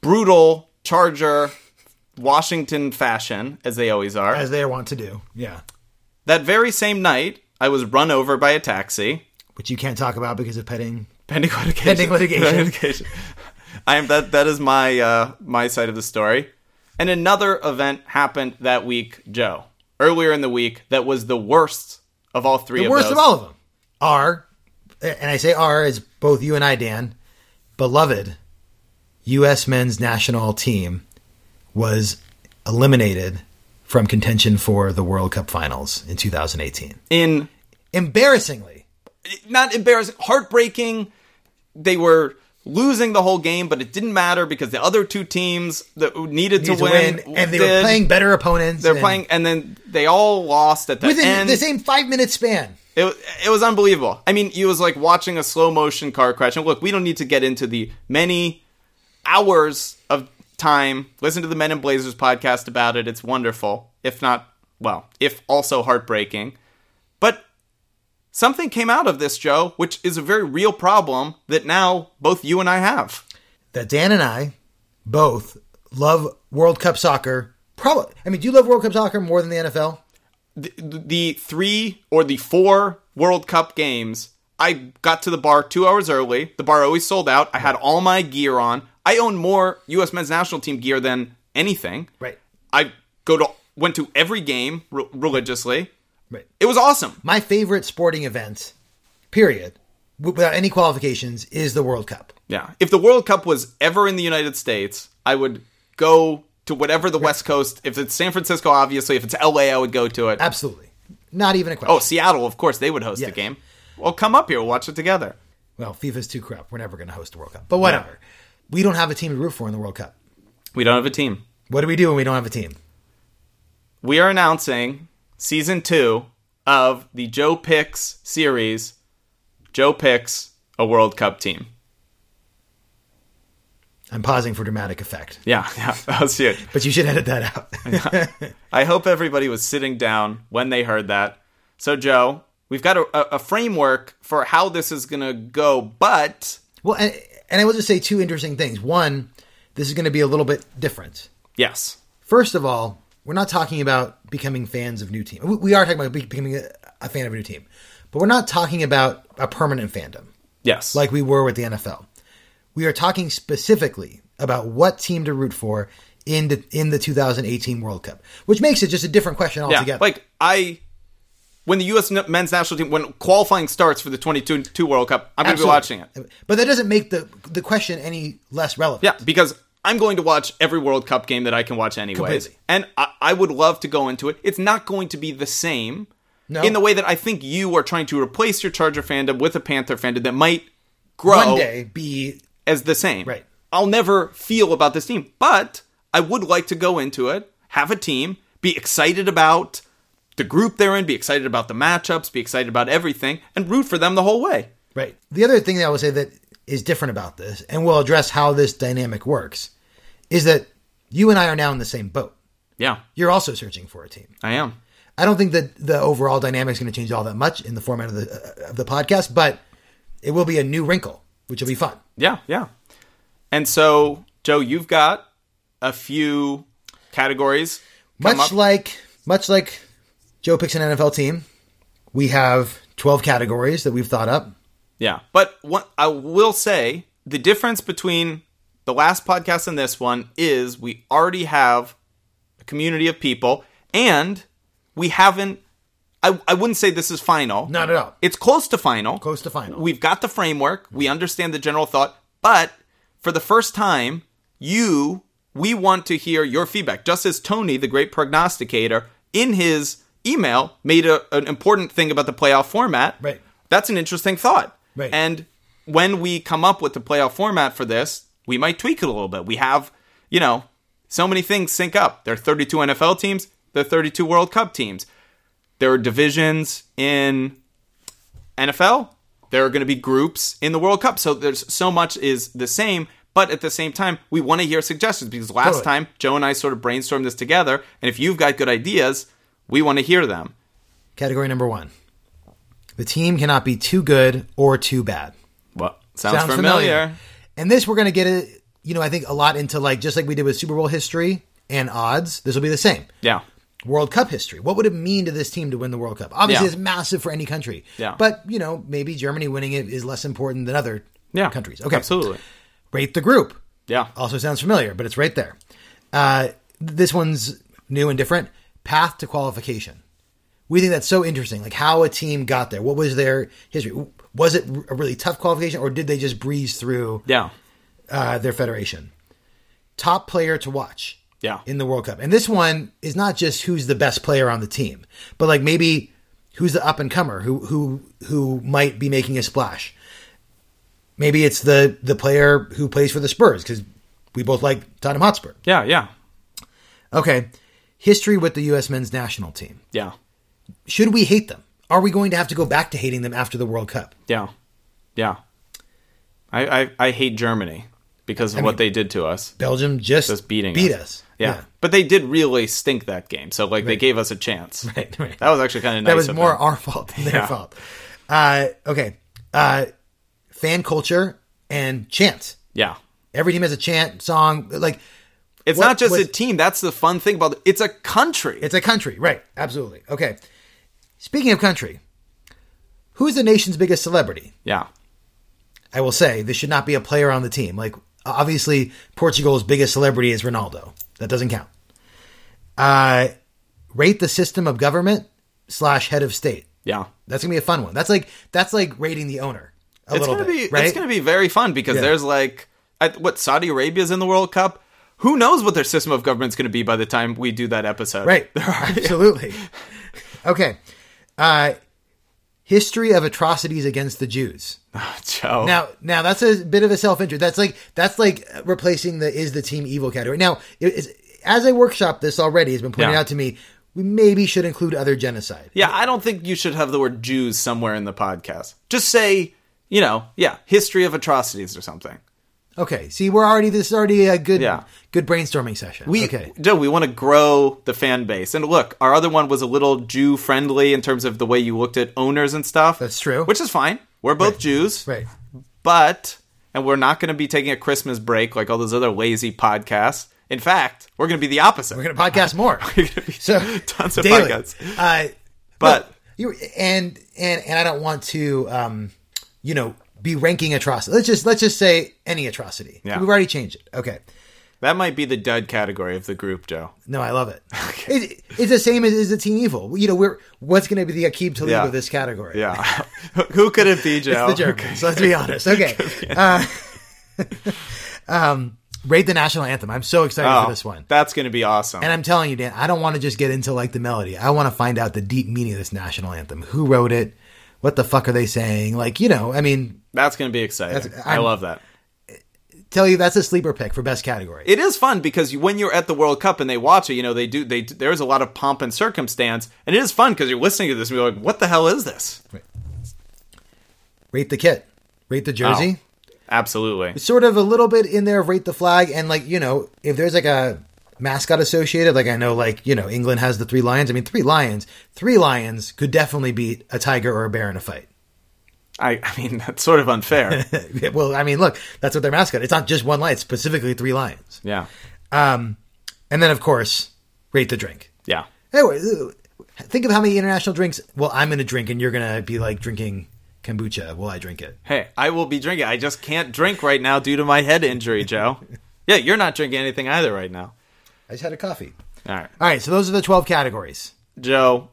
Speaker 1: brutal Charger Washington fashion, as they always are.
Speaker 2: As they want to do. Yeah.
Speaker 1: that very same night, I was run over by a taxi.
Speaker 2: Which you can't talk about because of petting.
Speaker 1: pending litigation.
Speaker 2: Pending
Speaker 1: [laughs]
Speaker 2: litigation.
Speaker 1: litigation. I am that. That is my uh, my side of the story. And another event happened that week, Joe. Earlier in the week, that was the worst of all three.
Speaker 2: The
Speaker 1: of
Speaker 2: worst
Speaker 1: those.
Speaker 2: of all of them are, and I say are as both you and I, Dan, beloved U.S. men's national team was eliminated from contention for the World Cup finals in 2018.
Speaker 1: In
Speaker 2: Embarrassingly.
Speaker 1: not embarrassing, heartbreaking. They were losing the whole game, but it didn't matter because the other two teams that needed,
Speaker 2: to,
Speaker 1: to
Speaker 2: win, and they were
Speaker 1: did.
Speaker 2: playing better opponents.
Speaker 1: They're
Speaker 2: and
Speaker 1: playing, and then they all lost at the
Speaker 2: within
Speaker 1: end.
Speaker 2: the same five minute span.
Speaker 1: It, it was unbelievable. I mean, it was like watching a slow motion car crash. And look, we don't need to get into the many hours of time. Listen to the Men in Blazers podcast about it. It's wonderful, if not, well, if also heartbreaking. But something came out of this, Joe, which is a very real problem that now both you and I have.
Speaker 2: That Dan and I both love World Cup soccer. Probably, I mean, do you love World Cup soccer more than the NFL?
Speaker 1: The, the three or the four World Cup games, I got to the bar two hours early. The bar always sold out. I had all my gear on. I own more U.S. men's national team gear than anything.
Speaker 2: Right.
Speaker 1: I go to went to every game re- religiously.
Speaker 2: Right.
Speaker 1: It was awesome.
Speaker 2: My favorite sporting event, period, w- without any qualifications, is the World Cup.
Speaker 1: Yeah. If the World Cup was ever in the United States, I would go to whatever the West Coast. If it's San Francisco, obviously. If it's LA, I would go to it.
Speaker 2: Absolutely, not even a question.
Speaker 1: Oh, Seattle, of course, they would host the
Speaker 2: Yes.
Speaker 1: game. Well, come up here, we'll watch it together.
Speaker 2: Well, FIFA's too corrupt. We're never going to host the World Cup. But whatever. We don't have a team to root for in the World Cup.
Speaker 1: We don't have a team.
Speaker 2: What do we do when we don't have a team?
Speaker 1: We are announcing season two of the Joe Picks series. Joe Picks a World Cup team.
Speaker 2: I'm pausing for dramatic effect,
Speaker 1: Yeah, [laughs] yeah, that was it.
Speaker 2: but you should edit that [laughs] out.
Speaker 1: I hope everybody was sitting down when they heard that. So, Joe, we've got a, a- a framework for how this is going to go, but
Speaker 2: well, and, and I will just say two interesting things. One, this is going to be a little bit different.
Speaker 1: yes,
Speaker 2: First of all, we're not talking about becoming fans of new team. We, we are talking about be- becoming a, a fan of a new team, but we're not talking about a permanent fandom.
Speaker 1: yes,
Speaker 2: like we were with the NFL. We are talking specifically about what team to root for in the in the 2018 World Cup, which makes it just a different question
Speaker 1: yeah,
Speaker 2: altogether.
Speaker 1: like I. When the U.S. n- men's national team, when qualifying starts for the 22 World Cup, I'm going to be
Speaker 2: Absolutely.
Speaker 1: watching it.
Speaker 2: but that doesn't make the the question any less relevant.
Speaker 1: Yeah, because I'm going to watch every World Cup game that I can watch anyways.
Speaker 2: Completely.
Speaker 1: And I, I would love to go into it. It's not going to be the same
Speaker 2: No.
Speaker 1: in the way that I think you are trying to replace your Charger fandom with a Panther fandom that might grow
Speaker 2: One day be
Speaker 1: as the same.
Speaker 2: Right.
Speaker 1: I'll never feel about this team, but I would like to go into it, have a team, be excited about the group they're in, be excited about the matchups, be excited about everything, and root for them the whole way.
Speaker 2: right. The other thing that I will say that is different about this, and we'll address how this dynamic works, is that you and I are now in the same boat.
Speaker 1: Yeah,
Speaker 2: You're also searching for a team.
Speaker 1: I am.
Speaker 2: I don't think that the overall dynamic is going to change all that much in the format of the uh, of the podcast, but it will be a new wrinkle, which will be fun.
Speaker 1: Yeah, yeah. And so, Joe, you've got a few categories. come
Speaker 2: Much
Speaker 1: up.
Speaker 2: like much like Joe picks an NFL team, we have twelve categories that we've thought up.
Speaker 1: yeah. But what I will say, the difference between the last podcast and this one is we already have a community of people, and we haven't. I, I wouldn't say this is final.
Speaker 2: Not at all.
Speaker 1: It's close to final.
Speaker 2: Close to final.
Speaker 1: We've got the framework. We understand the general thought, but for the first time, you we want to hear your feedback. Just as Tony, the great prognosticator, in his email made a, an important thing about the playoff format.
Speaker 2: Right.
Speaker 1: That's an interesting thought.
Speaker 2: Right.
Speaker 1: And when we come up with the playoff format for this, we might tweak it a little bit. We have, you know, so many things sync up. There are 32 NFL teams. There are 32 World Cup teams. There are divisions in NFL. There are going to be groups in the World Cup. So there's so much is the same, but at the same time, we want to hear suggestions because last
Speaker 2: Totally.
Speaker 1: time Joe and I sort of brainstormed this together, and if you've got good ideas, we want to hear them.
Speaker 2: Category number one: the team cannot be too good or too bad.
Speaker 1: What sounds, familiar.
Speaker 2: And this we're going to get it. You know, I think a lot into like just like we did with Super Bowl history and odds. This will be the same.
Speaker 1: Yeah.
Speaker 2: World Cup history. What would it mean to this team to win the World Cup? Obviously,
Speaker 1: Yeah.
Speaker 2: it's massive for any country.
Speaker 1: Yeah.
Speaker 2: But you know, maybe Germany winning it is less important than other
Speaker 1: Yeah.
Speaker 2: countries. Okay,
Speaker 1: Absolutely.
Speaker 2: Rate the group.
Speaker 1: Yeah.
Speaker 2: Also sounds familiar, but it's right there. Uh, this one's new and different. Path to qualification. We think that's so interesting. Like how a team got there. What was their history? Was it a really tough qualification, or did they just breeze through
Speaker 1: Yeah.
Speaker 2: uh, their federation? Top player to watch
Speaker 1: Yeah.
Speaker 2: in the World Cup. And this one is not just who's the best player on the team, but like maybe who's the up and comer who who who might be making a splash. Maybe it's the the player who plays for the Spurs because we both like Tottenham Hotspur.
Speaker 1: Yeah. Yeah.
Speaker 2: Okay, history with the U.S. men's national team.
Speaker 1: Yeah.
Speaker 2: Should we hate them? Are we going to have to go back to hating them after the World Cup?
Speaker 1: Yeah. Yeah. I I, I hate Germany because of what they did to us.
Speaker 2: Belgium just,
Speaker 1: Just beating
Speaker 2: beat
Speaker 1: us.
Speaker 2: us.
Speaker 1: Yeah. But they did really stink that game. So like they gave us a chance.
Speaker 2: [laughs] Right, right.
Speaker 1: That was actually kind of nice.
Speaker 2: that was
Speaker 1: of
Speaker 2: more
Speaker 1: them.
Speaker 2: our fault than their fault. Uh, okay, uh, fan culture and chant.
Speaker 1: Yeah.
Speaker 2: Every team has a chant song. Like
Speaker 1: It's
Speaker 2: What
Speaker 1: not just
Speaker 2: was-
Speaker 1: a team. That's the fun thing about it. It's a country.
Speaker 2: it's a country, right? Absolutely. Okay. Speaking of country, who's the nation's biggest celebrity?
Speaker 1: yeah.
Speaker 2: I will say this should not be a player on the team. Like obviously, Portugal's biggest celebrity is Ronaldo. That doesn't count. Uh, rate the system of government slash head of state.
Speaker 1: Yeah.
Speaker 2: That's gonna be a fun one. That's like that's like rating the owner a
Speaker 1: it's
Speaker 2: little
Speaker 1: gonna be
Speaker 2: bit, right?
Speaker 1: it's gonna be very fun because there's like I, what Saudi Arabia's in the World Cup. Who knows what their system of government's gonna be by the time we do that episode? [laughs]
Speaker 2: Right. Absolutely. Okay. Uh, history of atrocities against the Jews.
Speaker 1: Oh. Joe.
Speaker 2: Now, now that's a bit of a self interest. That's like that's like replacing the is the team evil category. Now, it is, as I workshop this already has been pointed
Speaker 1: Yeah.
Speaker 2: out to me, we maybe should include other genocide.
Speaker 1: yeah, I don't think you should have the word Jews somewhere in the podcast. Just say, you know, yeah, history of atrocities or something.
Speaker 2: Okay. See, we're already this is already a good
Speaker 1: Yeah.
Speaker 2: good brainstorming session.
Speaker 1: We,
Speaker 2: okay.
Speaker 1: Joe, we want to grow the fan base. And look, our other one was a little Jew friendly in terms of the way you looked at owners and stuff.
Speaker 2: That's true.
Speaker 1: Which is fine. We're both Jews.
Speaker 2: Right.
Speaker 1: But, and we're not going to be taking a Christmas break like all those other lazy podcasts. In fact, we're going to be the opposite.
Speaker 2: We're gonna podcast more.
Speaker 1: gonna be
Speaker 2: so
Speaker 1: [laughs] tons of
Speaker 2: daily.
Speaker 1: podcasts.
Speaker 2: Uh,
Speaker 1: But-
Speaker 2: no, you and and and I don't want to, um, you know, be ranking atrocity. Let's just let's just say any atrocity.
Speaker 1: Yeah.
Speaker 2: We've already changed it. Okay.
Speaker 1: That might be the dud category of the group, Joe.
Speaker 2: No, I love it. It- it's the same as is the Teen Evil. You know, we're what's going to be the Akib Talib
Speaker 1: Yeah.
Speaker 2: of this category?
Speaker 1: Yeah. [laughs] Who could it be, Joe?
Speaker 2: the Germans. Let's be
Speaker 1: [laughs]
Speaker 2: honest. Okay. Uh, [laughs] um, rate the national anthem. I'm so excited
Speaker 1: Oh,
Speaker 2: for this one.
Speaker 1: That's going to be awesome.
Speaker 2: And I'm telling you, Dan, I don't want to just get into like the melody. I want to find out the deep meaning of this national anthem. Who wrote it? What the fuck are they saying? Like, you know, I mean,
Speaker 1: that's going to be exciting.
Speaker 2: That's-
Speaker 1: I
Speaker 2: I'm-
Speaker 1: love that.
Speaker 2: tell you that's a sleeper pick for best category.
Speaker 1: it is fun because you- when you're at the World Cup and they watch it, you know they do. They there's a lot of pomp and circumstance, and it is fun because you're listening to this and you're like, "What the hell is this?"
Speaker 2: rate the kit. Rate the jersey.
Speaker 1: Absolutely,
Speaker 2: sort of a little bit in there of rate the flag and like you know if there's like a mascot associated like i know like you know england has the three lions i mean three lions three lions could definitely beat a tiger or a bear in a fight [laughs]
Speaker 1: I, I mean [laughs] that's sort of unfair.
Speaker 2: well i mean look that's what their mascot it's not just one lion it's specifically three lions
Speaker 1: yeah,
Speaker 2: um and then of course rate the drink
Speaker 1: yeah,
Speaker 2: anyway ooh, think of how many international drinks well i'm gonna drink and you're gonna be like drinking kombucha will i drink it
Speaker 1: Hey, I will be drinking. I just can't drink right now due to my head injury, Joe. yeah, you're not drinking anything either right now.
Speaker 2: i just had a coffee
Speaker 1: All right,
Speaker 2: all right so those are the 12 categories
Speaker 1: Joe,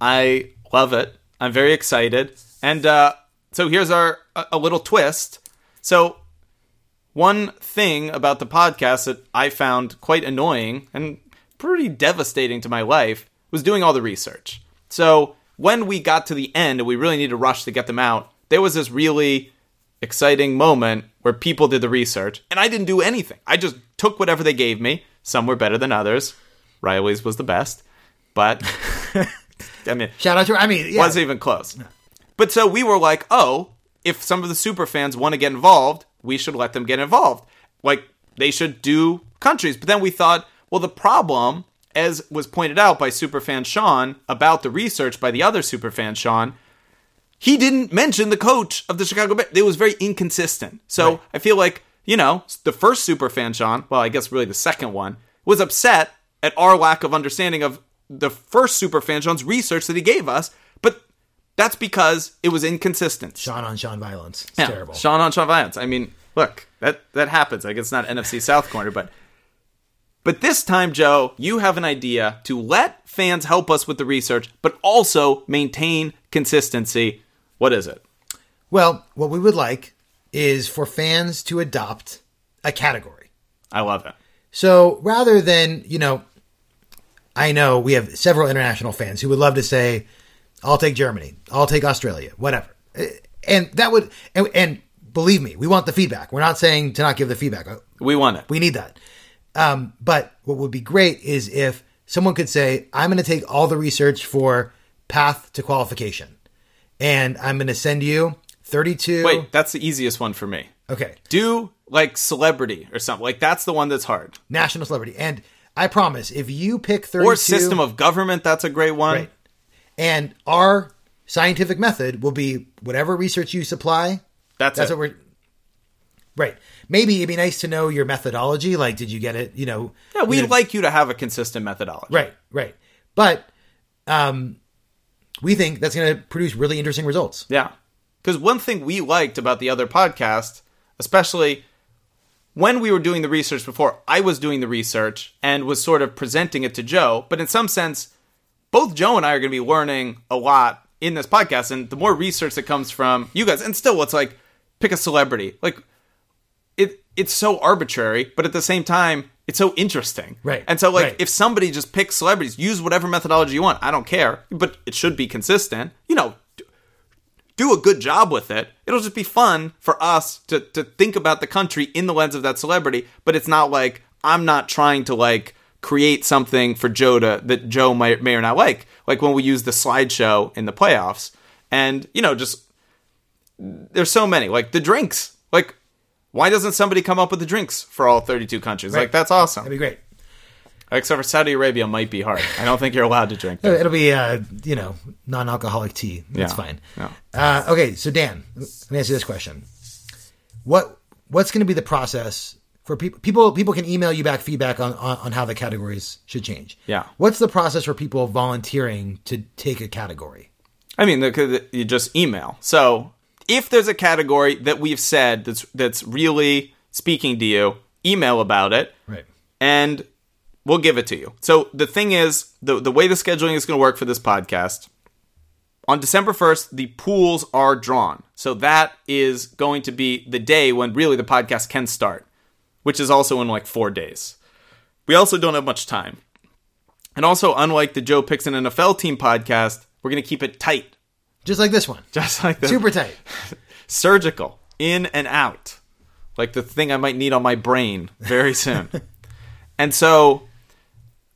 Speaker 1: I love it. I'm very excited, and uh, so here's our a, a little twist. So one thing about the podcast that I found quite annoying and pretty devastating to my life was doing all the research. So when we got to the end and we really needed to rush to get them out, there was this really exciting moment where people did the research and I didn't do anything. I just took whatever they gave me. Some were better than others. Riley's was the best, but I mean,
Speaker 2: shout out to i mean yeah.
Speaker 1: wasn't even close. But so we were like, oh, if some of the super fans want to get involved, we should let them get involved. Like they should do countries. But then we thought, well, the problem, as was pointed out by superfan Sean about the research by the other superfan Sean, he didn't mention the coach of the Chicago Bears. It was very inconsistent. So I feel like, you know, the first super fan, Sean, well, I guess really the second one, was upset at our lack of understanding of the first super fan, Sean's research that he gave us. But that's because it was inconsistent.
Speaker 2: Sean on Sean violence. It's
Speaker 1: Yeah,
Speaker 2: terrible.
Speaker 1: Sean on Sean violence. I mean, look, that that happens. Like it's not NFC South corner, but but this time, Joe, you have an idea to let fans help us with the research, but also maintain consistency. What is it?
Speaker 2: Well, what we would like is for fans to adopt a category.
Speaker 1: I love it.
Speaker 2: So rather than, you know, I know we have several international fans who would love to say, I'll take Germany, I'll take Australia, whatever. Eh, And that would, and, and believe me, we want the feedback. We're not saying to not give the feedback.
Speaker 1: We want it.
Speaker 2: We need that. Um, but what would be great is if someone could say, I'm going to take all the research for path to qualification, and I'm going to send you 32.
Speaker 1: Wait, that's the easiest one for me.
Speaker 2: Okay.
Speaker 1: Do like celebrity or something. Like that's the one that's hard.
Speaker 2: National celebrity. And I promise, if you pick 32.
Speaker 1: Or system of government, that's a great one.
Speaker 2: Right. And our scientific method will be whatever research you supply.
Speaker 1: That's,
Speaker 2: That's
Speaker 1: it.
Speaker 2: what we're. Right. Maybe it'd be nice to know your methodology. Like, did you get it? You know,
Speaker 1: yeah, we'd like you to have a consistent methodology.
Speaker 2: Right, right. But um, we think that's going to produce really interesting results.
Speaker 1: Yeah. Because one thing we liked about the other podcast, especially when we were doing the research before, I was doing the research and was sort of presenting it to Joe. But in some sense, both Joe and I are going to be learning a lot in this podcast. And the more research that comes from you guys, and still, it's like pick a celebrity. Like it it's so arbitrary, but at the same time, it's so interesting.
Speaker 2: Right.
Speaker 1: And so like
Speaker 2: Right.
Speaker 1: if somebody just picks celebrities, use whatever methodology you want. I don't care, but it should be consistent. You know, d- do a good job with it. It'll just be fun for us to to think about the country in the lens of that celebrity, but it's not like I'm not trying to like create something for Joe to that Joe may, may or not like. Like when we use the slideshow in the playoffs and, you know, just there's so many. Like the drinks. Like, why doesn't somebody come up with the drinks for all 32 countries? Like that's awesome.
Speaker 2: That'd be great.
Speaker 1: Except for Saudi Arabia might be hard. I don't think you're allowed to drink. There.
Speaker 2: It'll be uh, you know non-alcoholic tea. That's
Speaker 1: Yeah.
Speaker 2: fine.
Speaker 1: Yeah.
Speaker 2: Uh, okay, so Dan, let me ask you this question: what what's going to be the process for people? People people can email you back feedback on, on on how the categories should change.
Speaker 1: Yeah.
Speaker 2: What's the process for people volunteering to take a category?
Speaker 1: I mean, the- the- you just email. So if there's a category that we've said that's that's really speaking to you, email about it.
Speaker 2: Right.
Speaker 1: and we'll give it to you. So the thing is, the the way the scheduling is going to work for this podcast, on December 1st, the pools are drawn. So that is going to be the day when really the podcast can start, which is also in like 4 days. We also don't have much time. And also unlike the Joe Picks an NFL team podcast, we're going to keep it tight. [laughs]
Speaker 2: Just like this one.
Speaker 1: Just like the
Speaker 2: Super tight.
Speaker 1: surgical in and out like the thing i might need on my brain very soon and so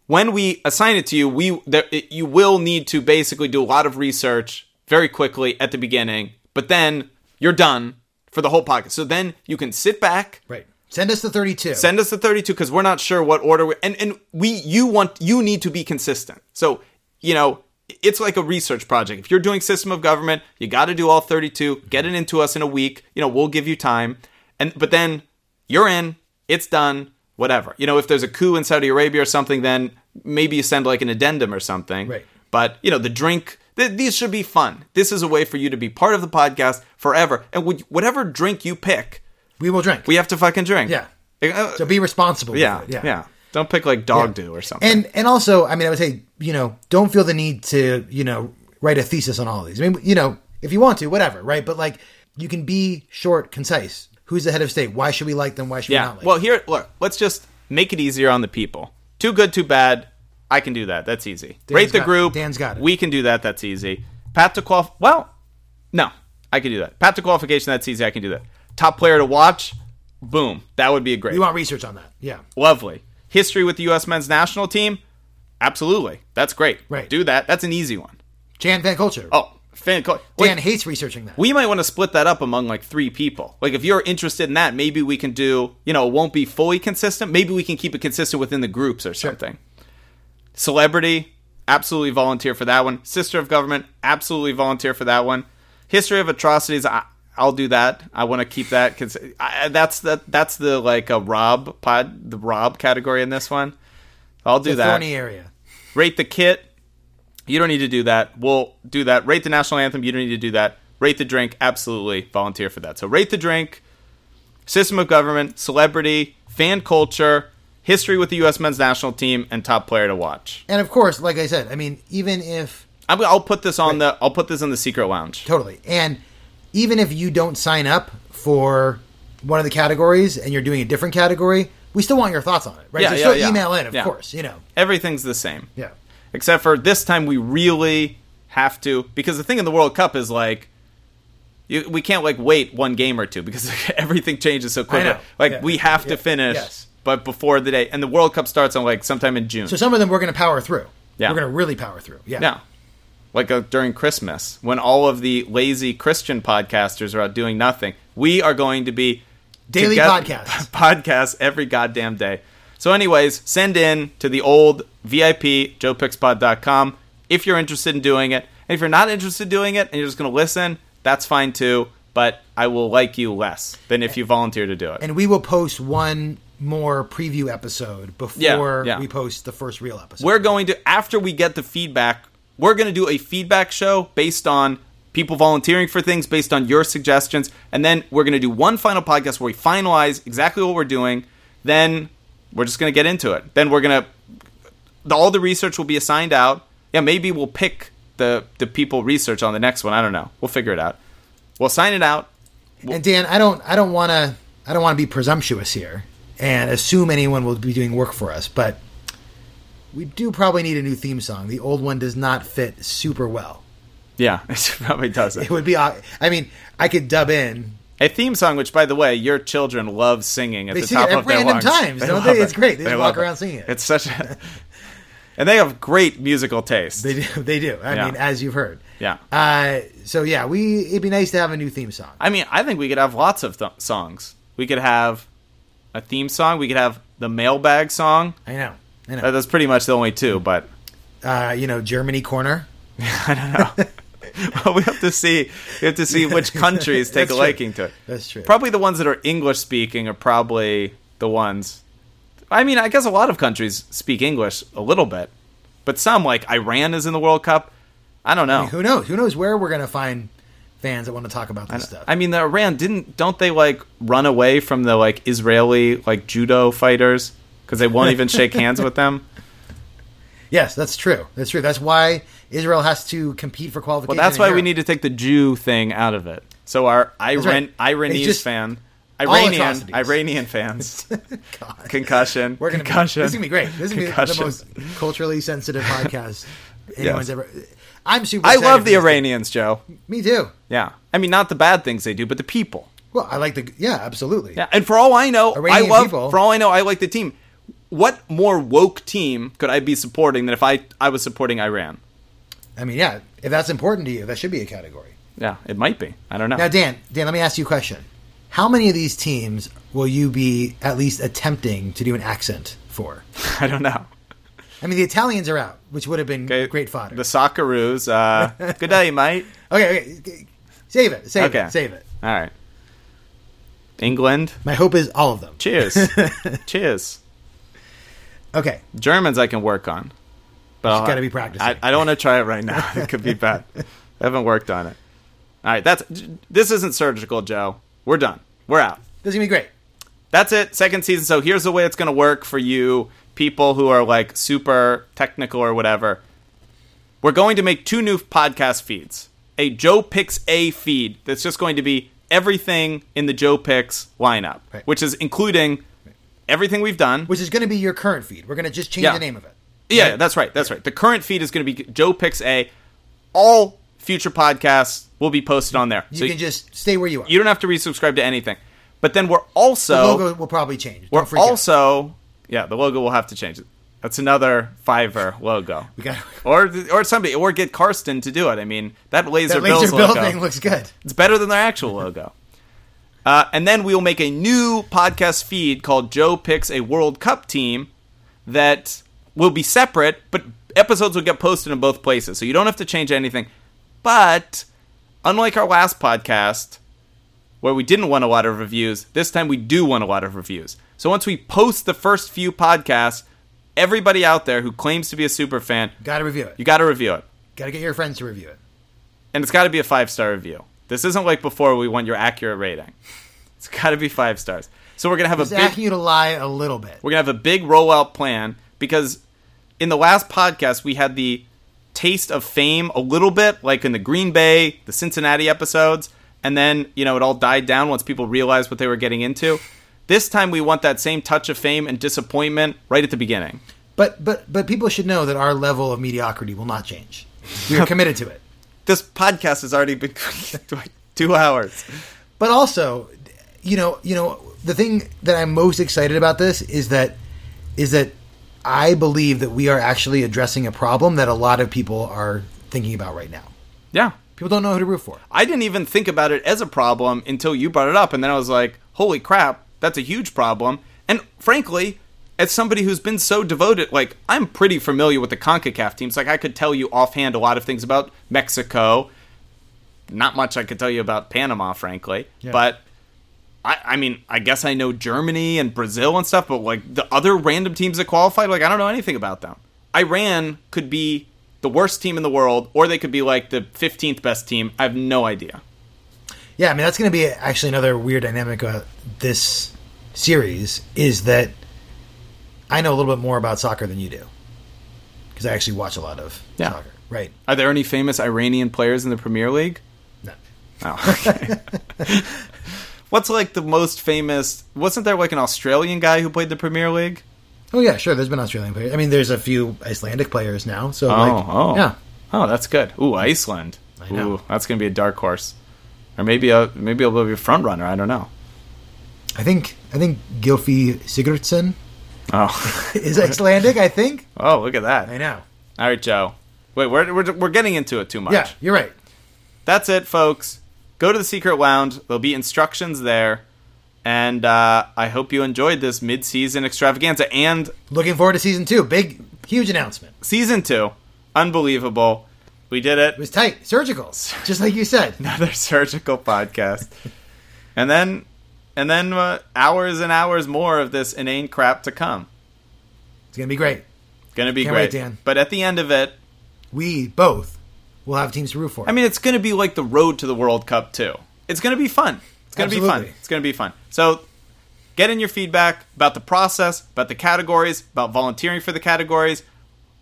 Speaker 1: when we assign it to you we there, it, you will need to basically do a lot of research very quickly at the beginning but then you're done for the whole podcast so then you can sit back
Speaker 2: Right. Send us the thirty-two.
Speaker 1: send us the 32 because we're not sure what order we and and we you want you need to be consistent so you know it's like a research project if you're doing system of government you got to do all 32 get it into us in a week you know we'll give you time and but then you're in it's done whatever you know if there's a coup in saudi arabia or something then maybe you send like an addendum or something
Speaker 2: Right.
Speaker 1: but you know the drink th- these should be fun this is a way for you to be part of the podcast forever and would, whatever drink you pick
Speaker 2: we will drink.
Speaker 1: we have to fucking drink
Speaker 2: Yeah.
Speaker 1: Uh,
Speaker 2: so be responsible. with
Speaker 1: yeah,
Speaker 2: it.
Speaker 1: yeah, Don't pick like dog do or something.
Speaker 2: And and also, I mean, I would say, you know, don't feel the need to, you know, write a thesis on all of these. I mean, you know, if you want to, whatever, right? But like, you can be short, concise. Who's the head of state? Why should we like them? Why should we
Speaker 1: yeah.
Speaker 2: not like?
Speaker 1: Well,
Speaker 2: them?
Speaker 1: here, look. Let's just make it easier on the people. Too good, too bad. I can do that. That's easy. Rate the
Speaker 2: got it.
Speaker 1: group.
Speaker 2: Dan's got it.
Speaker 1: We can do that. That's easy. Path to qual. Well, no, I can do that. Path to qualification. That's easy. I can do that. Top player to watch. Boom. That would be a great.
Speaker 2: you want research on that? Yeah,
Speaker 1: Lovely. History with the U.S. men's national team. Absolutely. That's great.
Speaker 2: Right.
Speaker 1: Do that. That's an easy one.
Speaker 2: Jan Van Culture.
Speaker 1: Oh, fan. Dan
Speaker 2: Dan hates researching that.
Speaker 1: we might want to split that up among like three people. Like if you're interested in that, maybe we can do, you know, it won't be fully consistent. Maybe we can keep it consistent within the groups or something. Celebrity, absolutely volunteer for that one. Sister of government, absolutely volunteer for that one. History of atrocities, I, I'll do that. I want to keep that because that's the that's the like a Rob pod the Rob category in this one. I'll do that
Speaker 2: Thorny area.
Speaker 1: rate the kit you don't need to do that we'll do that rate the national anthem you don't need to do that rate the drink absolutely volunteer for that so rate the drink system of government celebrity fan culture history with the us men's national team and top player to watch
Speaker 2: And of course, like I said, I mean, even if
Speaker 1: I'm, i'll put this on the i'll put this in the secret lounge
Speaker 2: totally, and even if you don't sign up for one of the categories and you're doing a different category, we still want your thoughts on it, right?
Speaker 1: Yeah,
Speaker 2: so
Speaker 1: yeah,
Speaker 2: still
Speaker 1: yeah.
Speaker 2: email in, of
Speaker 1: Yeah.
Speaker 2: course. You know,
Speaker 1: everything's the same
Speaker 2: yeah.
Speaker 1: except for this time we really have to because the thing in the World Cup is like you, we can't like wait one game or two because [laughs] everything changes so quickly.
Speaker 2: know.
Speaker 1: Like
Speaker 2: Yeah.
Speaker 1: we have to
Speaker 2: Yeah.
Speaker 1: finish,
Speaker 2: Yes.
Speaker 1: but before the day, and the World Cup starts on like sometime in June.
Speaker 2: So some of them we're going to power through.
Speaker 1: Yeah.
Speaker 2: We're going to really power through. Yeah.
Speaker 1: yeah, like uh, during Christmas when all of the lazy Christian podcasters are out doing nothing, we are going to be
Speaker 2: Daily
Speaker 1: together- [laughs]
Speaker 2: podcasts.
Speaker 1: podcasts every goddamn day. So, anyways, send in to the old VIP joepixpod.com if you're interested in doing it. And if you're not interested in doing it and you're just going to listen, that's fine too. But I will like you less than if you volunteer to do it.
Speaker 2: And we will post one more preview episode before
Speaker 1: Yeah, yeah.
Speaker 2: we post the first real episode.
Speaker 1: We're going to after we get the feedback, we're going to do a feedback show based on people volunteering for things, based on your suggestions, and then we're going to do one final podcast where we finalize exactly what we're doing. Then we're just going to get into it. Then we're going to the- all the research will be assigned out. Yeah, maybe we'll pick the the people research on the next one. I don't know. We'll figure it out. We'll sign it out.
Speaker 2: and Dan, I don't, I don't want to, I don't want to be presumptuous here and assume anyone will be doing work for us, but we do probably need a new theme song. The old one does not fit super well. [laughs]
Speaker 1: Yeah, [laughs] it probably doesn't.
Speaker 2: It would be, aw- I mean, I could dub in.
Speaker 1: A theme song, which, by the way, your children love singing at
Speaker 2: They
Speaker 1: the
Speaker 2: sing it
Speaker 1: top
Speaker 2: at
Speaker 1: of their
Speaker 2: random
Speaker 1: lungs.
Speaker 2: times, don't
Speaker 1: love
Speaker 2: they? It's great. They just
Speaker 1: love
Speaker 2: walk around singing it.
Speaker 1: It's such a, [laughs] and they have great musical taste.
Speaker 2: They do, [laughs] they do. I
Speaker 1: Yeah.
Speaker 2: mean, as you've heard.
Speaker 1: Yeah.
Speaker 2: Uh, so yeah, we it'd be nice to have a new theme song.
Speaker 1: I mean, I think we could have lots of th- songs. We could have a theme song. We could have the mailbag song.
Speaker 2: I know, I
Speaker 1: Uh,
Speaker 2: know.
Speaker 1: That's pretty much the only two, but
Speaker 2: Uh, you know, Germany corner.
Speaker 1: [laughs] we have to see. We have to see
Speaker 2: [laughs]
Speaker 1: which countries take
Speaker 2: That's
Speaker 1: a
Speaker 2: true.
Speaker 1: liking to it.
Speaker 2: That's true.
Speaker 1: Probably the ones that are English speaking are probably the ones. I mean, I guess a lot of countries speak English a little bit, but some like Iran is in the World Cup. I don't know.
Speaker 2: Who knows? Who knows where we're gonna find fans that want to talk about this stuff?
Speaker 1: I mean, the Iran didn't don't they like run away from the like Israeli like judo fighters because they
Speaker 2: [laughs]
Speaker 1: won't even shake hands with them.
Speaker 2: yes, that's true. That's true. That's why Israel has to compete for qualification.
Speaker 1: Well, that's
Speaker 2: in
Speaker 1: why we
Speaker 2: Europe.
Speaker 1: need to take the Jew thing out of it. So our Iran
Speaker 2: right.
Speaker 1: Iranese
Speaker 2: It's just
Speaker 1: fan,
Speaker 2: all
Speaker 1: Iranian
Speaker 2: atrocities.
Speaker 1: Iranian
Speaker 2: [laughs]
Speaker 1: fans,
Speaker 2: God.
Speaker 1: concussion,
Speaker 2: We're gonna
Speaker 1: concussion.
Speaker 2: Be, this is gonna be great. This is gonna be the
Speaker 1: Concussion.
Speaker 2: most culturally
Speaker 1: [laughs]
Speaker 2: sensitive podcast anyone's
Speaker 1: Yes.
Speaker 2: ever. I'm super.
Speaker 1: I
Speaker 2: excited
Speaker 1: love
Speaker 2: for
Speaker 1: the
Speaker 2: this.
Speaker 1: Iranians, Joe.
Speaker 2: Me too.
Speaker 1: Yeah, I mean not the bad things they do, but the people.
Speaker 2: Well, I like the. Yeah, absolutely.
Speaker 1: Yeah, and for all I know,
Speaker 2: Iranian
Speaker 1: I love.
Speaker 2: people.
Speaker 1: For all I know, I like the team. What more woke team could I be supporting than if I I was supporting Iran?
Speaker 2: I mean, yeah. If that's important to you, that should be a category.
Speaker 1: Yeah, it might be. I don't know.
Speaker 2: Now, Dan, Dan, let me ask you a question. How many of these teams will you be at least attempting to do an accent for?
Speaker 1: [laughs] I don't know.
Speaker 2: I mean, the Italians are out, which would have been
Speaker 1: Okay,
Speaker 2: great fodder.
Speaker 1: The Socceroos.
Speaker 2: [laughs]
Speaker 1: Uh, good day, mate.
Speaker 2: okay, okay, save it, save
Speaker 1: Okay.
Speaker 2: it, save it.
Speaker 1: All right. England.
Speaker 2: My hope is all of them.
Speaker 1: Cheers.
Speaker 2: [laughs]
Speaker 1: Cheers.
Speaker 2: Okay,
Speaker 1: Germans I can work on. But I'll-
Speaker 2: gotta be practicing.
Speaker 1: I, I don't want to try it right now. It could be bad. I haven't worked on it. All right, that's this isn't surgical, Joe. We're done. We're out.
Speaker 2: this is gonna be great.
Speaker 1: That's it. Second season. So here's the way it's going to work for you people who are like super technical or whatever. We're going to make two new podcast feeds. A Joe Picks A feed that's just going to be everything in the Joe Picks lineup,
Speaker 2: Right.
Speaker 1: which is including everything we've done.
Speaker 2: Which is gonna be your current feed. We're gonna just change
Speaker 1: Yeah.
Speaker 2: the name of it.
Speaker 1: Yeah, that's right. That's right. The current feed is going to be Joe Picks A. All future podcasts will be posted on there.
Speaker 2: You
Speaker 1: so
Speaker 2: can just stay where you are.
Speaker 1: you don't have to resubscribe to anything. But then we're also
Speaker 2: the logo will probably change.
Speaker 1: we're
Speaker 2: Don't freak out.
Speaker 1: also yeah, the logo will have to change it. That's another Fiverr logo. we
Speaker 2: gotta-
Speaker 1: or or somebody or get Karsten to do it. I mean, that laser,
Speaker 2: that laser
Speaker 1: Bills
Speaker 2: build
Speaker 1: logo.
Speaker 2: thing looks good.
Speaker 1: It's better than their actual logo. Uh, and then we will make a new podcast feed called Joe Picks a World Cup Team that will be separate, but episodes will get posted in both places. So you don't have to change anything. But unlike our last podcast, where we didn't want a lot of reviews, this time we do want a lot of reviews. So once we post the first few podcasts, everybody out there who claims to be a super fan,
Speaker 2: Got to review it.
Speaker 1: you got to review it
Speaker 2: got to get your friends to review it.
Speaker 1: and it's got to be a five star review. This isn't like before we want your accurate rating. It's got to be five stars. So we're gonna have
Speaker 2: It's
Speaker 1: a big
Speaker 2: asking you to lie a little bit.
Speaker 1: we're gonna have a big rollout plan because in the last podcast we had the taste of fame a little bit, like in the Green Bay, the Cincinnati episodes, and then you know it all died down once people realized what they were getting into. This time we want that same touch of fame and disappointment right at the beginning.
Speaker 2: But but but people should know that our level of mediocrity will not change.
Speaker 1: [laughs]
Speaker 2: We are committed to it.
Speaker 1: This podcast has already been [laughs] like two hours.
Speaker 2: But also, you know, you know, the thing that I'm most excited about this is that is that I believe that we are actually addressing a problem that a lot of people are thinking about right now.
Speaker 1: Yeah,
Speaker 2: People don't know who to root for.
Speaker 1: I didn't even think about it as a problem until you brought it up. And then I was like, holy crap, that's a huge problem. And frankly, as somebody who's been so devoted, like, I'm pretty familiar with the CONCACAF teams. Like, I could tell you offhand a lot of things about Mexico. Not much I could tell you about Panama, frankly. But. I, I mean, I guess I know Germany and Brazil and stuff, but like the other random teams that qualified, like I don't know anything about them. Iran could be the worst team in the world, or they could be like the 15th best team. I have no idea.
Speaker 2: Yeah, I mean that's going to be actually another weird dynamic of this series is that I know a little bit more about soccer than you do because I actually watch a lot of
Speaker 1: Yeah.
Speaker 2: soccer. Right.
Speaker 1: Are
Speaker 2: [laughs]
Speaker 1: there any famous Iranian players in the Premier League?
Speaker 2: No.
Speaker 1: Oh, okay. What's like the most famous? Wasn't there like an Australian guy who played the Premier League?
Speaker 2: Oh yeah, sure. There's been Australian players. I mean, there's a few Icelandic players now. So like,
Speaker 1: oh.
Speaker 2: yeah,
Speaker 1: Oh, that's good. Ooh, Iceland.
Speaker 2: I know.
Speaker 1: Ooh, that's gonna be a dark horse, or maybe a maybe it'll be a front runner. I don't know.
Speaker 2: I think I think Gylfi Sigurdsson [laughs]
Speaker 1: Oh,
Speaker 2: is Icelandic. I think.
Speaker 1: oh, look at that.
Speaker 2: I know.
Speaker 1: All right, Joe. Wait, we're, we're we're getting into it too much.
Speaker 2: Yeah, you're right.
Speaker 1: that's it, folks. Go to the secret lounge. There'll be instructions there, and uh, I hope you enjoyed this mid-season extravaganza and
Speaker 2: Looking forward to season two. Big, huge announcement. It
Speaker 1: season two. Unbelievable. We did it.
Speaker 2: was tight, surgical, [laughs] just like you said.
Speaker 1: [laughs] Another surgical podcast, and then and then uh, hours and hours more of this inane crap to come.
Speaker 2: It's gonna be great.
Speaker 1: Gonna be
Speaker 2: Can't
Speaker 1: great,
Speaker 2: wait, Dan.
Speaker 1: But at the end of it,
Speaker 2: We both will have teams to root for.
Speaker 1: I mean, it's going to be like the road to the World Cup too. It's going to be fun. It's going to be fun.
Speaker 2: Absolutely.
Speaker 1: It's going to be fun. So, get in your feedback about the process, about the categories, about volunteering for the categories,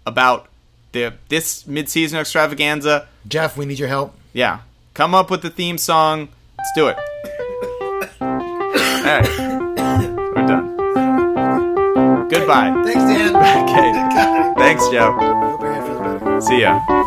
Speaker 1: about the this midseason extravaganza.
Speaker 2: Jeff, we need your help.
Speaker 1: Yeah, come up with the theme song. Let's do it. All right, we're done. Goodbye.
Speaker 2: Thanks, Dan. [laughs]
Speaker 1: Okay. Thanks, Joe.
Speaker 2: Hope your head feels better.
Speaker 1: See ya.